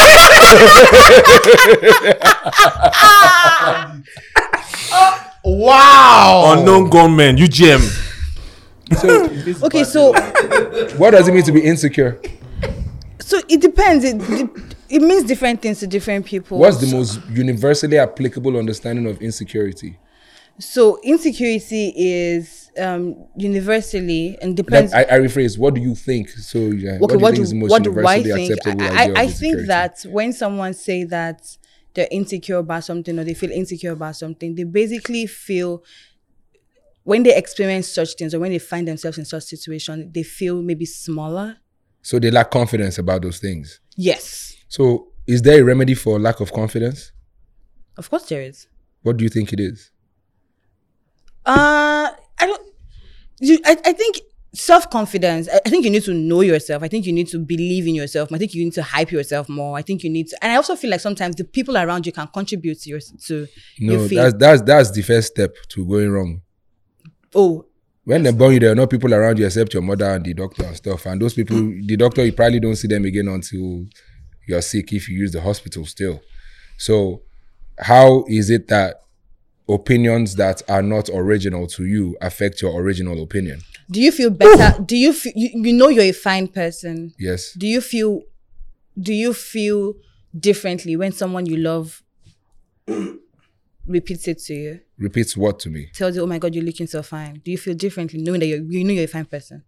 [SPEAKER 4] Wow.
[SPEAKER 1] Unknown gunmen, UGM.
[SPEAKER 2] okay, so
[SPEAKER 3] What does it mean to be insecure?
[SPEAKER 2] so it depends. It, de- it means different things to different people.
[SPEAKER 3] What's the most universally applicable understanding of insecurity?
[SPEAKER 2] so insecurity is um universally and depends.
[SPEAKER 3] That, I, I rephrase. What do you think? So yeah,
[SPEAKER 2] okay,
[SPEAKER 3] what
[SPEAKER 2] what
[SPEAKER 3] do
[SPEAKER 2] do,
[SPEAKER 3] you think is the most
[SPEAKER 2] what do I
[SPEAKER 3] universally
[SPEAKER 2] think?
[SPEAKER 3] acceptable
[SPEAKER 2] I,
[SPEAKER 3] idea of
[SPEAKER 2] I, I
[SPEAKER 3] insecurity?
[SPEAKER 2] think that when someone say that they're insecure about something or they feel insecure about something, they basically feel when they experience such things or when they find themselves in such situation, they feel maybe smaller.
[SPEAKER 3] so they lack confidence about those things.
[SPEAKER 2] Yes,
[SPEAKER 3] So is there a remedy for lack of confidence?
[SPEAKER 2] of course there is.
[SPEAKER 3] What do you think it is?
[SPEAKER 2] Uh, I don't. You, I, I think self confidence. I, I think you need to know yourself. I think you need to believe in yourself. I think you need to hype yourself more. I think you need to. And I also feel like sometimes the people around you can contribute to your to
[SPEAKER 3] No,
[SPEAKER 2] your feel.
[SPEAKER 3] that's that's that's the first step to going wrong.
[SPEAKER 2] oh,
[SPEAKER 3] When they born you, there are no people around you except your mother and the doctor and stuff. And those people, the doctor, you probably don't see them again until you're sick if you use the hospital still. So, how is it that opinions that are not original to you affect your original opinion?
[SPEAKER 2] do you feel better? Do you feel you, you know you're a fine person?
[SPEAKER 3] Yes.
[SPEAKER 2] Do you feel? Do you feel differently when someone you love repeats it to you,
[SPEAKER 3] Repeats what to me?
[SPEAKER 2] tells you, "Oh my God, you're looking so fine." Do you feel differently knowing that you're, you know you're a fine person?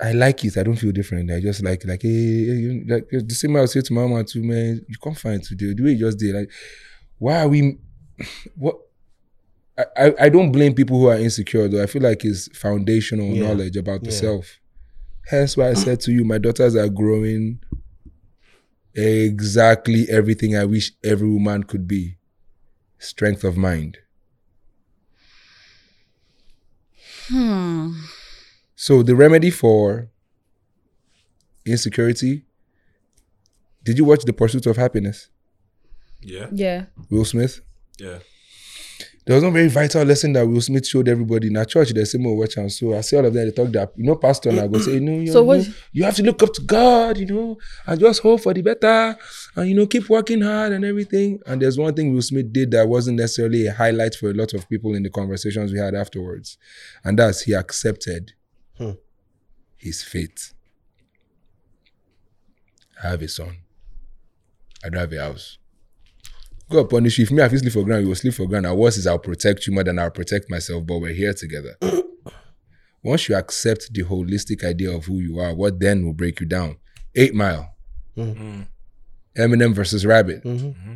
[SPEAKER 3] I like it. I don't feel different. I just like like hey, hey, you- like eh, the same way I say to my mama too, man. You can't find today. The way you just did. Like, why are we? *sighs* What? I, I I don't blame people who are insecure though. I feel like it's foundational
[SPEAKER 4] Yeah.
[SPEAKER 3] knowledge about the
[SPEAKER 4] Yeah.
[SPEAKER 3] self. Hence why I said to you, my daughters are growing exactly everything I wish every woman could be. Strength of mind.
[SPEAKER 2] Hmm.
[SPEAKER 3] So the remedy for insecurity. Did you watch The Pursuit of Happiness?
[SPEAKER 1] Yeah.
[SPEAKER 2] Yeah.
[SPEAKER 3] Will Smith.
[SPEAKER 1] Yeah.
[SPEAKER 3] There was one very vital lesson that Will Smith showed everybody in our church. They say, "Mo, watch and so." I see all of them. They talk that you know, pastor, and I go say, "No, you,
[SPEAKER 2] So
[SPEAKER 3] know,
[SPEAKER 2] what-
[SPEAKER 3] you have to look up to God, you know, and just hope for the better, and you know, keep working hard and everything." And there's one thing Will Smith did that wasn't necessarily a highlight for a lot of people in the conversations we had afterwards, and that's he accepted
[SPEAKER 4] Hmm.
[SPEAKER 3] his fate. I have a son. I don't have a house. God punish you. If me, I fit sleep for ground, you will sleep for ground. And worse is I'll protect you more than I'll protect myself, but we're here together. *coughs* Once you accept the holistic idea of who you are, what then will break you down? Eight Mile. Eminem versus Rabbit. Mm-hmm.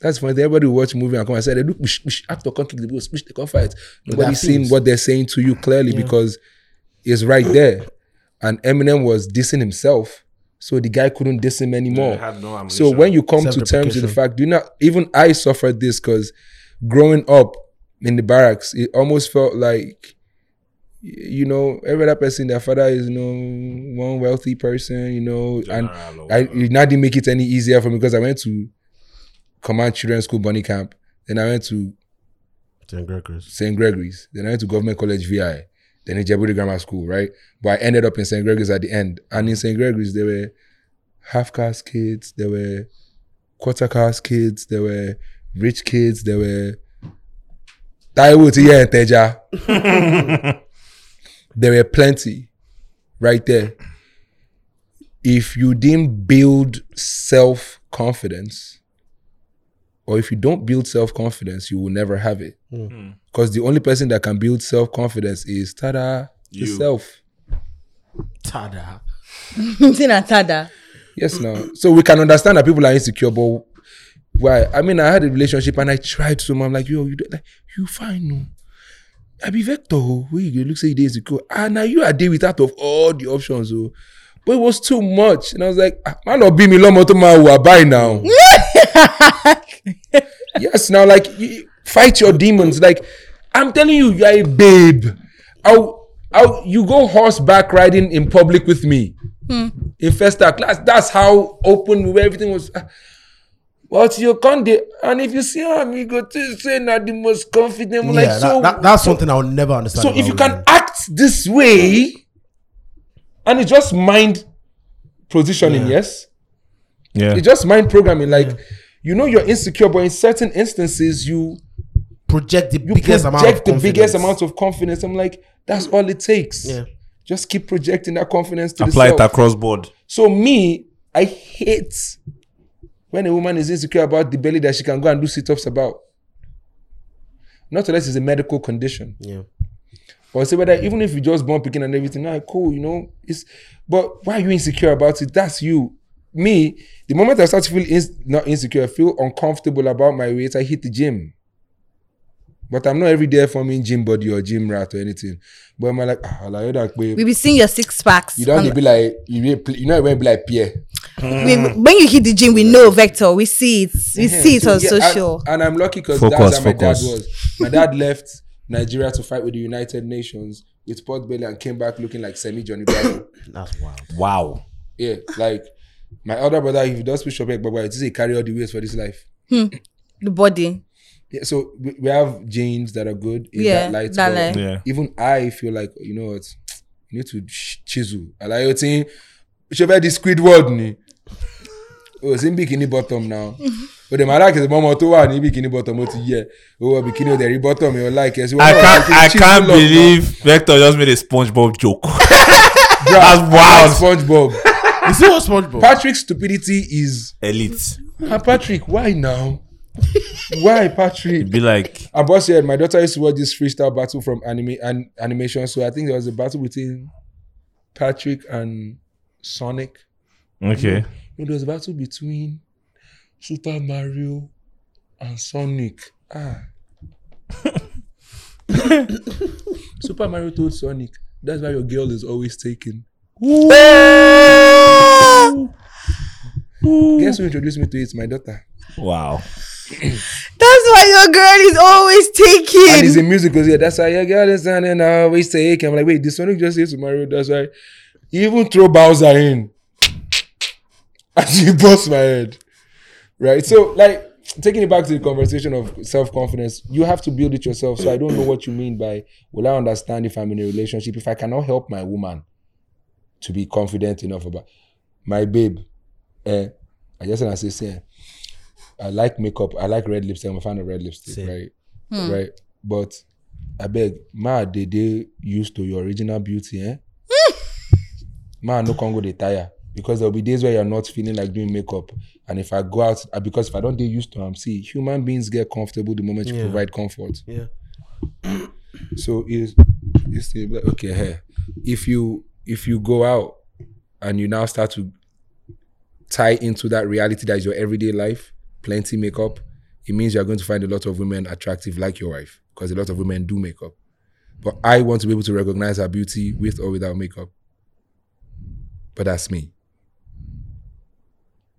[SPEAKER 3] That's when everybody will watch movie and come and say, they do, whoosh, whoosh, actor can't kick the ball, whoosh, they can't fight. Nobody's seeing
[SPEAKER 4] seems-
[SPEAKER 3] what they're saying to you clearly because it's right there. And Eminem was dissing himself, so the guy couldn't diss him anymore.
[SPEAKER 1] I had no
[SPEAKER 3] So
[SPEAKER 1] ammunition.
[SPEAKER 3] when you come to terms with the
[SPEAKER 4] Self-deprecation.
[SPEAKER 3] fact, do not even I suffered this because growing up in the barracks, it almost felt like y- you know every other person, their father is you know one wealthy person, you know, and
[SPEAKER 1] General or
[SPEAKER 3] I
[SPEAKER 1] whatever.
[SPEAKER 3] it now didn't make it any easier for me because I went to Command Children's School Bunny Camp, then I went to
[SPEAKER 4] St. Gregory's.
[SPEAKER 3] St. Gregory's. Then I went to Government College VI. Then Ijebudi Grammar School, right? But I ended up in St. Gregory's at the end. And in St. Gregory's, there were half caste kids, there were quarter caste kids, there were rich kids, there were Taiwo Tiye and Teja. There were plenty right there. If you didn't build self confidence, or if you don't build self confidence, you will never have it. Because the only person that can build self confidence is Tada
[SPEAKER 1] You.
[SPEAKER 3] yourself.
[SPEAKER 4] Tada.
[SPEAKER 2] *laughs* Something at Tada.
[SPEAKER 3] Yes, now. so we can understand that people are insecure, but why? I mean, I had a relationship and I tried so much. I'm like, yo, you don't- like, you fine, no. I be vector. oh. Who you go look say you dey insecure? And now you are there with out of all the options, oh. But it was too much, and I was like, ah, man, not be me long to man who buy now. yes, now like you, fight your demons. Like I'm telling you, you are a babe. I'll, I'll, you go horseback riding in public with me in first class. That's how open we were. Everything was. ah, What's your conde? And if you see him, you go to say not the most confident.
[SPEAKER 4] Yeah,
[SPEAKER 3] like
[SPEAKER 4] that,
[SPEAKER 3] so,
[SPEAKER 4] that- that's something I will never understand.
[SPEAKER 3] so if you
[SPEAKER 4] about
[SPEAKER 3] can
[SPEAKER 4] women.
[SPEAKER 3] act this way, and it's just mind positioning, yes,
[SPEAKER 1] yeah.
[SPEAKER 3] it's just mind programming. Like you know, you're insecure, but in certain instances, you
[SPEAKER 4] project the
[SPEAKER 3] you
[SPEAKER 4] biggest amount of
[SPEAKER 3] project the biggest
[SPEAKER 4] confidence.
[SPEAKER 3] amount of confidence. I'm like, that's all it takes.
[SPEAKER 4] Yeah.
[SPEAKER 3] Just keep projecting that confidence to
[SPEAKER 1] Apply
[SPEAKER 3] the
[SPEAKER 1] it
[SPEAKER 3] self.
[SPEAKER 1] across board.
[SPEAKER 3] So me, I hate when a woman is insecure about the belly that she can go and do sit-ups about. Not unless it's a medical condition.
[SPEAKER 4] Yeah.
[SPEAKER 3] Or say whether even if you just born picking and everything, nah, cool, you know, it's but why are you insecure about it? That's you. Me, the moment I start to feel ins- not insecure, I feel uncomfortable about my weight, I hit the gym. But I'm not every day forming gym body or gym rat or anything. But I'm like, ah, like, that,
[SPEAKER 2] We
[SPEAKER 3] babe.
[SPEAKER 2] be seeing your six packs.
[SPEAKER 3] You don't
[SPEAKER 2] on-
[SPEAKER 3] need to be like, you, need to pl- you know, when be like Pierre.
[SPEAKER 2] we, when you hit the gym, we know Vector. We see it. We see it
[SPEAKER 3] So,
[SPEAKER 2] on
[SPEAKER 3] yeah,
[SPEAKER 2] social.
[SPEAKER 3] And, and I'm lucky because that's
[SPEAKER 1] Focus,
[SPEAKER 3] how my
[SPEAKER 1] focus.
[SPEAKER 3] dad was. My dad left Nigeria to fight with the United Nations with Port Belly and came back looking like semi Johnny Bravo.
[SPEAKER 4] That's wild.
[SPEAKER 1] Wow.
[SPEAKER 3] Yeah, like my elder brother, if he does push up, but it is a carry all the ways for this life.
[SPEAKER 2] the body.
[SPEAKER 3] Yeah, so we, we have genes that are good in
[SPEAKER 2] Yeah,
[SPEAKER 3] that light.
[SPEAKER 2] that
[SPEAKER 3] but
[SPEAKER 2] light.
[SPEAKER 1] Yeah.
[SPEAKER 3] Even I feel like you know what, you need to ch- chisel. I like your thing. Show the Squidward ni. Oh, it's in bikini
[SPEAKER 2] *laughs*
[SPEAKER 3] bottom now. But the marak is mama to wa ni bikini bottom what yeah. Oh, bikini the re bottom you like yes.
[SPEAKER 1] I can't. I can't believe Vector just made a SpongeBob
[SPEAKER 3] *laughs*
[SPEAKER 1] joke. That's wild.
[SPEAKER 3] SpongeBob.
[SPEAKER 4] Is it what SpongeBob?
[SPEAKER 3] Patrick's stupidity is
[SPEAKER 1] Elite.
[SPEAKER 2] *laughs*
[SPEAKER 3] Ah, Patrick, why now? Why, Patrick?
[SPEAKER 1] It'd be like
[SPEAKER 3] I bought said my daughter used to watch this freestyle battle from anime and animation. So I think there was a battle between Patrick and Sonic.
[SPEAKER 1] okay.
[SPEAKER 3] No, there was a battle between Super Mario and Sonic. Ah. Super Mario told Sonic, that's why your girl is always taken. Guess who introduced me to it? My daughter.
[SPEAKER 1] Wow.
[SPEAKER 2] That's why your girl is always
[SPEAKER 3] And it's
[SPEAKER 2] taking.
[SPEAKER 3] a musical. Yeah, that's why your girl is on and I always take. I'm like, wait, did Sonic just say to Mario? That's why. He even throw Bowser in. *laughs* And she bust my head. Right? So, like, taking it back to the conversation of self confidence, you have to build it yourself. So, I don't know what you mean by, will I understand if I'm in a relationship? If I cannot help my woman to be confident enough about my babe, eh? I just want to say, eh, I like makeup. I like red lipstick. I'm a fan of red lipstick,
[SPEAKER 4] Same.
[SPEAKER 3] right? Right. But I beg, ma they they used to your original beauty, eh? ma no Congo they tire. Because there'll be days where you're not feeling like doing makeup. And if I go out, ah, because if I don't they used to them, see, human beings get comfortable the moment you
[SPEAKER 4] Yeah.
[SPEAKER 3] provide comfort.
[SPEAKER 4] Yeah.
[SPEAKER 3] So it's it's the- like, okay, here. If you if you go out and you now start to tie into that reality that is your everyday life, plenty makeup, it means you're going to find a lot of women attractive like your wife, because a lot of women do makeup. But I want to be able to recognize her beauty with or without makeup. But that's me.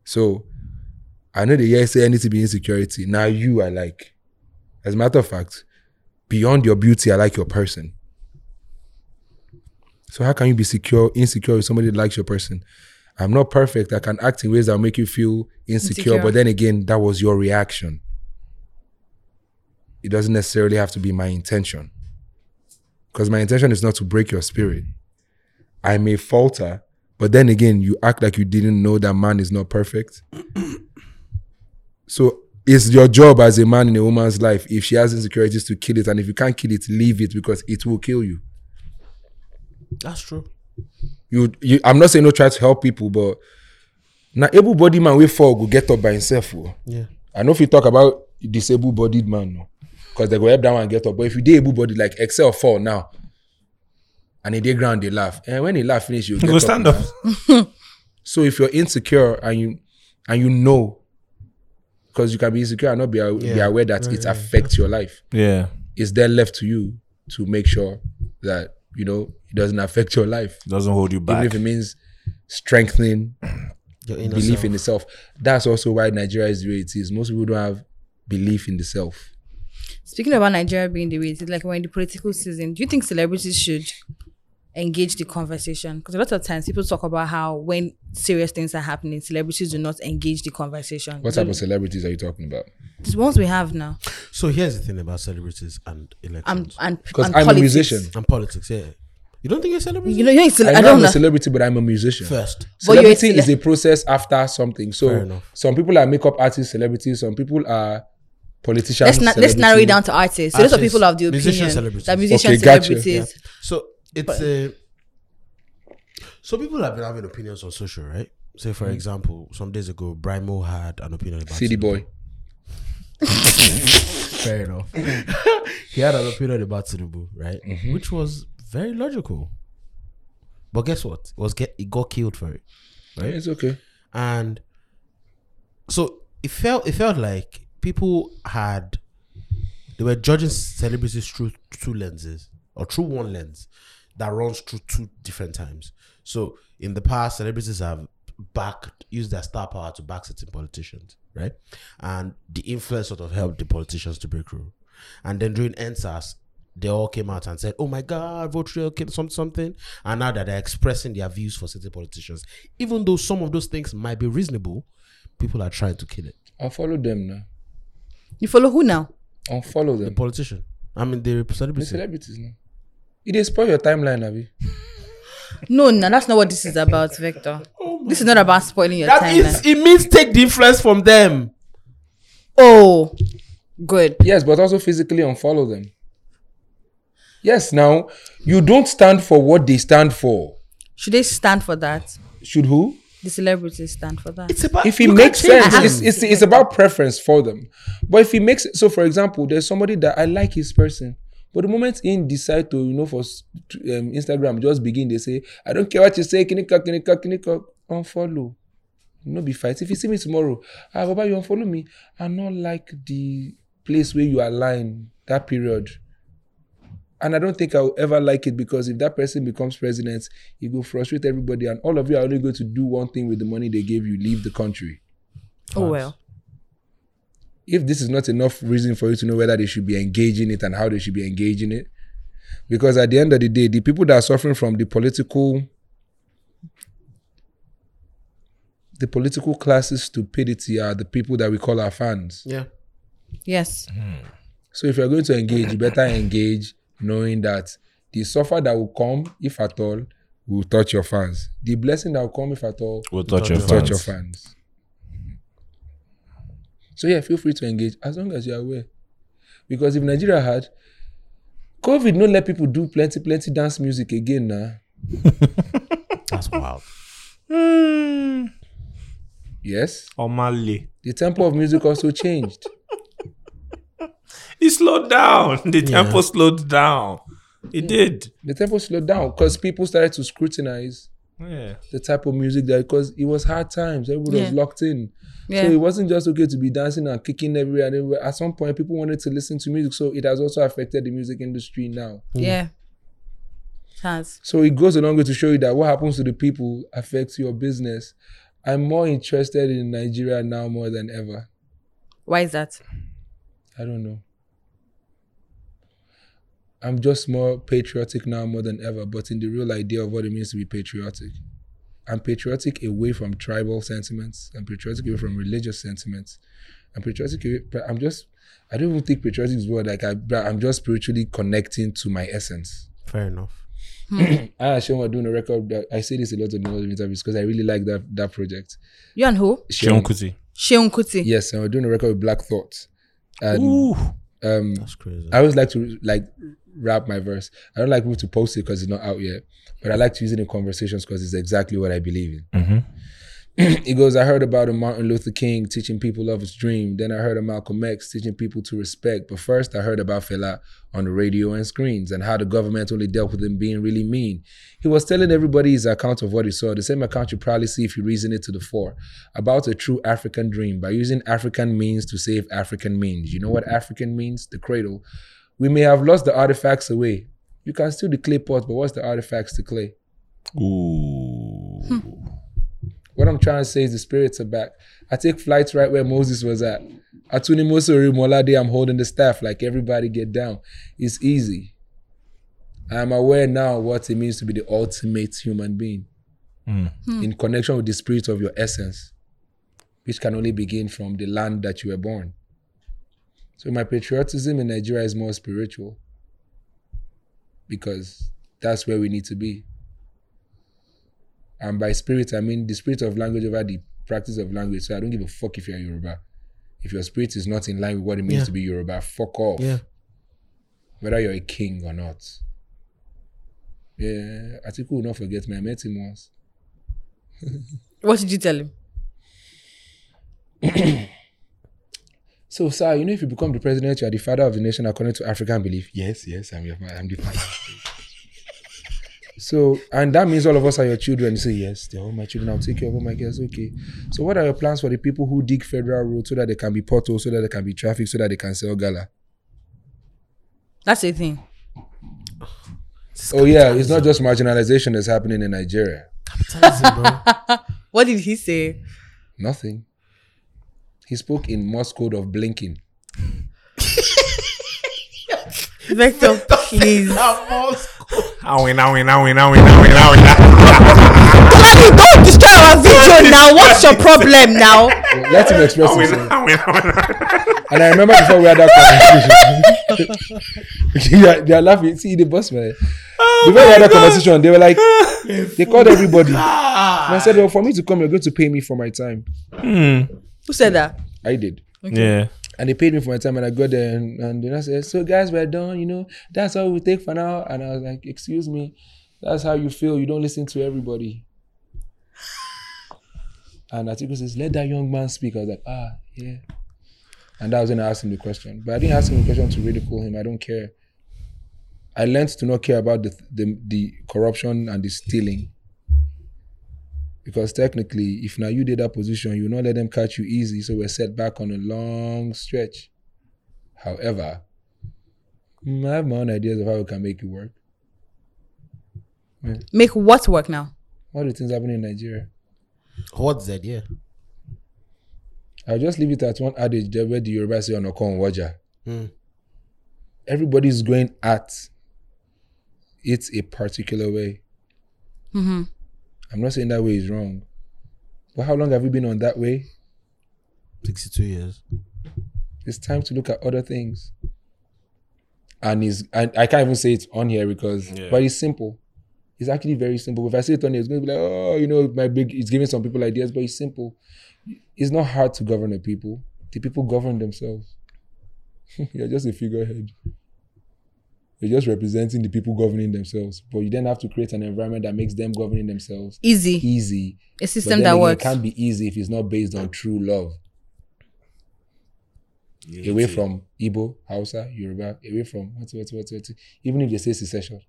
[SPEAKER 3] So I know the yes say anything be insecurity. Now you I like. As a matter of fact, beyond your beauty, I like your person. So how can you be secure, insecure if somebody likes your person? I'm not perfect. I can act in ways that make you feel insecure,
[SPEAKER 2] Insecure.
[SPEAKER 3] but then again, that was your reaction. It doesn't necessarily have to be my intention. Because my intention is not to break your spirit. I may falter, but then again, you act like you didn't know that man is not perfect. So it's your job as a man in a woman's life, if she has insecurities, to kill it. And if you can't kill it, leave it because it will kill you.
[SPEAKER 4] That's true.
[SPEAKER 3] You, you I'm not saying no try to help people, but now able bodied man way fall go get up by himself. oh.
[SPEAKER 4] Yeah.
[SPEAKER 3] I know if you talk about disabled bodied man, no, because they go help that one get up. But if you did able bodied, like excel fall now, and he did ground, they laugh. And when he laugh finish, you
[SPEAKER 1] Go stand up.
[SPEAKER 3] So if you're insecure and you and you know, because you can be insecure and not be, aw- be
[SPEAKER 4] Yeah.
[SPEAKER 3] aware that it affects your life,
[SPEAKER 1] Yeah.
[SPEAKER 3] it's then left to you to make sure that you know it doesn't affect your life,
[SPEAKER 1] Doesn't hold you back.
[SPEAKER 3] even if it means strengthening
[SPEAKER 4] Your inner
[SPEAKER 3] belief
[SPEAKER 4] self.
[SPEAKER 3] in the self. That's also why Nigeria is the way it is. Most people don't have belief in the self.
[SPEAKER 2] Speaking about Nigeria being the way it is, like we're in the political season, do you think celebrities should engage the conversation? Because a lot of times people talk about how when serious things are happening, celebrities do not engage the conversation.
[SPEAKER 3] What type of celebrities are you talking about?
[SPEAKER 2] These ones we have now.
[SPEAKER 4] So here's the thing about celebrities and
[SPEAKER 2] And
[SPEAKER 4] elections
[SPEAKER 2] and
[SPEAKER 3] Because
[SPEAKER 2] and
[SPEAKER 3] I'm a
[SPEAKER 2] politics.
[SPEAKER 3] musician.
[SPEAKER 4] and politics. Yeah. You don't think you're celebrities
[SPEAKER 2] You know, you're a cele-
[SPEAKER 3] I, know
[SPEAKER 2] I don't
[SPEAKER 3] I'm
[SPEAKER 2] know.
[SPEAKER 3] a celebrity, but I'm a musician.
[SPEAKER 4] first?
[SPEAKER 2] But you're a
[SPEAKER 3] Celebrity is a process after something.
[SPEAKER 4] Fair
[SPEAKER 3] So
[SPEAKER 4] enough.
[SPEAKER 3] some people are makeup artists, celebrities. Some people are politicians.
[SPEAKER 2] let's na- let's
[SPEAKER 3] celebrity.
[SPEAKER 2] narrow it down to artists. So those are
[SPEAKER 4] Artists,
[SPEAKER 2] people of the
[SPEAKER 4] musician
[SPEAKER 2] opinion
[SPEAKER 4] celebrities.
[SPEAKER 2] that musician
[SPEAKER 3] Okay, gotcha.
[SPEAKER 2] celebrities.
[SPEAKER 4] So it's uh, so people have been having opinions on social, right? Say for example, some days ago, Brian Mo had an opinion about
[SPEAKER 2] *laughs*
[SPEAKER 3] City boy.
[SPEAKER 4] Fair enough. he had an opinion about Tinubu, right? Which was very logical. But guess what? It was get it got killed for it.
[SPEAKER 3] Yeah, It's okay.
[SPEAKER 4] and so it felt it felt like people had they were judging celebrities through two lenses or through one lens that runs through two different times. So in the past, celebrities have backed used their star power to back certain politicians, right? And the influence sort of helped the politicians to break through. And then during NSAS, they all came out and said, "Oh my God, vote real, kill some something." And now that they're expressing their views for certain politicians, even though some of those things might be reasonable, people are trying to kill it.
[SPEAKER 3] I'll follow them now.
[SPEAKER 2] You follow who now?
[SPEAKER 3] I'll follow
[SPEAKER 4] The
[SPEAKER 3] them.
[SPEAKER 4] politician, I mean, the
[SPEAKER 3] The
[SPEAKER 4] celebrity.
[SPEAKER 3] celebrities now. It is spoil your timeline, Abi.
[SPEAKER 2] No, no, that's not what this is about, Victor. this is not about spoiling your
[SPEAKER 4] Oh
[SPEAKER 2] eh?
[SPEAKER 4] That is,
[SPEAKER 2] timeline.
[SPEAKER 4] it means take the influence from them.
[SPEAKER 2] Oh, good.
[SPEAKER 3] Yes, but also physically unfollow them. Yes, now you don't stand for what they stand for.
[SPEAKER 2] Should they stand for that?
[SPEAKER 3] Should who?
[SPEAKER 2] the celebrities stand for that. Oh,
[SPEAKER 4] It's about
[SPEAKER 3] if it
[SPEAKER 4] you can
[SPEAKER 3] makes
[SPEAKER 4] change
[SPEAKER 3] sense,
[SPEAKER 4] them.
[SPEAKER 3] it's, it's, it's about preference for them. But if it makes so, for example, there's somebody that I like his person, but the moment he decide to, you know, for s- to, um, Instagram, just begin they say, I don't care what you say, kinika kinika kinika, unfollow. No be fight. If you see me tomorrow, ah, Baba, you unfollow me. I not like the place where you align that period. And I don't think I'll ever like it because if that person becomes president, it will frustrate everybody, and all of you are only going to do one thing with the money they gave you: leave the country.
[SPEAKER 2] oh well.
[SPEAKER 3] if this is not enough reason for you to know whether they should be engaging it and how they should be engaging it because at the end of the day the people that are suffering from the political the political class's stupidity are the people that we call our fans
[SPEAKER 4] Yeah.
[SPEAKER 2] Yes.
[SPEAKER 3] so if you're going to engage you better engage knowing that the suffer that will come if at all will touch your fans the blessing that will come if at all
[SPEAKER 1] We'll touch your
[SPEAKER 3] touch your
[SPEAKER 1] fans.
[SPEAKER 3] fans. So yeah, feel free to engage as long as you're aware. Because if Nigeria had COVID, no let people do plenty, plenty dance music again now.
[SPEAKER 4] That's wild.
[SPEAKER 3] Yes,
[SPEAKER 1] Omale.
[SPEAKER 3] the tempo of music also changed.
[SPEAKER 1] It slowed down. *laughs* The tempo slowed down. It did.
[SPEAKER 3] The tempo slowed down because people started to scrutinize
[SPEAKER 1] Yeah.
[SPEAKER 3] the type of music that because it was hard times. Everybody was
[SPEAKER 2] Yeah.
[SPEAKER 3] locked in.
[SPEAKER 2] Yeah.
[SPEAKER 3] Mm-hmm. So it wasn't just okay to be dancing and kicking everywhere and everywhere. At some point, people wanted to listen to music. So it has also affected the music industry now.
[SPEAKER 2] yeah. It has.
[SPEAKER 3] So it goes a long way to show you that what happens to the people affects your business. I'm more interested in Nigeria now more than ever.
[SPEAKER 2] Why is that?
[SPEAKER 3] I don't know. I'm just more patriotic now more than ever, but in the real idea of what it means to be patriotic. I'm patriotic away from tribal sentiments. I'm patriotic away from religious sentiments. I'm patriotic away, but I'm just, I don't even think patriotic is word. Like I, I'm just spiritually connecting to my essence.
[SPEAKER 4] Fair enough.
[SPEAKER 3] I and Shema doing a record. that- I say this a lot in all the interviews because I really like that that project.
[SPEAKER 2] You and who?
[SPEAKER 1] Sean Kuti.
[SPEAKER 2] Sheun Kuti.
[SPEAKER 3] Yes, and we're doing a record with Black Thought. And
[SPEAKER 1] Ooh.
[SPEAKER 3] um,
[SPEAKER 4] That's crazy.
[SPEAKER 3] I always like to like rap my verse. I don't like people to post it because it's not out yet, but I like to use it in conversations because it's exactly what I believe in.
[SPEAKER 1] Mhm.
[SPEAKER 3] *clears throat* it goes, I heard about a Martin Luther King teaching people of his dream. Then I heard of Malcolm X teaching people to respect. But first, I heard about Fela on the radio and screens and how the government only dealt with him being really mean. He was telling everybody his account of what he saw, the same account you probably see if you reason it to the fore, about a true African dream by using African means to save African means. You know what African means? The cradle. We may have lost the artifacts away. You can still the clay pot, but what's the artifacts to clay?
[SPEAKER 1] Ooh.
[SPEAKER 3] What I'm trying to say is the spirits are back. I take flights right where Moses was at. Atuni Mosori Molade, I'm holding the staff like everybody get down. It's easy. I'm aware now what it means to be the ultimate human being
[SPEAKER 4] Hmm.
[SPEAKER 1] Mm.
[SPEAKER 3] in connection with the spirit of your essence, which can only begin from the land that you were born. So my patriotism in Nigeria is more spiritual because that's where we need to be. And by spirit, I mean the spirit of language over the practice of language. So I don't give a fuck if you're Yoruba. If your spirit is not in line with what it means
[SPEAKER 4] Yeah.
[SPEAKER 3] to be Yoruba, fuck off.
[SPEAKER 4] Yeah.
[SPEAKER 3] Whether you're a king or not. Yeah, Atiku will not forget me. I met him once.
[SPEAKER 2] What did you tell him?
[SPEAKER 3] So, sir, you know, if you become the president, you are the father of the nation according to African belief. Yes, yes, I'm your father. I'm the father. so, and that means all of us are your children. You say, yes, they're all my children. I'll take care of all my girls. Okay. So, what are your plans for the people who dig federal roads so that they can be potholes, so that they can be traffic, so that they can sell gala?
[SPEAKER 2] That's the thing.
[SPEAKER 3] Oh, yeah, it's not just marginalization that's happening in Nigeria.
[SPEAKER 4] Capitalism, bro.
[SPEAKER 2] What did he
[SPEAKER 4] *laughs*
[SPEAKER 2] say?
[SPEAKER 3] Nothing. He spoke in Morse code of blinking.
[SPEAKER 2] Vector, please.
[SPEAKER 1] Ah, win, ah, win, ah, win, ah, win, ah, win, ah, win, ah.
[SPEAKER 2] Daddy, don't destroy our video now. What's your problem now?
[SPEAKER 3] Let him express
[SPEAKER 1] Ah, win,
[SPEAKER 3] himself.
[SPEAKER 1] ah, win, ah, win, ah, win.
[SPEAKER 3] *laughs* And I remember before we had that conversation, *laughs* they, are, they are laughing. See, the boss man. before we had that conversation, they were like, they called everybody. And I said, well, for me to come, you're going to pay me for my time.
[SPEAKER 2] Who said that?
[SPEAKER 3] I did.
[SPEAKER 1] Yeah.
[SPEAKER 3] And they paid me for my time, and I got there, and, and then I said, so guys, we're done. You know, that's all we take for now. And I was like, excuse me, that's how you feel. You don't listen to everybody. *sighs* And Atiku says, let that young man speak. I was like, ah, yeah. And that was when I asked him the question. But I didn't ask him the question to ridicule him. I don't care. I learned to not care about the the, the corruption and the stealing. Because technically, if now you did that position, you will not let them catch you easy. So we're set back on a long stretch. However, mm, I have my own ideas of how we can make it work.
[SPEAKER 2] Make what work now?
[SPEAKER 3] All the things happening in Nigeria.
[SPEAKER 4] What's that? Yeah.
[SPEAKER 3] I'll just leave it at one adage there where the Yoruba say Onokon Waja.
[SPEAKER 4] Hmm.
[SPEAKER 3] Everybody's going at it a particular way. I'm not saying that way is wrong. But how long have we been on that way?
[SPEAKER 4] 62 years.
[SPEAKER 3] It's time to look at other things. And is and I can't even say it's on here because
[SPEAKER 1] Yeah.
[SPEAKER 3] but it's simple. It's actually very simple. If I say it on here, it's gonna be like, oh, you know, my big it's giving some people ideas, but it's simple. It's not hard to govern the people. The people govern themselves. *laughs* You're just a figurehead. You're just representing the people governing themselves. But you then have to create an environment that makes them governing themselves
[SPEAKER 2] Easy.
[SPEAKER 3] easy.
[SPEAKER 2] A
[SPEAKER 3] But
[SPEAKER 2] system
[SPEAKER 3] then
[SPEAKER 2] that
[SPEAKER 3] again,
[SPEAKER 2] works.
[SPEAKER 3] It
[SPEAKER 2] *laughs*
[SPEAKER 3] can't be easy if it's not based on true love. away from Igbo, Hausa, Yoruba, away from what, what, what, what, even if they say secession.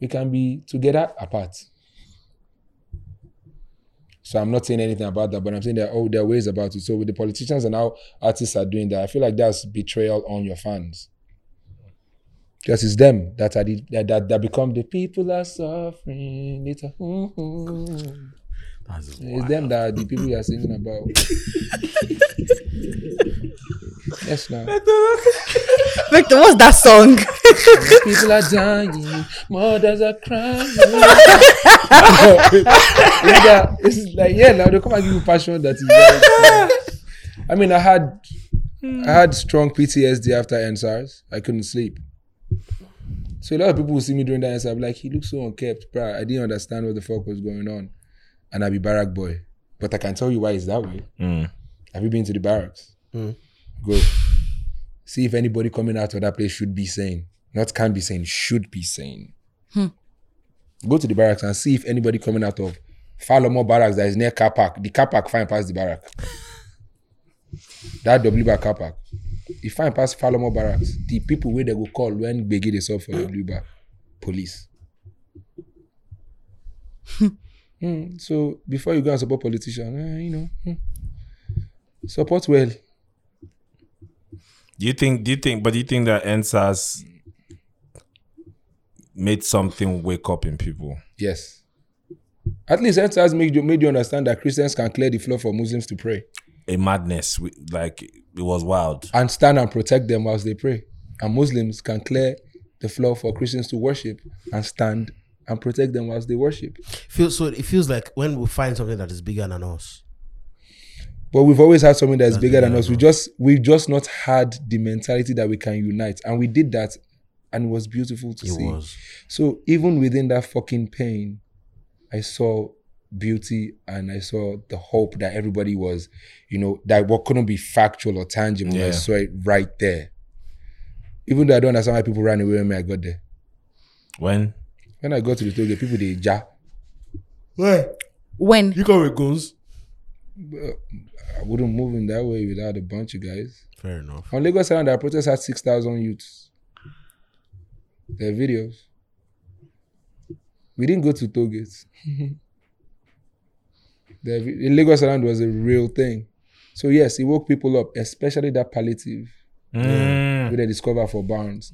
[SPEAKER 3] We can be together apart. So I'm not saying anything about that, but I'm saying that oh, there are ways about it. So with the politicians and how artists are doing that, I feel like that's betrayal on your fans. Because it's them that are the, that, that that become the people are suffering. It's, a, mm-hmm.
[SPEAKER 4] That's
[SPEAKER 3] it's them that are the people you are singing about. *laughs* yes, now.
[SPEAKER 2] Victor, what's that song? *laughs*
[SPEAKER 3] People are dying, mothers are crying. it's, that- it's like yeah, now they come and give you passion that is. Very I mean, I had I had strong PTSD after NSARS. I couldn't sleep. So a lot of people will see me during that NSARS, like he looks so unkempt, bruh. I didn't understand what the fuck was going on, and I be barrack boy. But I can tell you why it's that way. Have you been to the barracks? Go see if anybody coming out of that place should be sane. Not can be sane, should be sane. Go to the barracks and see if anybody coming out of Falomo barracks that is near car park. The car park fine past the barrack. that W bar car park. If fine past Falomo barracks, the people where they go call when Begi they solve for W bar police. Hmm, So before you go and support politician, eh, you know, hmm. support well.
[SPEAKER 1] Do you think? Do you think? But do you think that NSAS made something wake up in people?
[SPEAKER 3] Yes. At least that has made you, made you understand that Christians can clear the floor for Muslims to pray
[SPEAKER 1] A madness, we- like it was wild.
[SPEAKER 3] and stand and protect them whilst they pray. And Muslims can clear the floor for Christians to worship and stand and protect them whilst they worship.
[SPEAKER 4] Feels so. It feels like when we find something that is bigger than us.
[SPEAKER 3] But we've always had something that is bigger than us. We just we've just not had the mentality that we can unite. And we did that and it was beautiful to
[SPEAKER 4] It
[SPEAKER 3] see.
[SPEAKER 4] was.
[SPEAKER 3] So even within that fucking pain, I saw beauty and I saw the hope that everybody was, you know, that what couldn't be factual or tangible. I
[SPEAKER 1] Yeah.
[SPEAKER 3] saw it right there. Even though I don't understand why people ran away when I got there.
[SPEAKER 1] When
[SPEAKER 3] When I got to the toll gate, people they ja.
[SPEAKER 4] Where
[SPEAKER 2] when?
[SPEAKER 4] you come with guns?
[SPEAKER 3] I wouldn't move in that way without a bunch of guys.
[SPEAKER 4] Fair enough.
[SPEAKER 3] On Lagos Island, our protest had six thousand youths. There are videos. We didn't go to toll
[SPEAKER 2] *laughs*
[SPEAKER 3] gates. the, vi- the Lagos Island was a real thing. So yes, it woke people up, especially that palliative
[SPEAKER 2] Hmm.
[SPEAKER 1] Mm.
[SPEAKER 3] with the discover for Barnes.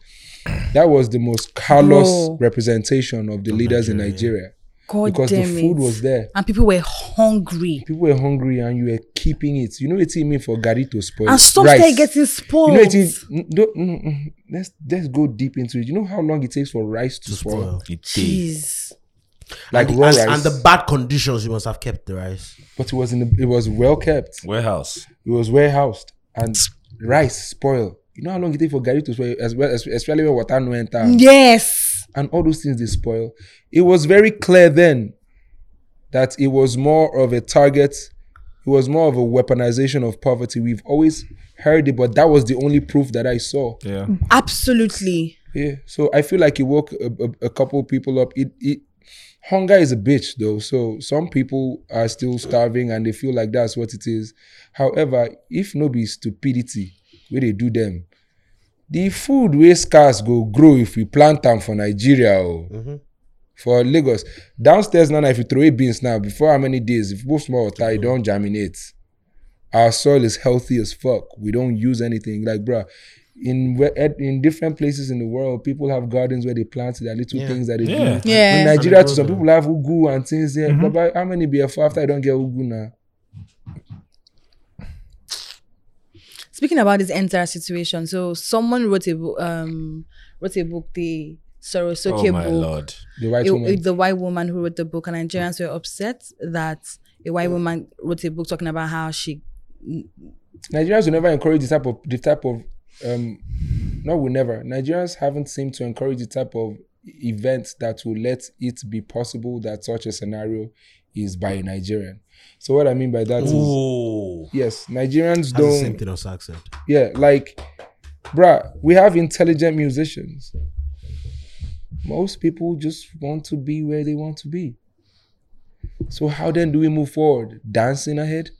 [SPEAKER 3] That was the most callous
[SPEAKER 2] Bro.
[SPEAKER 3] representation of the leaders in Nigeria
[SPEAKER 2] God
[SPEAKER 3] because
[SPEAKER 2] damn
[SPEAKER 3] the food
[SPEAKER 2] it.
[SPEAKER 3] was there.
[SPEAKER 2] and people were hungry.
[SPEAKER 3] People were hungry and you were keeping it. You know what it means for Gary to spoil
[SPEAKER 2] And stuff
[SPEAKER 3] rice.
[SPEAKER 2] started getting spoiled.
[SPEAKER 3] You know, it is, n- don't- mm, mm, let's let's go deep into it. You know how long it takes for rice to, spoil,
[SPEAKER 4] Well,
[SPEAKER 1] It did.
[SPEAKER 2] Jeez.
[SPEAKER 3] like
[SPEAKER 4] and, the,
[SPEAKER 3] raw
[SPEAKER 4] and-
[SPEAKER 3] rice.
[SPEAKER 4] and the bad conditions you must have kept the rice.
[SPEAKER 3] but it was in the, it was well kept.
[SPEAKER 1] Warehouse.
[SPEAKER 3] It was warehoused and rice spoil. You know how long it takes for Gary to spoil as well, as, especially when water no enter
[SPEAKER 2] Yes.
[SPEAKER 3] and all those things they spoil. It was very clear then that it was more of a target. It was more of a weaponization of poverty. We've always heard it, but that was the only proof that I saw.
[SPEAKER 1] Yeah.
[SPEAKER 2] Absolutely.
[SPEAKER 3] Yeah, so I feel like it woke a, a, a couple people up. It, it hunger is a bitch though so some people are still starving and they feel like that's what it is however if no be stupidity wey dey do them the food wey scarce go grow if we plant am for nigeria o for lagos downstairs now na if you throw away beans now before how many days if you put small water e don germinate our soil is healthy as fuck we don't use anything like bruh in where- in different places in the world people have gardens where they plant their little
[SPEAKER 4] Yeah.
[SPEAKER 3] things that they
[SPEAKER 1] Yeah.
[SPEAKER 3] do in
[SPEAKER 2] Yeah.
[SPEAKER 3] Nigeria,
[SPEAKER 4] Some
[SPEAKER 3] too, some
[SPEAKER 4] people Mm-hmm.
[SPEAKER 3] people have ugu and things there. But by how many BFO after I don't get ugu now?
[SPEAKER 2] Speaking about this entire situation, so someone wrote a book, um, wrote a book, the Sorosoke
[SPEAKER 1] oh my
[SPEAKER 2] book.
[SPEAKER 1] lord.
[SPEAKER 3] The white
[SPEAKER 2] it-
[SPEAKER 3] woman.
[SPEAKER 2] it- the white woman who wrote the book, and Nigerians were upset that a white woman wrote a book talking about how she.
[SPEAKER 3] Nigerians will never encourage the type of the type of um no will never. Nigerians haven't seemed to encourage the type of event that will let it be possible that such a scenario is by a Nigerian. So what I mean by that is
[SPEAKER 1] Ooh.
[SPEAKER 3] yes, Nigerians
[SPEAKER 4] That's the same
[SPEAKER 3] don't
[SPEAKER 4] thing as said.
[SPEAKER 3] yeah, like bruh, we have intelligent musicians. Most people just want to be where they want to be. So how then do we move forward? Dancing ahead?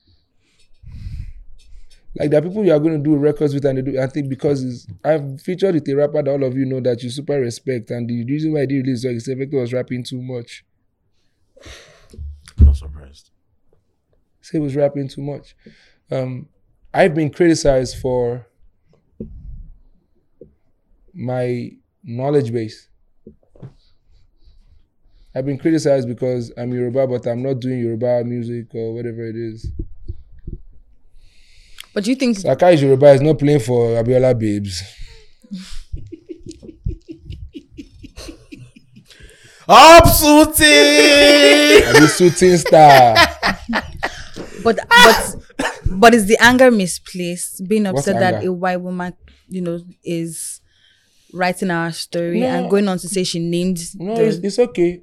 [SPEAKER 3] Like there are people you are going to do records with and they do I think because it's, I've featured with a rapper that all of you know that you super respect and the reason why I did release song is Vector was rapping too much.
[SPEAKER 4] I'm not surprised.
[SPEAKER 3] Say he was rapping too much. Um, I've been criticized for my knowledge base. I've been criticized because I'm Yoruba, but I'm not doing Yoruba music or whatever it is.
[SPEAKER 2] But do you think?
[SPEAKER 3] Saka is Yoruba, is not playing for Abiola Babes. *laughs*
[SPEAKER 4] Absolutely.
[SPEAKER 3] I'm a shooting star.
[SPEAKER 2] But but but is the anger misplaced? Being
[SPEAKER 3] What's
[SPEAKER 2] upset that
[SPEAKER 3] anger?
[SPEAKER 2] a white woman, you know, is writing our story
[SPEAKER 3] No.
[SPEAKER 2] and going on to say she named.
[SPEAKER 3] No,
[SPEAKER 2] the-
[SPEAKER 3] it's, it's okay.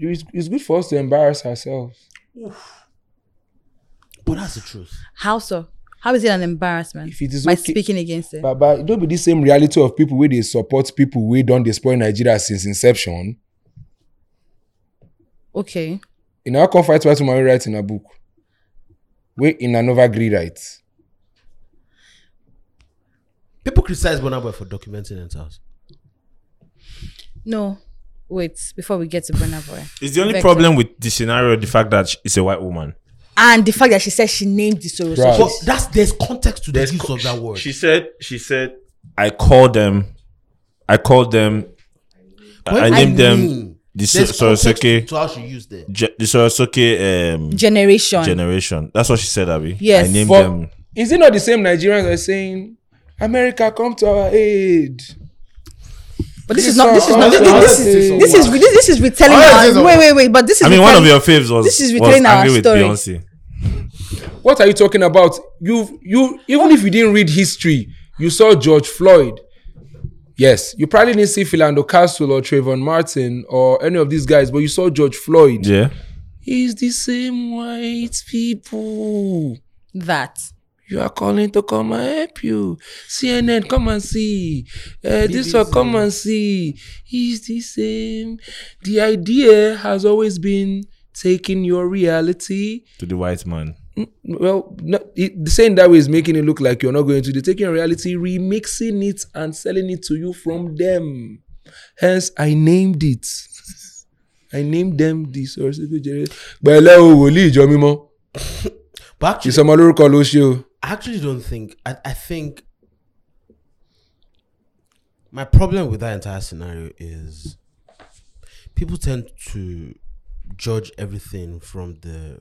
[SPEAKER 3] It's, it's good for us to embarrass ourselves.
[SPEAKER 4] but that's the truth.
[SPEAKER 2] how so? How is it an embarrassment
[SPEAKER 3] If it is
[SPEAKER 2] by
[SPEAKER 3] okay-
[SPEAKER 2] speaking against it?
[SPEAKER 3] But but don't be the same reality of people where they support people where don't destroy Nigeria since inception.
[SPEAKER 2] Okay.
[SPEAKER 3] in our come fight what woman write in her book wey una never gree write
[SPEAKER 4] People criticize Bonaboy for documenting themselves.
[SPEAKER 2] No. Wait. Before we get to Burna Boy,
[SPEAKER 1] Is the only
[SPEAKER 2] Vector.
[SPEAKER 1] problem with the scenario the fact that sh- it's a white woman?
[SPEAKER 2] and the fact that she said she named the Soros.
[SPEAKER 3] Bruh.
[SPEAKER 4] But that's there's context to the use
[SPEAKER 1] co-
[SPEAKER 4] of that word.
[SPEAKER 1] She said. She said. I called them. I called them. I, I
[SPEAKER 4] When
[SPEAKER 1] named them
[SPEAKER 4] mean,
[SPEAKER 1] the
[SPEAKER 4] there's context
[SPEAKER 1] Sorosuke.
[SPEAKER 4] to how she used it.
[SPEAKER 1] ge- The Sorosuke um,
[SPEAKER 2] Generation.
[SPEAKER 1] generation. That's what she said, Abby.
[SPEAKER 2] Yes.
[SPEAKER 1] I named
[SPEAKER 3] For-
[SPEAKER 1] them.
[SPEAKER 3] is it not the same nigerians are saying america come to our aid
[SPEAKER 2] But this is not. This is
[SPEAKER 3] Please
[SPEAKER 2] not. This,
[SPEAKER 3] don't
[SPEAKER 2] this
[SPEAKER 3] say
[SPEAKER 2] is.
[SPEAKER 3] so
[SPEAKER 2] This is.
[SPEAKER 3] much.
[SPEAKER 2] This, this is retelling.
[SPEAKER 4] Why is this
[SPEAKER 2] Our,
[SPEAKER 4] a-
[SPEAKER 2] wait, wait, wait. But this is.
[SPEAKER 1] I mean, one of
[SPEAKER 2] retelling-
[SPEAKER 1] your faves was
[SPEAKER 2] This is
[SPEAKER 1] was
[SPEAKER 2] retelling our
[SPEAKER 1] angry with
[SPEAKER 2] story.
[SPEAKER 1] Beyonce.
[SPEAKER 3] what are you talking about you you even if you didn't read history you saw george floyd yes you probably didn't see philando castle or trayvon martin or any of these guys but you saw george floyd
[SPEAKER 1] Yeah.
[SPEAKER 3] it's the same white people
[SPEAKER 2] that.
[SPEAKER 3] you are calling to come and help you. CNN, come and see. Uh, this one, come and see. It's the same. The idea has always been taking your reality. Mm,
[SPEAKER 1] To the white man.
[SPEAKER 3] Well, no, it, the saying that way is making it look like you're not going to. They're taking your reality, remixing it, and selling it to you from them. Hence, I named it. *laughs* I named them this. Or Pẹ̀lẹ́ o, wòlíì ìjọ mímọ́.
[SPEAKER 4] But actually,
[SPEAKER 3] Ìsọmọ lórúkọ ló ṣe o.
[SPEAKER 4] I actually don't think. I, I think my problem with that entire scenario is people tend to judge everything from the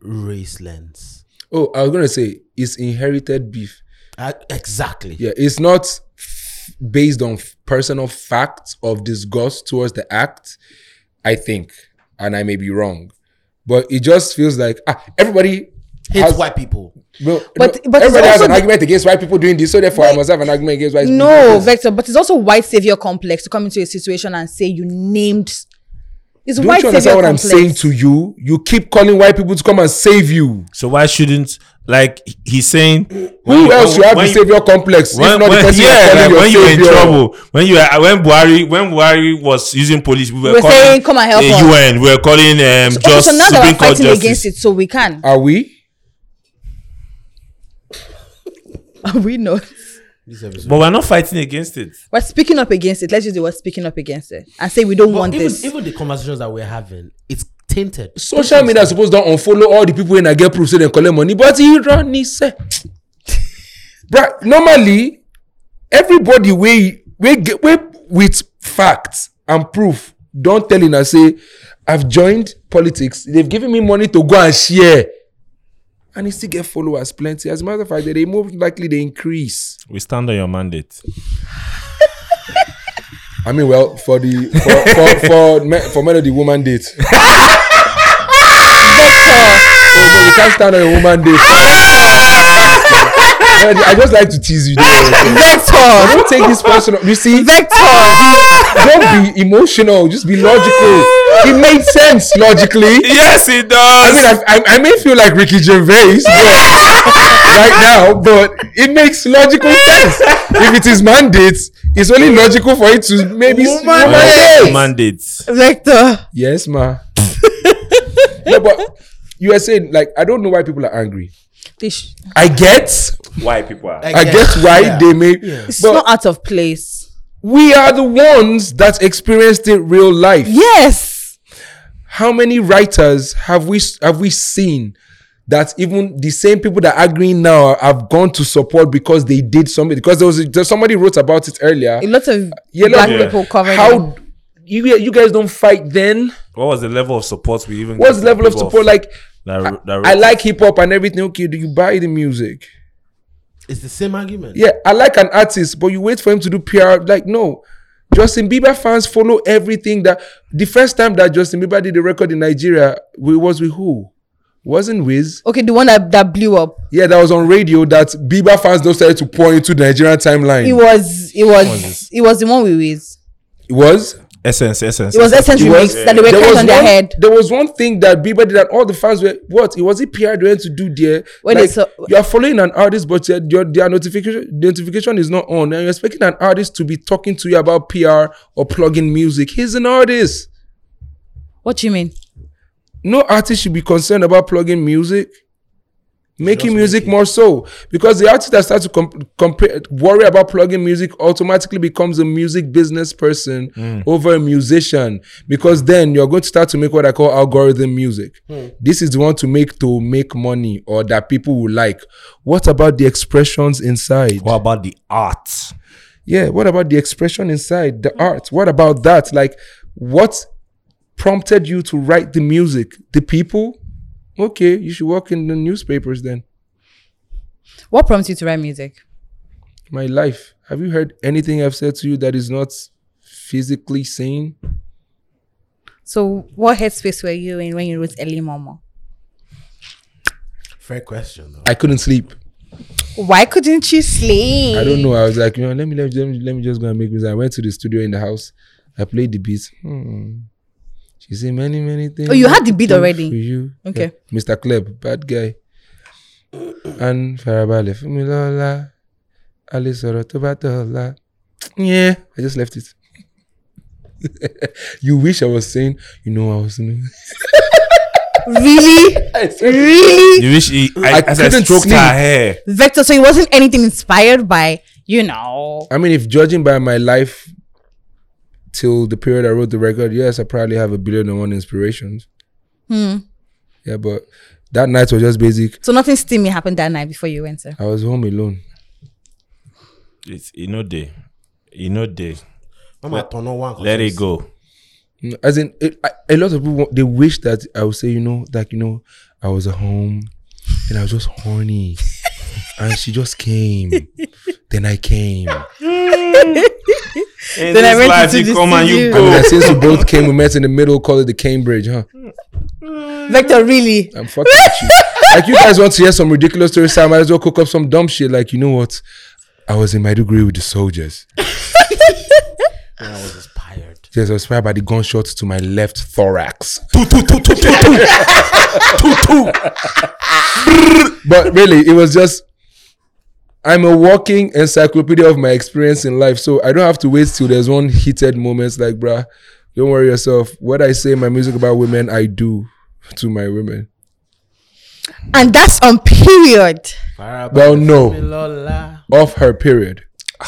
[SPEAKER 4] race lens.
[SPEAKER 3] Oh, I was gonna say it's inherited beef.
[SPEAKER 4] I, exactly.
[SPEAKER 3] Yeah, it's not f- based on f- personal facts of disgust towards the act. I think, and I may be wrong, but it just feels like ah, everybody.
[SPEAKER 4] Hates
[SPEAKER 3] has-
[SPEAKER 4] white people.
[SPEAKER 3] well,
[SPEAKER 2] But-
[SPEAKER 3] no,
[SPEAKER 2] but it's
[SPEAKER 3] everybody has
[SPEAKER 2] also
[SPEAKER 3] an
[SPEAKER 2] the-
[SPEAKER 3] argument against white people doing this, so therefore I must have an argument against white people. doing
[SPEAKER 2] No,
[SPEAKER 3] this.
[SPEAKER 2] Vector. But it's also white savior complex to come into a situation and say you named. It's
[SPEAKER 3] don't
[SPEAKER 2] white
[SPEAKER 3] you
[SPEAKER 2] savior
[SPEAKER 3] understand what
[SPEAKER 2] complex.
[SPEAKER 3] I'm saying to you? You keep calling white people to come and save you.
[SPEAKER 1] So why shouldn't like he's saying
[SPEAKER 3] Who else you have the
[SPEAKER 1] when
[SPEAKER 3] savior complex
[SPEAKER 1] when,
[SPEAKER 3] if not the
[SPEAKER 1] when,
[SPEAKER 3] person you are
[SPEAKER 1] yeah, like
[SPEAKER 3] calling
[SPEAKER 1] when you
[SPEAKER 3] your
[SPEAKER 1] were in
[SPEAKER 3] savior?
[SPEAKER 1] trouble, when you were, when Buhari, when Buhari was using police, we were,
[SPEAKER 2] We're
[SPEAKER 1] calling
[SPEAKER 2] saying, "Come and help
[SPEAKER 1] the
[SPEAKER 2] us."
[SPEAKER 1] UN, we were calling um,
[SPEAKER 2] So- okay,
[SPEAKER 1] just
[SPEAKER 2] so now that
[SPEAKER 1] Supreme
[SPEAKER 2] we're
[SPEAKER 1] Court
[SPEAKER 2] fighting
[SPEAKER 1] justice.
[SPEAKER 2] against it, so we can.
[SPEAKER 3] Are we? Uh.
[SPEAKER 2] *laughs* we know.
[SPEAKER 4] This episode.
[SPEAKER 1] But we're not fighting against it.
[SPEAKER 2] We're speaking up against it. Let's use the word speaking up against it and say we don't
[SPEAKER 4] But
[SPEAKER 2] want
[SPEAKER 4] even,
[SPEAKER 2] this.
[SPEAKER 4] even the conversations that we're having, it's tainted.
[SPEAKER 3] Social media is supposed to unfollow all the people when I get proof so they collect money. But you don't need say. Bruh, normally, everybody we we get we with facts and proof. Don't tell him I say, I've joined politics. They've given me money to go and share. And he still get followers plenty. As a matter of fact, they more likely they increase.
[SPEAKER 1] We stand on your mandate.
[SPEAKER 3] I mean, well, for the for for for, me, for men of the woman date. Vector. Oh, but we can't stand on a woman date. Melody, I just like to tease you. don't worry.
[SPEAKER 2] Vector.
[SPEAKER 3] Don't take this personal. You see, don't be emotional. Just be logical. It made sense logically.
[SPEAKER 1] Yes, it
[SPEAKER 3] I
[SPEAKER 1] does.
[SPEAKER 3] mean, I, I, I may feel like Ricky Gervais but
[SPEAKER 4] *laughs*
[SPEAKER 3] right now, but it makes logical sense. If it is mandates, it's only logical for it to maybe
[SPEAKER 2] Woman
[SPEAKER 3] woman
[SPEAKER 2] date.
[SPEAKER 3] date.
[SPEAKER 1] Mandates.
[SPEAKER 2] Vector.
[SPEAKER 3] Yes, ma. no, but you are saying like I don't know why people are angry.
[SPEAKER 2] It's
[SPEAKER 3] I get,
[SPEAKER 1] Why people are?
[SPEAKER 3] I get why
[SPEAKER 4] Yeah.
[SPEAKER 3] they may, but
[SPEAKER 2] not out of place.
[SPEAKER 3] we are the ones that experienced it real life.
[SPEAKER 2] Yes.
[SPEAKER 3] How many writers have we have we seen that even the same people that are agreeing now have gone to support because they did something because there was a, there- somebody wrote about it earlier.
[SPEAKER 2] A lot of
[SPEAKER 3] Yeah,
[SPEAKER 2] black
[SPEAKER 3] look,
[SPEAKER 2] people covered. them.
[SPEAKER 3] How you you guys don't fight then?
[SPEAKER 1] What was the level of support we even?
[SPEAKER 3] What's
[SPEAKER 1] gave
[SPEAKER 3] the level of
[SPEAKER 1] people
[SPEAKER 3] support like?
[SPEAKER 1] that,
[SPEAKER 3] I,
[SPEAKER 1] that
[SPEAKER 3] I like hip hop and everything. Okay, do you buy the music?
[SPEAKER 4] It's the same argument.
[SPEAKER 3] Yeah, I like an artist, but you wait for him to do PR. Like, no. Justin Bieber fans follow everything that the first time that Justin Bieber did a record in Nigeria, we was with who? Wasn't Wiz?
[SPEAKER 2] Okay, the one that, that blew up.
[SPEAKER 3] Yeah, that was on radio that Bieber fans don't started to pour into the Nigerian timeline.
[SPEAKER 2] It was it was it was the one we with.
[SPEAKER 3] It was?
[SPEAKER 1] essence, essence.
[SPEAKER 2] It was
[SPEAKER 1] essence.
[SPEAKER 2] essence
[SPEAKER 3] It was-
[SPEAKER 2] remix that they were
[SPEAKER 3] was
[SPEAKER 2] cut on their
[SPEAKER 3] one,
[SPEAKER 2] head.
[SPEAKER 3] There was one thing that Bieber did, and all the fans were what? It was it PR they went to do there.
[SPEAKER 2] When they
[SPEAKER 3] Like,
[SPEAKER 2] saw-
[SPEAKER 3] you are following an artist, but your, your their notification notification is not on, and you're expecting an artist to be talking to you about PR or plugging music. He's an artist.
[SPEAKER 2] What do you mean?
[SPEAKER 3] No artist should be concerned about plugging music. Making music more so because the artist that starts to comp- compare, worry about plugging music automatically becomes a music business person over a musician because then you're going to start to make what I call algorithm music. This is the one to make to make money or that people will like. What about the expressions inside?
[SPEAKER 1] What about the art?
[SPEAKER 3] yeah what about the expression inside the art what about that like what prompted you to write the music the people okay you should work in the newspapers then
[SPEAKER 2] What prompts you to write music?
[SPEAKER 3] my life have you heard anything i've said to you that is not physically seen
[SPEAKER 2] So what headspace were you in when you wrote Early Mama?
[SPEAKER 4] Fair question. Though.
[SPEAKER 3] i couldn't sleep
[SPEAKER 2] Why couldn't you sleep?
[SPEAKER 3] i don't know i was like you know let me let me, let me just go and make music i went to the studio in the house i played the beat hmm. she said many many things
[SPEAKER 2] Oh, you had
[SPEAKER 3] I
[SPEAKER 2] the
[SPEAKER 3] could
[SPEAKER 2] beat
[SPEAKER 3] do
[SPEAKER 2] already?
[SPEAKER 3] for you.
[SPEAKER 2] Okay.
[SPEAKER 3] Yeah. Mr. Kleb, bad guy. And Farabale, Fumilola, Alice Orotobatola. Yeah, I just left it. *laughs* you wish I was saying, you know, I was.
[SPEAKER 2] Really?
[SPEAKER 3] *laughs* I said-
[SPEAKER 2] really?
[SPEAKER 1] You wish he, I,
[SPEAKER 3] I
[SPEAKER 1] as I
[SPEAKER 3] couldn't
[SPEAKER 1] stroked
[SPEAKER 3] sleep.
[SPEAKER 1] her hair.
[SPEAKER 2] Vector, so it wasn't anything inspired by, you know.
[SPEAKER 3] I mean, if judging by my life till the period I wrote the record, yes, I probably have a billion and one inspirations.
[SPEAKER 2] Hmm.
[SPEAKER 3] Yeah, but that night was just basic.
[SPEAKER 2] So nothing steamy happened that night before you went there.
[SPEAKER 3] I was home alone.
[SPEAKER 1] It's you know day, you know day.
[SPEAKER 4] Mama, turn on one
[SPEAKER 1] Let it go.
[SPEAKER 3] Mm, As in, it, I, a lot of people want- they wish that I would say, you know, like you know, I was at home and I was just horny, and she just came. then I came.
[SPEAKER 1] In
[SPEAKER 2] Then I
[SPEAKER 1] this
[SPEAKER 2] went
[SPEAKER 1] life,
[SPEAKER 2] into
[SPEAKER 1] you
[SPEAKER 2] the
[SPEAKER 1] come and you
[SPEAKER 2] studio.
[SPEAKER 3] I mean,
[SPEAKER 1] go. *laughs*
[SPEAKER 3] like, since we both came, we met in the middle, call it the Cambridge, huh?
[SPEAKER 2] Vector, really?
[SPEAKER 3] I'm fucking with you. Like you guys want to hear some ridiculous story, so I might as well cook up some dumb shit. Like you know what? I was in my degree with the soldiers.
[SPEAKER 4] I was inspired.
[SPEAKER 3] She was inspired by the gunshot to my left thorax. but really, it was just I'm a walking encyclopedia of my experience in life, so I don't have to wait till there's one heated moment. Like, bruh, don't worry yourself. What I say in my music about women, I do to my women.
[SPEAKER 2] And that's on period.
[SPEAKER 3] Well, no, off her period. *sighs*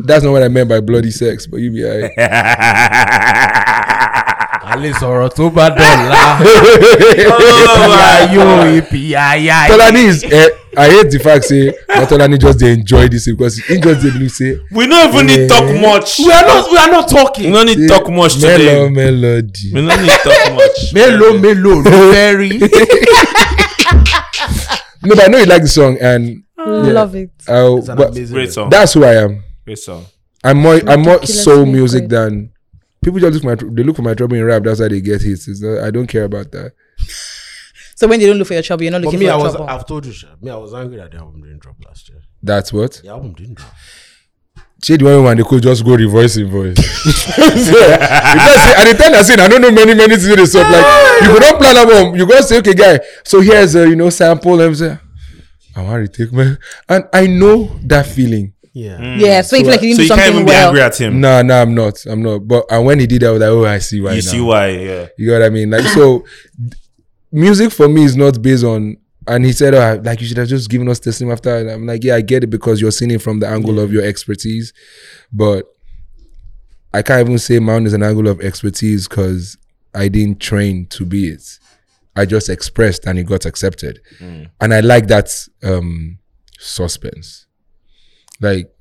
[SPEAKER 3] That's not what I meant by bloody sex, but you be alright.
[SPEAKER 4] alẹ́ sọ̀rọ̀ tó bá dọ̀la
[SPEAKER 1] Oh,
[SPEAKER 4] yóò ibi ayá
[SPEAKER 3] Tolani is, eh, I hate the fact say, but Tolani just dey enjoy this because he just dey believe say,
[SPEAKER 1] We don't even need talk much.
[SPEAKER 4] we are not we are not
[SPEAKER 1] We
[SPEAKER 4] talking.
[SPEAKER 1] don't need talk much
[SPEAKER 3] Melo
[SPEAKER 1] today.
[SPEAKER 3] melody.
[SPEAKER 1] We don't need talk
[SPEAKER 3] *laughs*
[SPEAKER 1] much.
[SPEAKER 4] mélòó mélòó ló fẹ́ rí.
[SPEAKER 3] No, but I know you like the song, and
[SPEAKER 2] Love it.
[SPEAKER 3] I'll,
[SPEAKER 4] *laughs* It's an
[SPEAKER 3] but
[SPEAKER 4] amazing
[SPEAKER 1] Great
[SPEAKER 4] record.
[SPEAKER 1] song.
[SPEAKER 3] that's who I am.
[SPEAKER 1] Great song.
[SPEAKER 3] I'm more I'm more
[SPEAKER 2] Ridiculous
[SPEAKER 3] soul
[SPEAKER 2] me
[SPEAKER 3] music
[SPEAKER 2] great.
[SPEAKER 3] than people just look for my tr- they look for my trouble in rap. That's how they get hits. It's not, I don't care about that.
[SPEAKER 2] So when they don't look for your trouble, you're not
[SPEAKER 4] But
[SPEAKER 2] looking
[SPEAKER 4] me,
[SPEAKER 2] for
[SPEAKER 4] I
[SPEAKER 2] your
[SPEAKER 4] was
[SPEAKER 2] trouble.
[SPEAKER 4] I've told you, Sha, me I was angry that the album didn't drop last year.
[SPEAKER 3] That's what.
[SPEAKER 4] The album didn't drop.
[SPEAKER 3] Shade one woman they could just go reverse in voice. *laughs* so, because see, at the time I said I don't know many many things they stuff like you could not plan album. You go say okay guy. So here's a you know sample and say I want to take man and I know that feeling.
[SPEAKER 4] Yeah.
[SPEAKER 1] Mm.
[SPEAKER 2] yeah, so, you feel like you
[SPEAKER 1] So you
[SPEAKER 2] didn't do
[SPEAKER 1] can't
[SPEAKER 2] something
[SPEAKER 1] even be
[SPEAKER 2] well.
[SPEAKER 1] angry at him.
[SPEAKER 3] Nah nah I'm not I'm not. But and when he did that I was like oh I see why
[SPEAKER 1] You
[SPEAKER 3] now.
[SPEAKER 1] see why? Yeah.
[SPEAKER 3] You know what I mean? Like so, music for me is not based on. And he said, oh, like you should have just given us this name after. And I'm like, yeah, I get it because you're seeing it from the angle of your expertise, but I can't even say mine is an angle of expertise because I didn't train to be it. I just expressed and it got accepted, and I like that um, suspense. Like,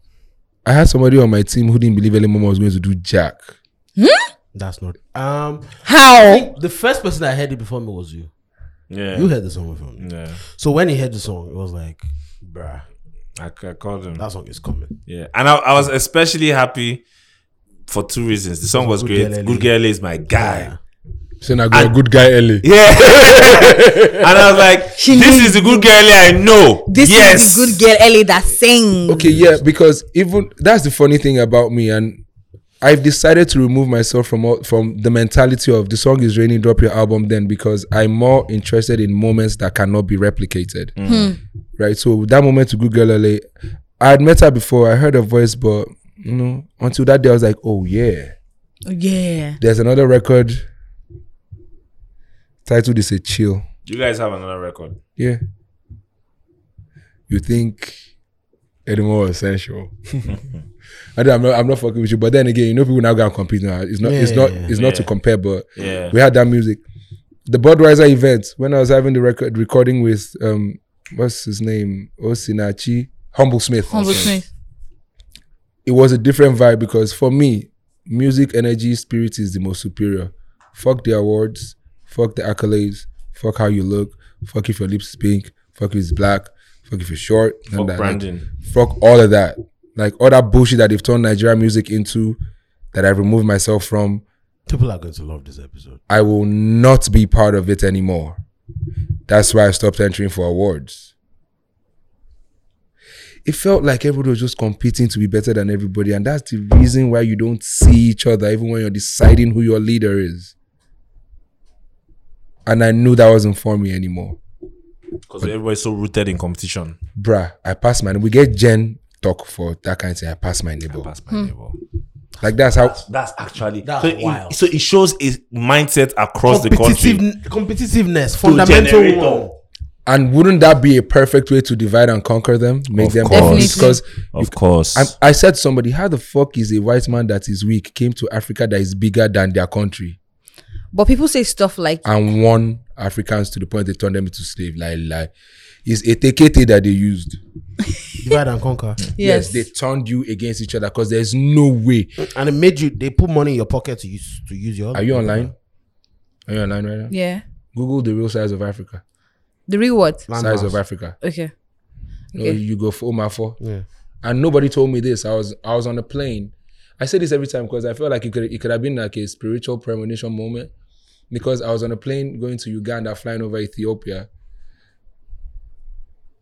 [SPEAKER 3] I had somebody on my team who didn't believe Elimoma was going to do Jack.
[SPEAKER 4] That's not. Um, I
[SPEAKER 2] How?
[SPEAKER 4] think the first person that heard it before me was you.
[SPEAKER 1] Yeah.
[SPEAKER 4] You heard the song before me.
[SPEAKER 1] yeah.
[SPEAKER 4] So when he heard the song, it was like, bruh,
[SPEAKER 1] I, I called him.
[SPEAKER 4] that song is coming.
[SPEAKER 1] Yeah, and I, I was especially happy for two reasons. The song was
[SPEAKER 4] Good
[SPEAKER 1] great.
[SPEAKER 4] Girl Ellie.
[SPEAKER 1] Good Girl Ellie is my guy.
[SPEAKER 3] So now go a good guy, Ellie.
[SPEAKER 1] Yeah, *laughs* and I was like,
[SPEAKER 2] She
[SPEAKER 1] this
[SPEAKER 2] knew-
[SPEAKER 1] is the good girl Ellie I know.
[SPEAKER 2] This
[SPEAKER 1] yes.
[SPEAKER 2] is the good girl Ellie that sings.
[SPEAKER 3] Okay, yeah, because even that's the funny thing about me, and I've decided to remove myself from all, from the mentality of the song is raining, drop your album then, because I'm more interested in moments that cannot be replicated. Right. So that moment to Good Girl LA, I had met her before. I heard her voice, but you know, until that day, I was like, oh yeah,
[SPEAKER 2] Yeah.
[SPEAKER 3] there's another record. Titled is a chill.
[SPEAKER 1] You guys have another record.
[SPEAKER 3] Yeah. You think anymore was sensual. *laughs* I don't, I'm, not, I'm not fucking with you, but then again, you know people now go and compete now. It's not, it's not,
[SPEAKER 4] Yeah.
[SPEAKER 3] it's not to
[SPEAKER 1] Yeah.
[SPEAKER 3] compare. But
[SPEAKER 1] Yeah.
[SPEAKER 3] we had that music, the Budweiser event when I was having the record recording with um, what's his name, Osinachi Humble Smith.
[SPEAKER 2] Humble Smith.
[SPEAKER 3] It was a different vibe because for me, music, energy, spirit is the most superior. Fuck the awards, fuck the accolades, fuck how you look, fuck if your lips is pink, fuck if it's black, fuck if you're short, and
[SPEAKER 1] Fuck
[SPEAKER 3] that. Like,
[SPEAKER 1] Brandon.
[SPEAKER 3] fuck all of that. Like all that bullshit that they've turned Nigerian music into that I've removed myself from.
[SPEAKER 4] People are going to love this episode.
[SPEAKER 3] I will not be part of it anymore. That's why I stopped entering for awards. It felt like everybody was just competing to be better than everybody, and that's the reason why you don't see each other, even when you're deciding who your leader is. And I knew that wasn't for me anymore.
[SPEAKER 1] Because everybody's so rooted in competition.
[SPEAKER 3] Bruh, I passed my we get Jen talk for that kind of thing. I passed my neighbor.
[SPEAKER 1] That's my neighbor.
[SPEAKER 3] Like that's how
[SPEAKER 1] That's actually
[SPEAKER 4] Hmm. That's
[SPEAKER 1] so, it-
[SPEAKER 4] wild.
[SPEAKER 1] so it shows a mindset across the
[SPEAKER 4] Competitive,
[SPEAKER 1] country.
[SPEAKER 4] competitiveness,
[SPEAKER 1] generate
[SPEAKER 4] fundamental.
[SPEAKER 3] And wouldn't that be a perfect way to divide and conquer them? Make
[SPEAKER 1] Of
[SPEAKER 3] them
[SPEAKER 1] course.
[SPEAKER 3] Because
[SPEAKER 1] Of course.
[SPEAKER 3] I'm- I said to somebody, how the fuck is a white man that is weak came to Africa that is bigger than their country
[SPEAKER 2] But people say stuff like
[SPEAKER 3] and won Africans to the point they turned them into slave? Like, like, it's etekete that they used.
[SPEAKER 4] Divide
[SPEAKER 1] *laughs*
[SPEAKER 4] and conquer.
[SPEAKER 2] yes.
[SPEAKER 3] they turned you against each other because there's no way.
[SPEAKER 4] And it made you, they put money in your pocket to use, to use your.
[SPEAKER 3] Are you online? Are you online right now?
[SPEAKER 2] yeah.
[SPEAKER 3] Google the real size of Africa.
[SPEAKER 2] The real word.
[SPEAKER 3] Size
[SPEAKER 4] Landmass.
[SPEAKER 3] of Africa.
[SPEAKER 2] Okay.
[SPEAKER 3] No,
[SPEAKER 2] Okay.
[SPEAKER 3] you go for Omafo.
[SPEAKER 4] Yeah.
[SPEAKER 3] and nobody told me this. I was I was on a plane. I say this every time because I feel like it could it could have been like a spiritual premonition moment because I was on a plane going to Uganda, flying over Ethiopia,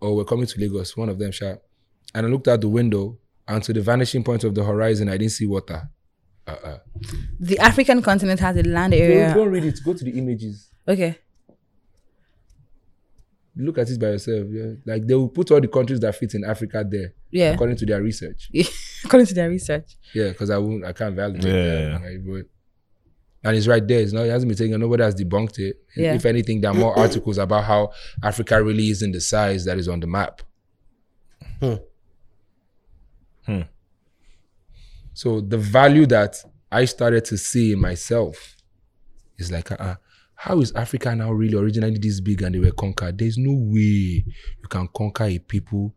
[SPEAKER 3] or we're coming to Lagos. One of them shot, and I looked out the window and to the vanishing point of the horizon, I didn't see water.
[SPEAKER 5] Uh-uh.
[SPEAKER 2] The African continent has a land
[SPEAKER 3] Don't,
[SPEAKER 2] area.
[SPEAKER 3] don't read it. Go to the images.
[SPEAKER 2] Okay.
[SPEAKER 3] Look at it by yourself. Yeah. Like they will put all the countries that fit in Africa there,
[SPEAKER 2] Yeah.
[SPEAKER 3] according to their research.
[SPEAKER 2] *laughs* According to their research.
[SPEAKER 3] Yeah, because I won't. I can't validate.
[SPEAKER 1] Yeah.
[SPEAKER 3] That, right? but, and it's right there. It's not. It hasn't been taken. Nobody has debunked it.
[SPEAKER 2] Yeah.
[SPEAKER 3] If anything, there are more articles about how Africa really isn't the size that is on the map.
[SPEAKER 4] Hmm.
[SPEAKER 1] Hmm.
[SPEAKER 3] So the value that I started to see in myself is like, uh, how is Africa now really originally this big and they were conquered? There's no way you can conquer a people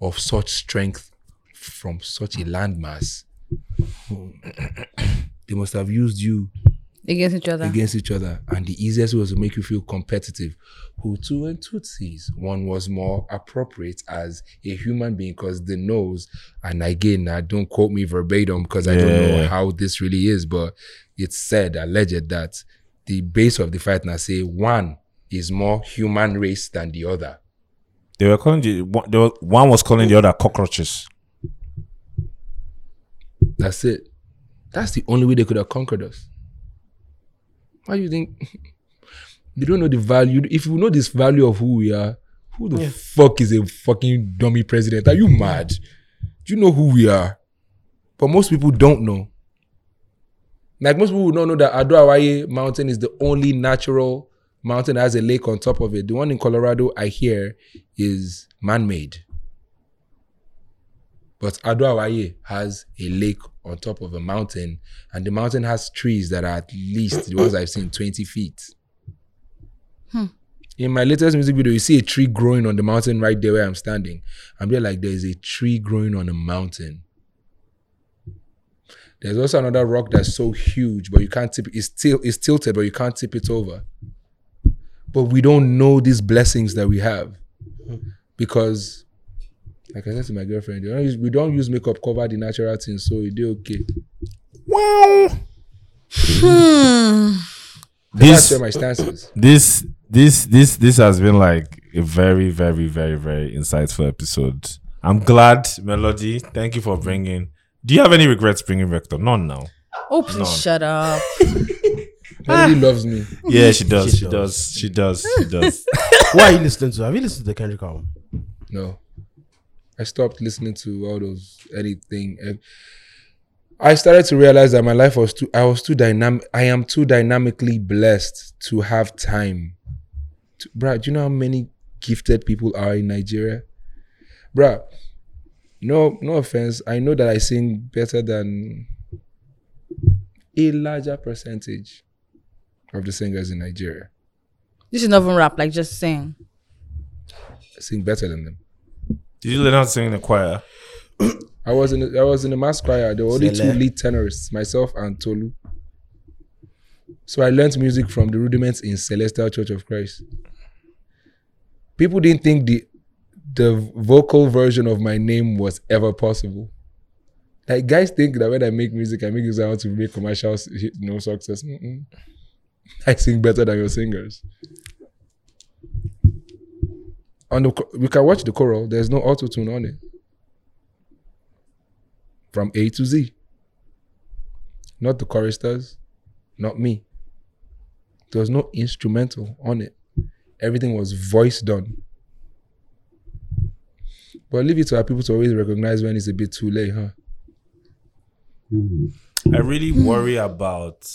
[SPEAKER 3] of such strength from such a landmass. *clears throat* they must have used you
[SPEAKER 2] Against each other.
[SPEAKER 3] against each other, and the easiest way was to make you feel competitive. Hutu and Tutsis, one was more appropriate as a human being because the nose, and again, I don't quote me verbatim because I don't know
[SPEAKER 1] Yeah.
[SPEAKER 3] how this really is, but it's said, alleged that the base of the fight now say one is more human race than the other.
[SPEAKER 1] They were calling the one, they were, one was calling the other cockroaches.
[SPEAKER 3] That's it. That's the only way they could have conquered us. Why do you think *laughs* they don't know the value? If you know this value of who we are, who the fuck is a fucking dummy president? Are you mad? Do you know who we are? But most people don't know. Like most people don't know that Ado Hawaii Mountain is the only natural mountain that has a lake on top of it. The one in Colorado, I hear, is man-made. But Adwawaye has a lake on top of a mountain, and the mountain has trees that are at least the ones I've seen 20 feet. In my latest music video, you see a tree growing on the mountain right there where I'm standing. I'm there like there's a tree growing on a mountain. There's also another rock that's so huge, but you can't tip it's still it's tilted, but you can't tip it over. But we don't know these blessings that we have. Because like I said to my girlfriend, we don't use, we don't use makeup cover the natural things, so it did okay.
[SPEAKER 1] Wow.
[SPEAKER 3] That's
[SPEAKER 1] This
[SPEAKER 3] where my stance is.
[SPEAKER 1] this this this this has been like a very very very very insightful episode. I'm glad, Melody. Thank you for bringing. Do you have any regrets bringing Rector? None
[SPEAKER 4] *laughs*
[SPEAKER 1] now.
[SPEAKER 2] Oh, please shut up.
[SPEAKER 3] Melody loves me.
[SPEAKER 1] Yeah, she does.
[SPEAKER 4] She
[SPEAKER 1] She does. She does. She does.
[SPEAKER 4] Why are you listening to? Have you listened to the Kendrick album?
[SPEAKER 3] No, I stopped listening to all those anything. And I started to realize that my life was too. I was too dynamic. I am too dynamically blessed to have time. To, bruh, do you know how many gifted people are in Nigeria? Bruh, no, no offense. I know that I sing better than a larger percentage of the singers in Nigeria.
[SPEAKER 2] This is not even rap, like just saying.
[SPEAKER 3] I sing better than them.
[SPEAKER 1] Did you learn how to sing in the choir?
[SPEAKER 3] I was in I was in the mass choir. There were only two
[SPEAKER 4] Sele.
[SPEAKER 3] lead tenorists, myself and Tolu. So I learned music from the rudiments in Celestial Church of Christ. People didn't think the the vocal version of my name was ever possible. Like guys think that when I make music, I make it sound to make commercial s- hit- no success. Mm-mm. I sing better than your singers. On the cho- we can watch the choral. There's no auto tune on it from A to Z. Not the choristers, not me. There was no instrumental on it. Everything was voice done. But leave it to our people to always recognize when it's a bit too late, huh?
[SPEAKER 1] I really worry about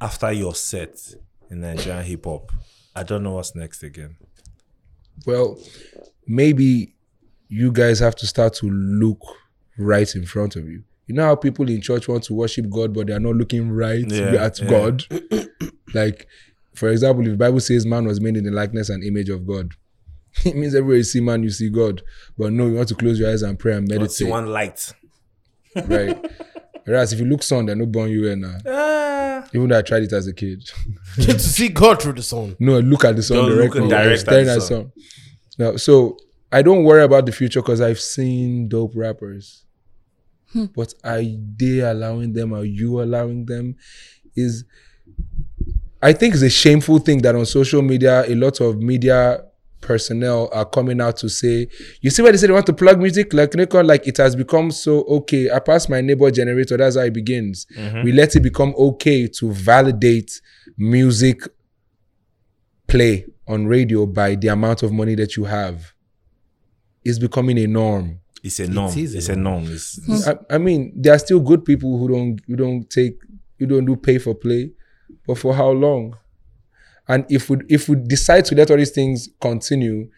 [SPEAKER 1] after your set in Nigerian hip hop. I don't know what's next again.
[SPEAKER 3] Well, maybe you guys have to start to look right in front of you. You know how people in church want to worship God, but they are not looking right
[SPEAKER 1] Yeah,
[SPEAKER 3] at
[SPEAKER 1] yeah.
[SPEAKER 3] God? *clears throat* like, for example, if the Bible says man was made in the likeness and image of God, *laughs* it means everywhere you see man, you see God. But no, you want to close your eyes and pray and
[SPEAKER 1] Let's see
[SPEAKER 3] meditate.
[SPEAKER 1] one light. *laughs*
[SPEAKER 3] Right. Whereas if you look sun, they're not born you now.
[SPEAKER 1] Ah.
[SPEAKER 3] Even though I tried it as a kid. *laughs*
[SPEAKER 4] to see God through the song.
[SPEAKER 3] No, look at the sun
[SPEAKER 1] Don't look
[SPEAKER 3] directly.
[SPEAKER 1] and direct at
[SPEAKER 3] staring
[SPEAKER 1] the
[SPEAKER 3] at
[SPEAKER 1] sun.
[SPEAKER 3] sun. No, so I don't worry about the future because I've seen dope rappers. But are they allowing them? Are you allowing them? Is I think it's a shameful thing that on social media, a lot of media personnel are coming out to say, you see where they say they want to plug music, like Nikon, like it has become so okay. I pass my neighbor generator, that's how it begins.
[SPEAKER 1] Mm-hmm.
[SPEAKER 3] We let it become okay to validate music play on radio by the amount of money that you have. It's becoming a norm.
[SPEAKER 1] It's a norm.
[SPEAKER 4] is a
[SPEAKER 1] it's a norm. It's,
[SPEAKER 3] I, I mean, there are still good people who don't who don't take who don't do pay for play, but for how long? And if we if we decide to let all these things continue,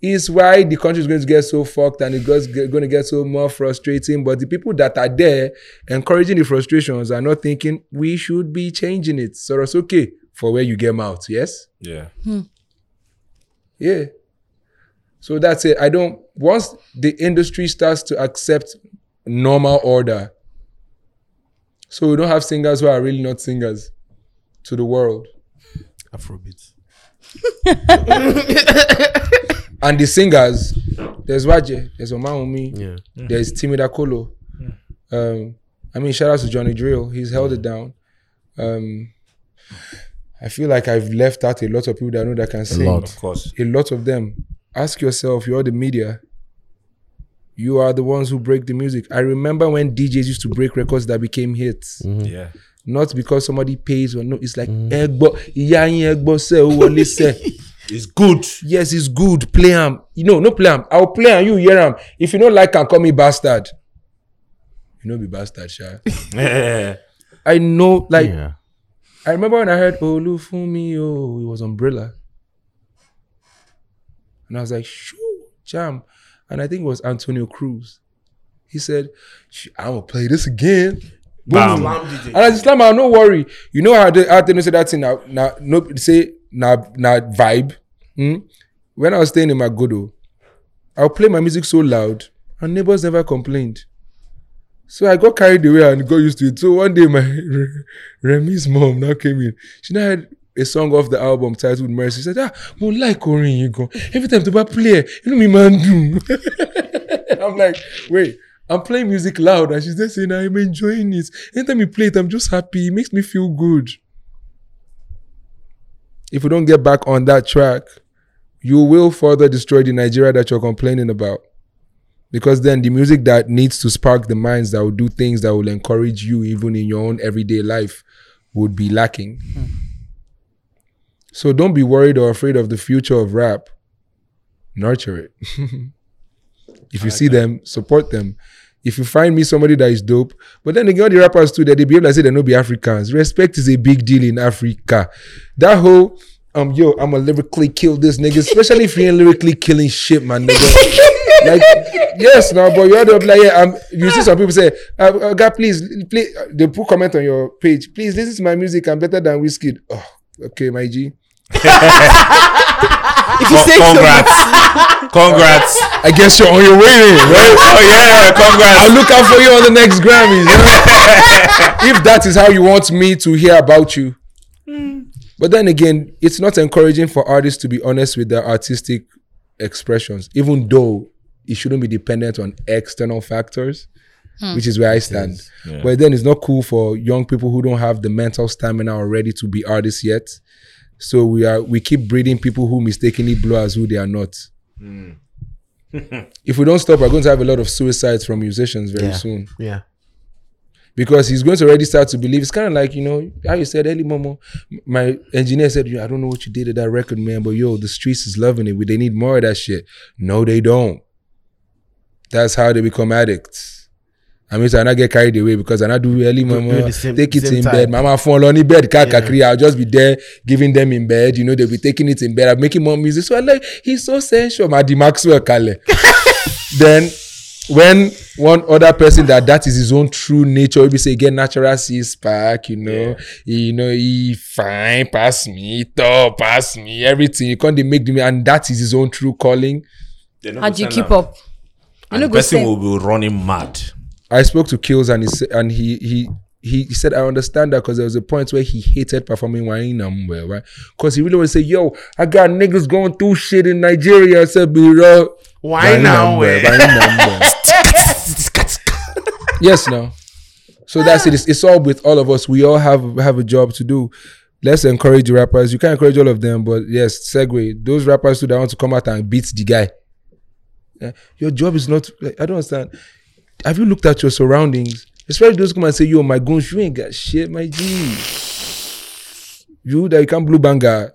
[SPEAKER 3] is why the country is going to get so fucked and it's going to get so more frustrating. But the people that are there encouraging the frustrations are not thinking we should be changing it. So it's okay for where you get out. Yes.
[SPEAKER 1] yeah.
[SPEAKER 2] Hmm.
[SPEAKER 3] Yeah. So that's it. I don't once the industry starts to accept normal order. So we don't have singers who are really not singers to the world.
[SPEAKER 4] Afrobeat.
[SPEAKER 3] And the singers, there's Waje, there's Omaumi,
[SPEAKER 4] Yeah.
[SPEAKER 3] there's Timida Kolo. Um, I mean, shout out to Johnny Drill. He's held it down. Um, I feel like I've left out a lot of people that I know that can sing.
[SPEAKER 4] lot.
[SPEAKER 1] Of course.
[SPEAKER 3] a lot of them. Ask yourself, you're the media. You are the ones who break the music. I remember when DJs used to break records that became hits.
[SPEAKER 2] Hmm.
[SPEAKER 1] Yeah.
[SPEAKER 3] Not because somebody pays or no. It's like egbo, iya yin egbo se o wole se."
[SPEAKER 1] It's good. *laughs*
[SPEAKER 3] Yes, it's good. Play am. You know, no play am. I'll play am. You hear am. If you don't like am, call me bastard. You know be bastard, sha.
[SPEAKER 1] Yeah.
[SPEAKER 3] I know, like
[SPEAKER 4] yeah.
[SPEAKER 3] I remember when I heard Olufumi, oh, it was Umbrella. And I was like, shoo, jam. And I think it was Antonio Cruz. He said, "Sh- I will play this again.
[SPEAKER 1] Bam.
[SPEAKER 3] And I just slam out, no worry. You know how they, how they say that thing now, now no, say, now, now vibe. Hmm? When I was staying in Magodo, I'll play my music so loud, and neighbors never complained. So I got carried away and got used to it. So one day my *laughs* Re- Remy's mom now came in. She now had a song off the album titled Mercy. She said, Ah, but like Korean you go. Every time to buy play, you know me man do. *laughs* I'm like, wait, I'm playing music loud and she's just saying I'm enjoying it. Anytime you play it, I'm just happy. It makes me feel good. If we don't get back on that track, you will further destroy the Nigeria that you're complaining about because then the music that needs to spark the minds that will do things that will encourage you even in your own everyday life would be lacking so don't be worried or afraid of the future of rap nurture it *laughs* if you see them support them if you find me somebody that is dope but then again all the rappers too that they behave like say they no be africans respect is a big deal in africa that whole um yo i'ma lyrically kill this nigga especially if you ain't lyrically killing shit my nigga like yes now but you had to be like yeah, um, you see some people say uh, uh, God please play they put comment on your page please listen to my music I'm better than whiskey oh okay my G
[SPEAKER 1] If you say congrats. *laughs* congrats.
[SPEAKER 3] I guess you're on your way then, right
[SPEAKER 1] Oh yeah,
[SPEAKER 3] I'll
[SPEAKER 1] congrats.
[SPEAKER 3] look out for you on the next Grammys you know? *laughs* if that is how you want me to hear about you but then again it's not encouraging for artists to be honest with their artistic expressions even though it shouldn't be dependent on external factors which is where I stand.
[SPEAKER 1] yeah.
[SPEAKER 3] But then it's not cool for young people who don't have the mental stamina already to be artists yet. So we are we keep breeding people who mistakenly blow as who they are not. *laughs* if we don't stop, we're going to have a lot of suicides from musicians very
[SPEAKER 4] Yeah.
[SPEAKER 3] soon
[SPEAKER 4] Yeah.
[SPEAKER 3] because he's going to already start to believe. It's kind of like you know how you said early, Momo. My engineer said, "I don't know what you did to that record, man, but yo, the streets is loving it. They need more of that shit." No, they don't. That's how they become addicts. I mean, so I not get carried away because I not do early,
[SPEAKER 4] do
[SPEAKER 3] mama.
[SPEAKER 4] the same-
[SPEAKER 3] take it
[SPEAKER 4] same
[SPEAKER 3] in
[SPEAKER 4] time.
[SPEAKER 3] bed, mama. Phone on in bed, kakakri. I'll just be there giving them in bed. You know, they'll be taking it in bed. I'm making more music. So I like he's so sensual, my D Maxwell Kale. *laughs* then when one other person that that is his own true nature we be say get natural six pack you know you know he fine pass me tall pass me everything you can't make the and that is his own true calling
[SPEAKER 2] How do you keep up? You
[SPEAKER 1] And
[SPEAKER 2] know,
[SPEAKER 1] the
[SPEAKER 2] go
[SPEAKER 1] person
[SPEAKER 2] sing.
[SPEAKER 1] will be running mad.
[SPEAKER 3] I spoke to Kills and he sa- and he he he, he said I understand that because there was a point where he hated performing Wainam well, right? Because he really would say, "Yo, I got niggas going through shit in Nigeria." I said, "Be real,
[SPEAKER 4] Why now?
[SPEAKER 1] eh?
[SPEAKER 2] eh.
[SPEAKER 3] Wainam well,
[SPEAKER 2] *laughs*
[SPEAKER 3] Wainam well." yes, no. So that's it. It's, it's all with all of us. We all have have a job to do. let's encourage the rappers. You can't encourage all of them, but yes, segue. Those rappers who that want to come out and beat the guy. Yeah. Your job is not like I don't understand. Have you looked at your surroundings? Especially those who come and say, yo, my guns, you ain't got shit, my G. You that you can't blue banger.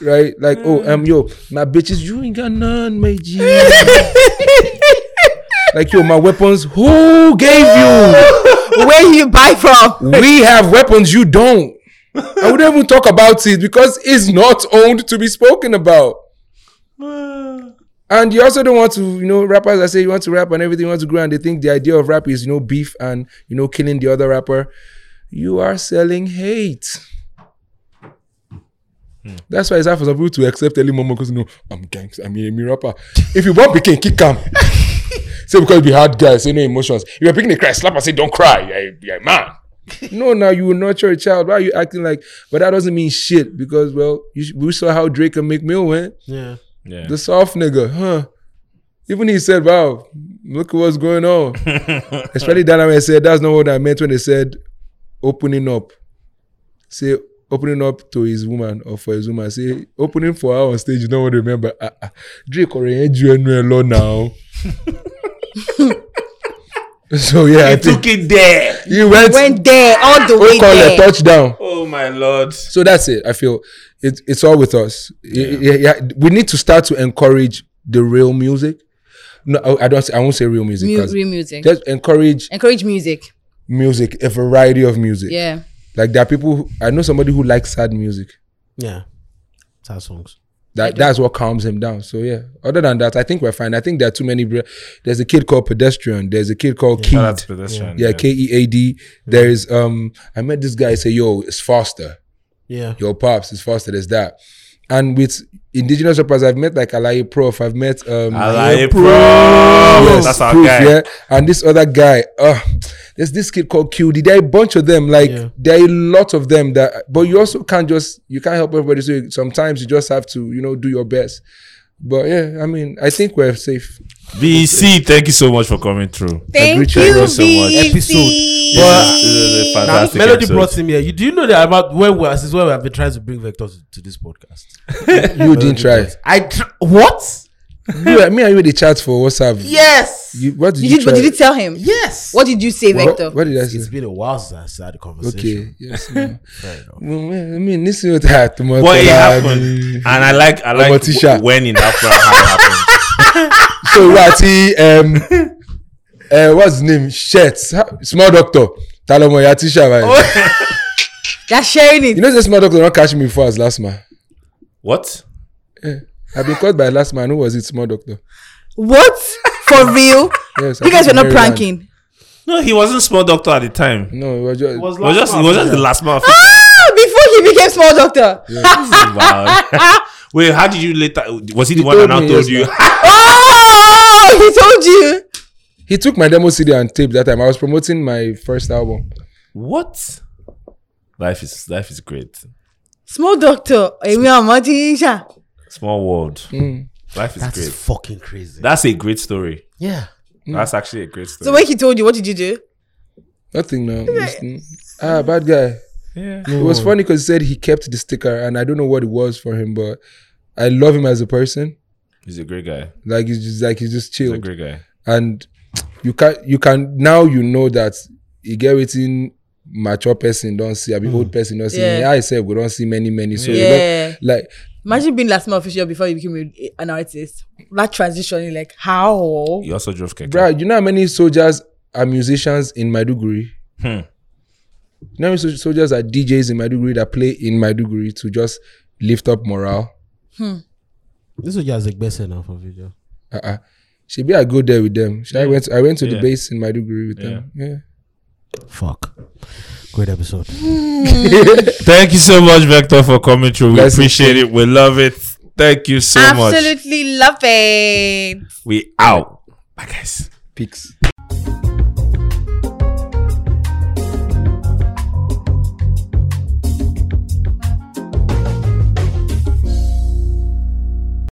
[SPEAKER 3] Right? Like, oh, um, yo, my bitches, you ain't got none, my G. like, yo, my weapons, who gave you?
[SPEAKER 4] *laughs*
[SPEAKER 6] Where you buy from?
[SPEAKER 3] we have weapons you don't. I wouldn't even talk about it because it's not owned to be spoken about. And you also don't want to, you know, rappers that say you want to rap and everything you want to grow, and they think the idea of rap is, you know, beef and, you know, killing the other rapper. You are selling hate. That's why it's hard for some people to accept early moment because, you know, I'm gangster, I'm a me rapper. If you want picking, kick him. *laughs* say because we hard guys, say no emotions. If you're picking a cry, slap and say, don't cry. You're a- you're a man. No, now you will nurture a child. Why are you acting like? But that doesn't mean shit because well, you, sh- we saw how Drake and McMill went.
[SPEAKER 4] Yeah.
[SPEAKER 1] Yeah.
[SPEAKER 3] The soft nigga, huh? Even he said, "Wow, look at what's
[SPEAKER 1] *laughs*
[SPEAKER 3] going on." Especially Dynamite said, "That's not what I meant when they said opening up." Say opening up to his woman or for his woman. Say opening for her on stage. You don't want to remember. Ah, ah. Drake or
[SPEAKER 1] *laughs*
[SPEAKER 3] Andrew now. *laughs* so yeah,
[SPEAKER 1] He
[SPEAKER 3] I think
[SPEAKER 1] took it there.
[SPEAKER 3] you went.
[SPEAKER 6] Went there, all the
[SPEAKER 3] we
[SPEAKER 6] way
[SPEAKER 3] call a
[SPEAKER 6] there.
[SPEAKER 3] touchdown.
[SPEAKER 1] Oh my lord.
[SPEAKER 3] So that's it. I feel it, it's all with us. Yeah. Yeah, yeah. We need to start to encourage the real music. No, I, I don't. I won't say real music.
[SPEAKER 2] Mu-
[SPEAKER 3] 'cause
[SPEAKER 2] real music.
[SPEAKER 3] just encourage
[SPEAKER 2] Encourage music.
[SPEAKER 3] music, a variety of music.
[SPEAKER 2] Yeah.
[SPEAKER 3] Like there are people. Who, I know somebody who likes sad music.
[SPEAKER 4] Yeah. Sad songs.
[SPEAKER 3] That that's what calms him down. So yeah. Other than that, I think we're fine. I think there are too many. bre- There's a kid called Pedestrian. There's a kid called
[SPEAKER 1] Shout out
[SPEAKER 3] Keed.
[SPEAKER 1] to pedestrian.
[SPEAKER 3] Yeah, K E A D. There is um. I met this guy. Say yo, it's Foster.
[SPEAKER 4] Yeah.
[SPEAKER 3] your pops is faster there's that and with indigenous rappers i've met like alaye prof i've met um
[SPEAKER 1] Alaye
[SPEAKER 3] Alaye
[SPEAKER 1] Prof.
[SPEAKER 3] Yes,
[SPEAKER 1] That's our
[SPEAKER 3] Prof,
[SPEAKER 1] guy.
[SPEAKER 3] yeah and this other guy uh there's this kid called qd there are a bunch of them like
[SPEAKER 4] Yeah.
[SPEAKER 3] there are a lot of them that but you also can't just you can't help everybody so you- sometimes you just have to you know do your best but yeah i mean i think we're safe
[SPEAKER 1] VC, thank you so much for coming through.
[SPEAKER 2] Thank
[SPEAKER 3] Richard
[SPEAKER 2] you,
[SPEAKER 1] Wilson was-
[SPEAKER 2] BC.
[SPEAKER 1] This is a
[SPEAKER 4] Now,
[SPEAKER 1] fantastic
[SPEAKER 4] Melody
[SPEAKER 1] episode.
[SPEAKER 4] brought him here. You do you know that about where we are since where we have been trying to bring Vector to, to this podcast?
[SPEAKER 3] you
[SPEAKER 2] *laughs*
[SPEAKER 3] didn't try
[SPEAKER 4] I tr- what?
[SPEAKER 3] me and- me and you the chat for whatsapp
[SPEAKER 6] Yes.
[SPEAKER 3] you, what did
[SPEAKER 2] Did
[SPEAKER 3] you,
[SPEAKER 2] you,
[SPEAKER 3] try?
[SPEAKER 2] but did you tell him?
[SPEAKER 4] Yes.
[SPEAKER 2] What did you say,
[SPEAKER 3] what,
[SPEAKER 2] Vector?
[SPEAKER 3] what did i
[SPEAKER 4] It's
[SPEAKER 3] say
[SPEAKER 4] been a while since I started the conversation.
[SPEAKER 3] okay
[SPEAKER 1] *laughs*
[SPEAKER 3] yes man. Well, man, I mean, this is what happened.
[SPEAKER 1] But it happened, and I like I like
[SPEAKER 3] a t-shirt.
[SPEAKER 1] w- when it happened. how it happened.
[SPEAKER 3] *laughs* So we are ti um, uh, what's his name? Shirts. Ha- Small doctor. Talomo ya t-shirt. man.
[SPEAKER 1] Oh.
[SPEAKER 2] They're sharing it.
[SPEAKER 3] You know, the small doctor not catch me before as last man.
[SPEAKER 1] What?
[SPEAKER 3] I've been caught by last man. Who was it? Small doctor. *laughs*
[SPEAKER 2] What? For real?
[SPEAKER 3] Yes. I
[SPEAKER 2] you guys were not
[SPEAKER 3] think Maryland.
[SPEAKER 2] pranking.
[SPEAKER 1] No, he wasn't small doctor at the time.
[SPEAKER 3] No, it was just.
[SPEAKER 1] It was just it was just the last month.
[SPEAKER 2] Ah, before he became small doctor.
[SPEAKER 3] *laughs*
[SPEAKER 1] wow. Wait, how did you later? Was he the
[SPEAKER 3] He
[SPEAKER 1] one that
[SPEAKER 3] told
[SPEAKER 1] now
[SPEAKER 3] me,
[SPEAKER 1] told
[SPEAKER 3] yes,
[SPEAKER 1] you?
[SPEAKER 2] Oh, he told you.
[SPEAKER 3] he took my demo CD and tape that time. I was promoting my first album.
[SPEAKER 1] *laughs* what? Life is life is great.
[SPEAKER 2] Small doctor. Èmi àmọ́ ti ń ṣà.
[SPEAKER 1] Small world.
[SPEAKER 3] Mm.
[SPEAKER 1] Life is
[SPEAKER 4] That's
[SPEAKER 1] great.
[SPEAKER 4] fucking crazy.
[SPEAKER 1] That's a great story.
[SPEAKER 4] yeah.
[SPEAKER 1] That's actually a great
[SPEAKER 2] So
[SPEAKER 1] story.
[SPEAKER 2] when he told you, what did you do?
[SPEAKER 3] Nothing now. Just, mm, ah, bad guy.
[SPEAKER 1] yeah.
[SPEAKER 3] It was Oh. funny because he said he kept the sticker, and I don't know what it was for him, but I love him as a person.
[SPEAKER 1] He's a great guy.
[SPEAKER 3] Like he's just like he's just
[SPEAKER 1] He's a
[SPEAKER 3] chilled.
[SPEAKER 1] great guy.
[SPEAKER 3] and you can you can now you know that you get within mature person don't see I mean
[SPEAKER 1] Hmm.
[SPEAKER 3] old person don't see
[SPEAKER 2] Yeah.
[SPEAKER 3] yeah. I said we don't see many many so you don't-
[SPEAKER 2] Yeah.
[SPEAKER 3] like
[SPEAKER 2] Imagine being last month official before you became a- an artist. That transition, like how?
[SPEAKER 1] He also drove keke.
[SPEAKER 3] bruh you know how many soldiers are musicians in Maiduguri
[SPEAKER 1] Hmm.
[SPEAKER 3] you know how many sol- soldiers are DJs in Maiduguri that play in Maiduguri to just lift up morale
[SPEAKER 4] This was just like best now for video.
[SPEAKER 3] uh-uh. should be I go there with them should I went I went to the
[SPEAKER 1] Yeah.
[SPEAKER 3] base in Maiduguri with them yeah
[SPEAKER 4] Fuck. Great episode.
[SPEAKER 1] Thank you so much, Vector, for coming through. We
[SPEAKER 3] Blessings.
[SPEAKER 1] appreciate it. We love it. Thank you so much.
[SPEAKER 2] Absolutely love it.
[SPEAKER 1] We out. Bye, guys.
[SPEAKER 3] peaks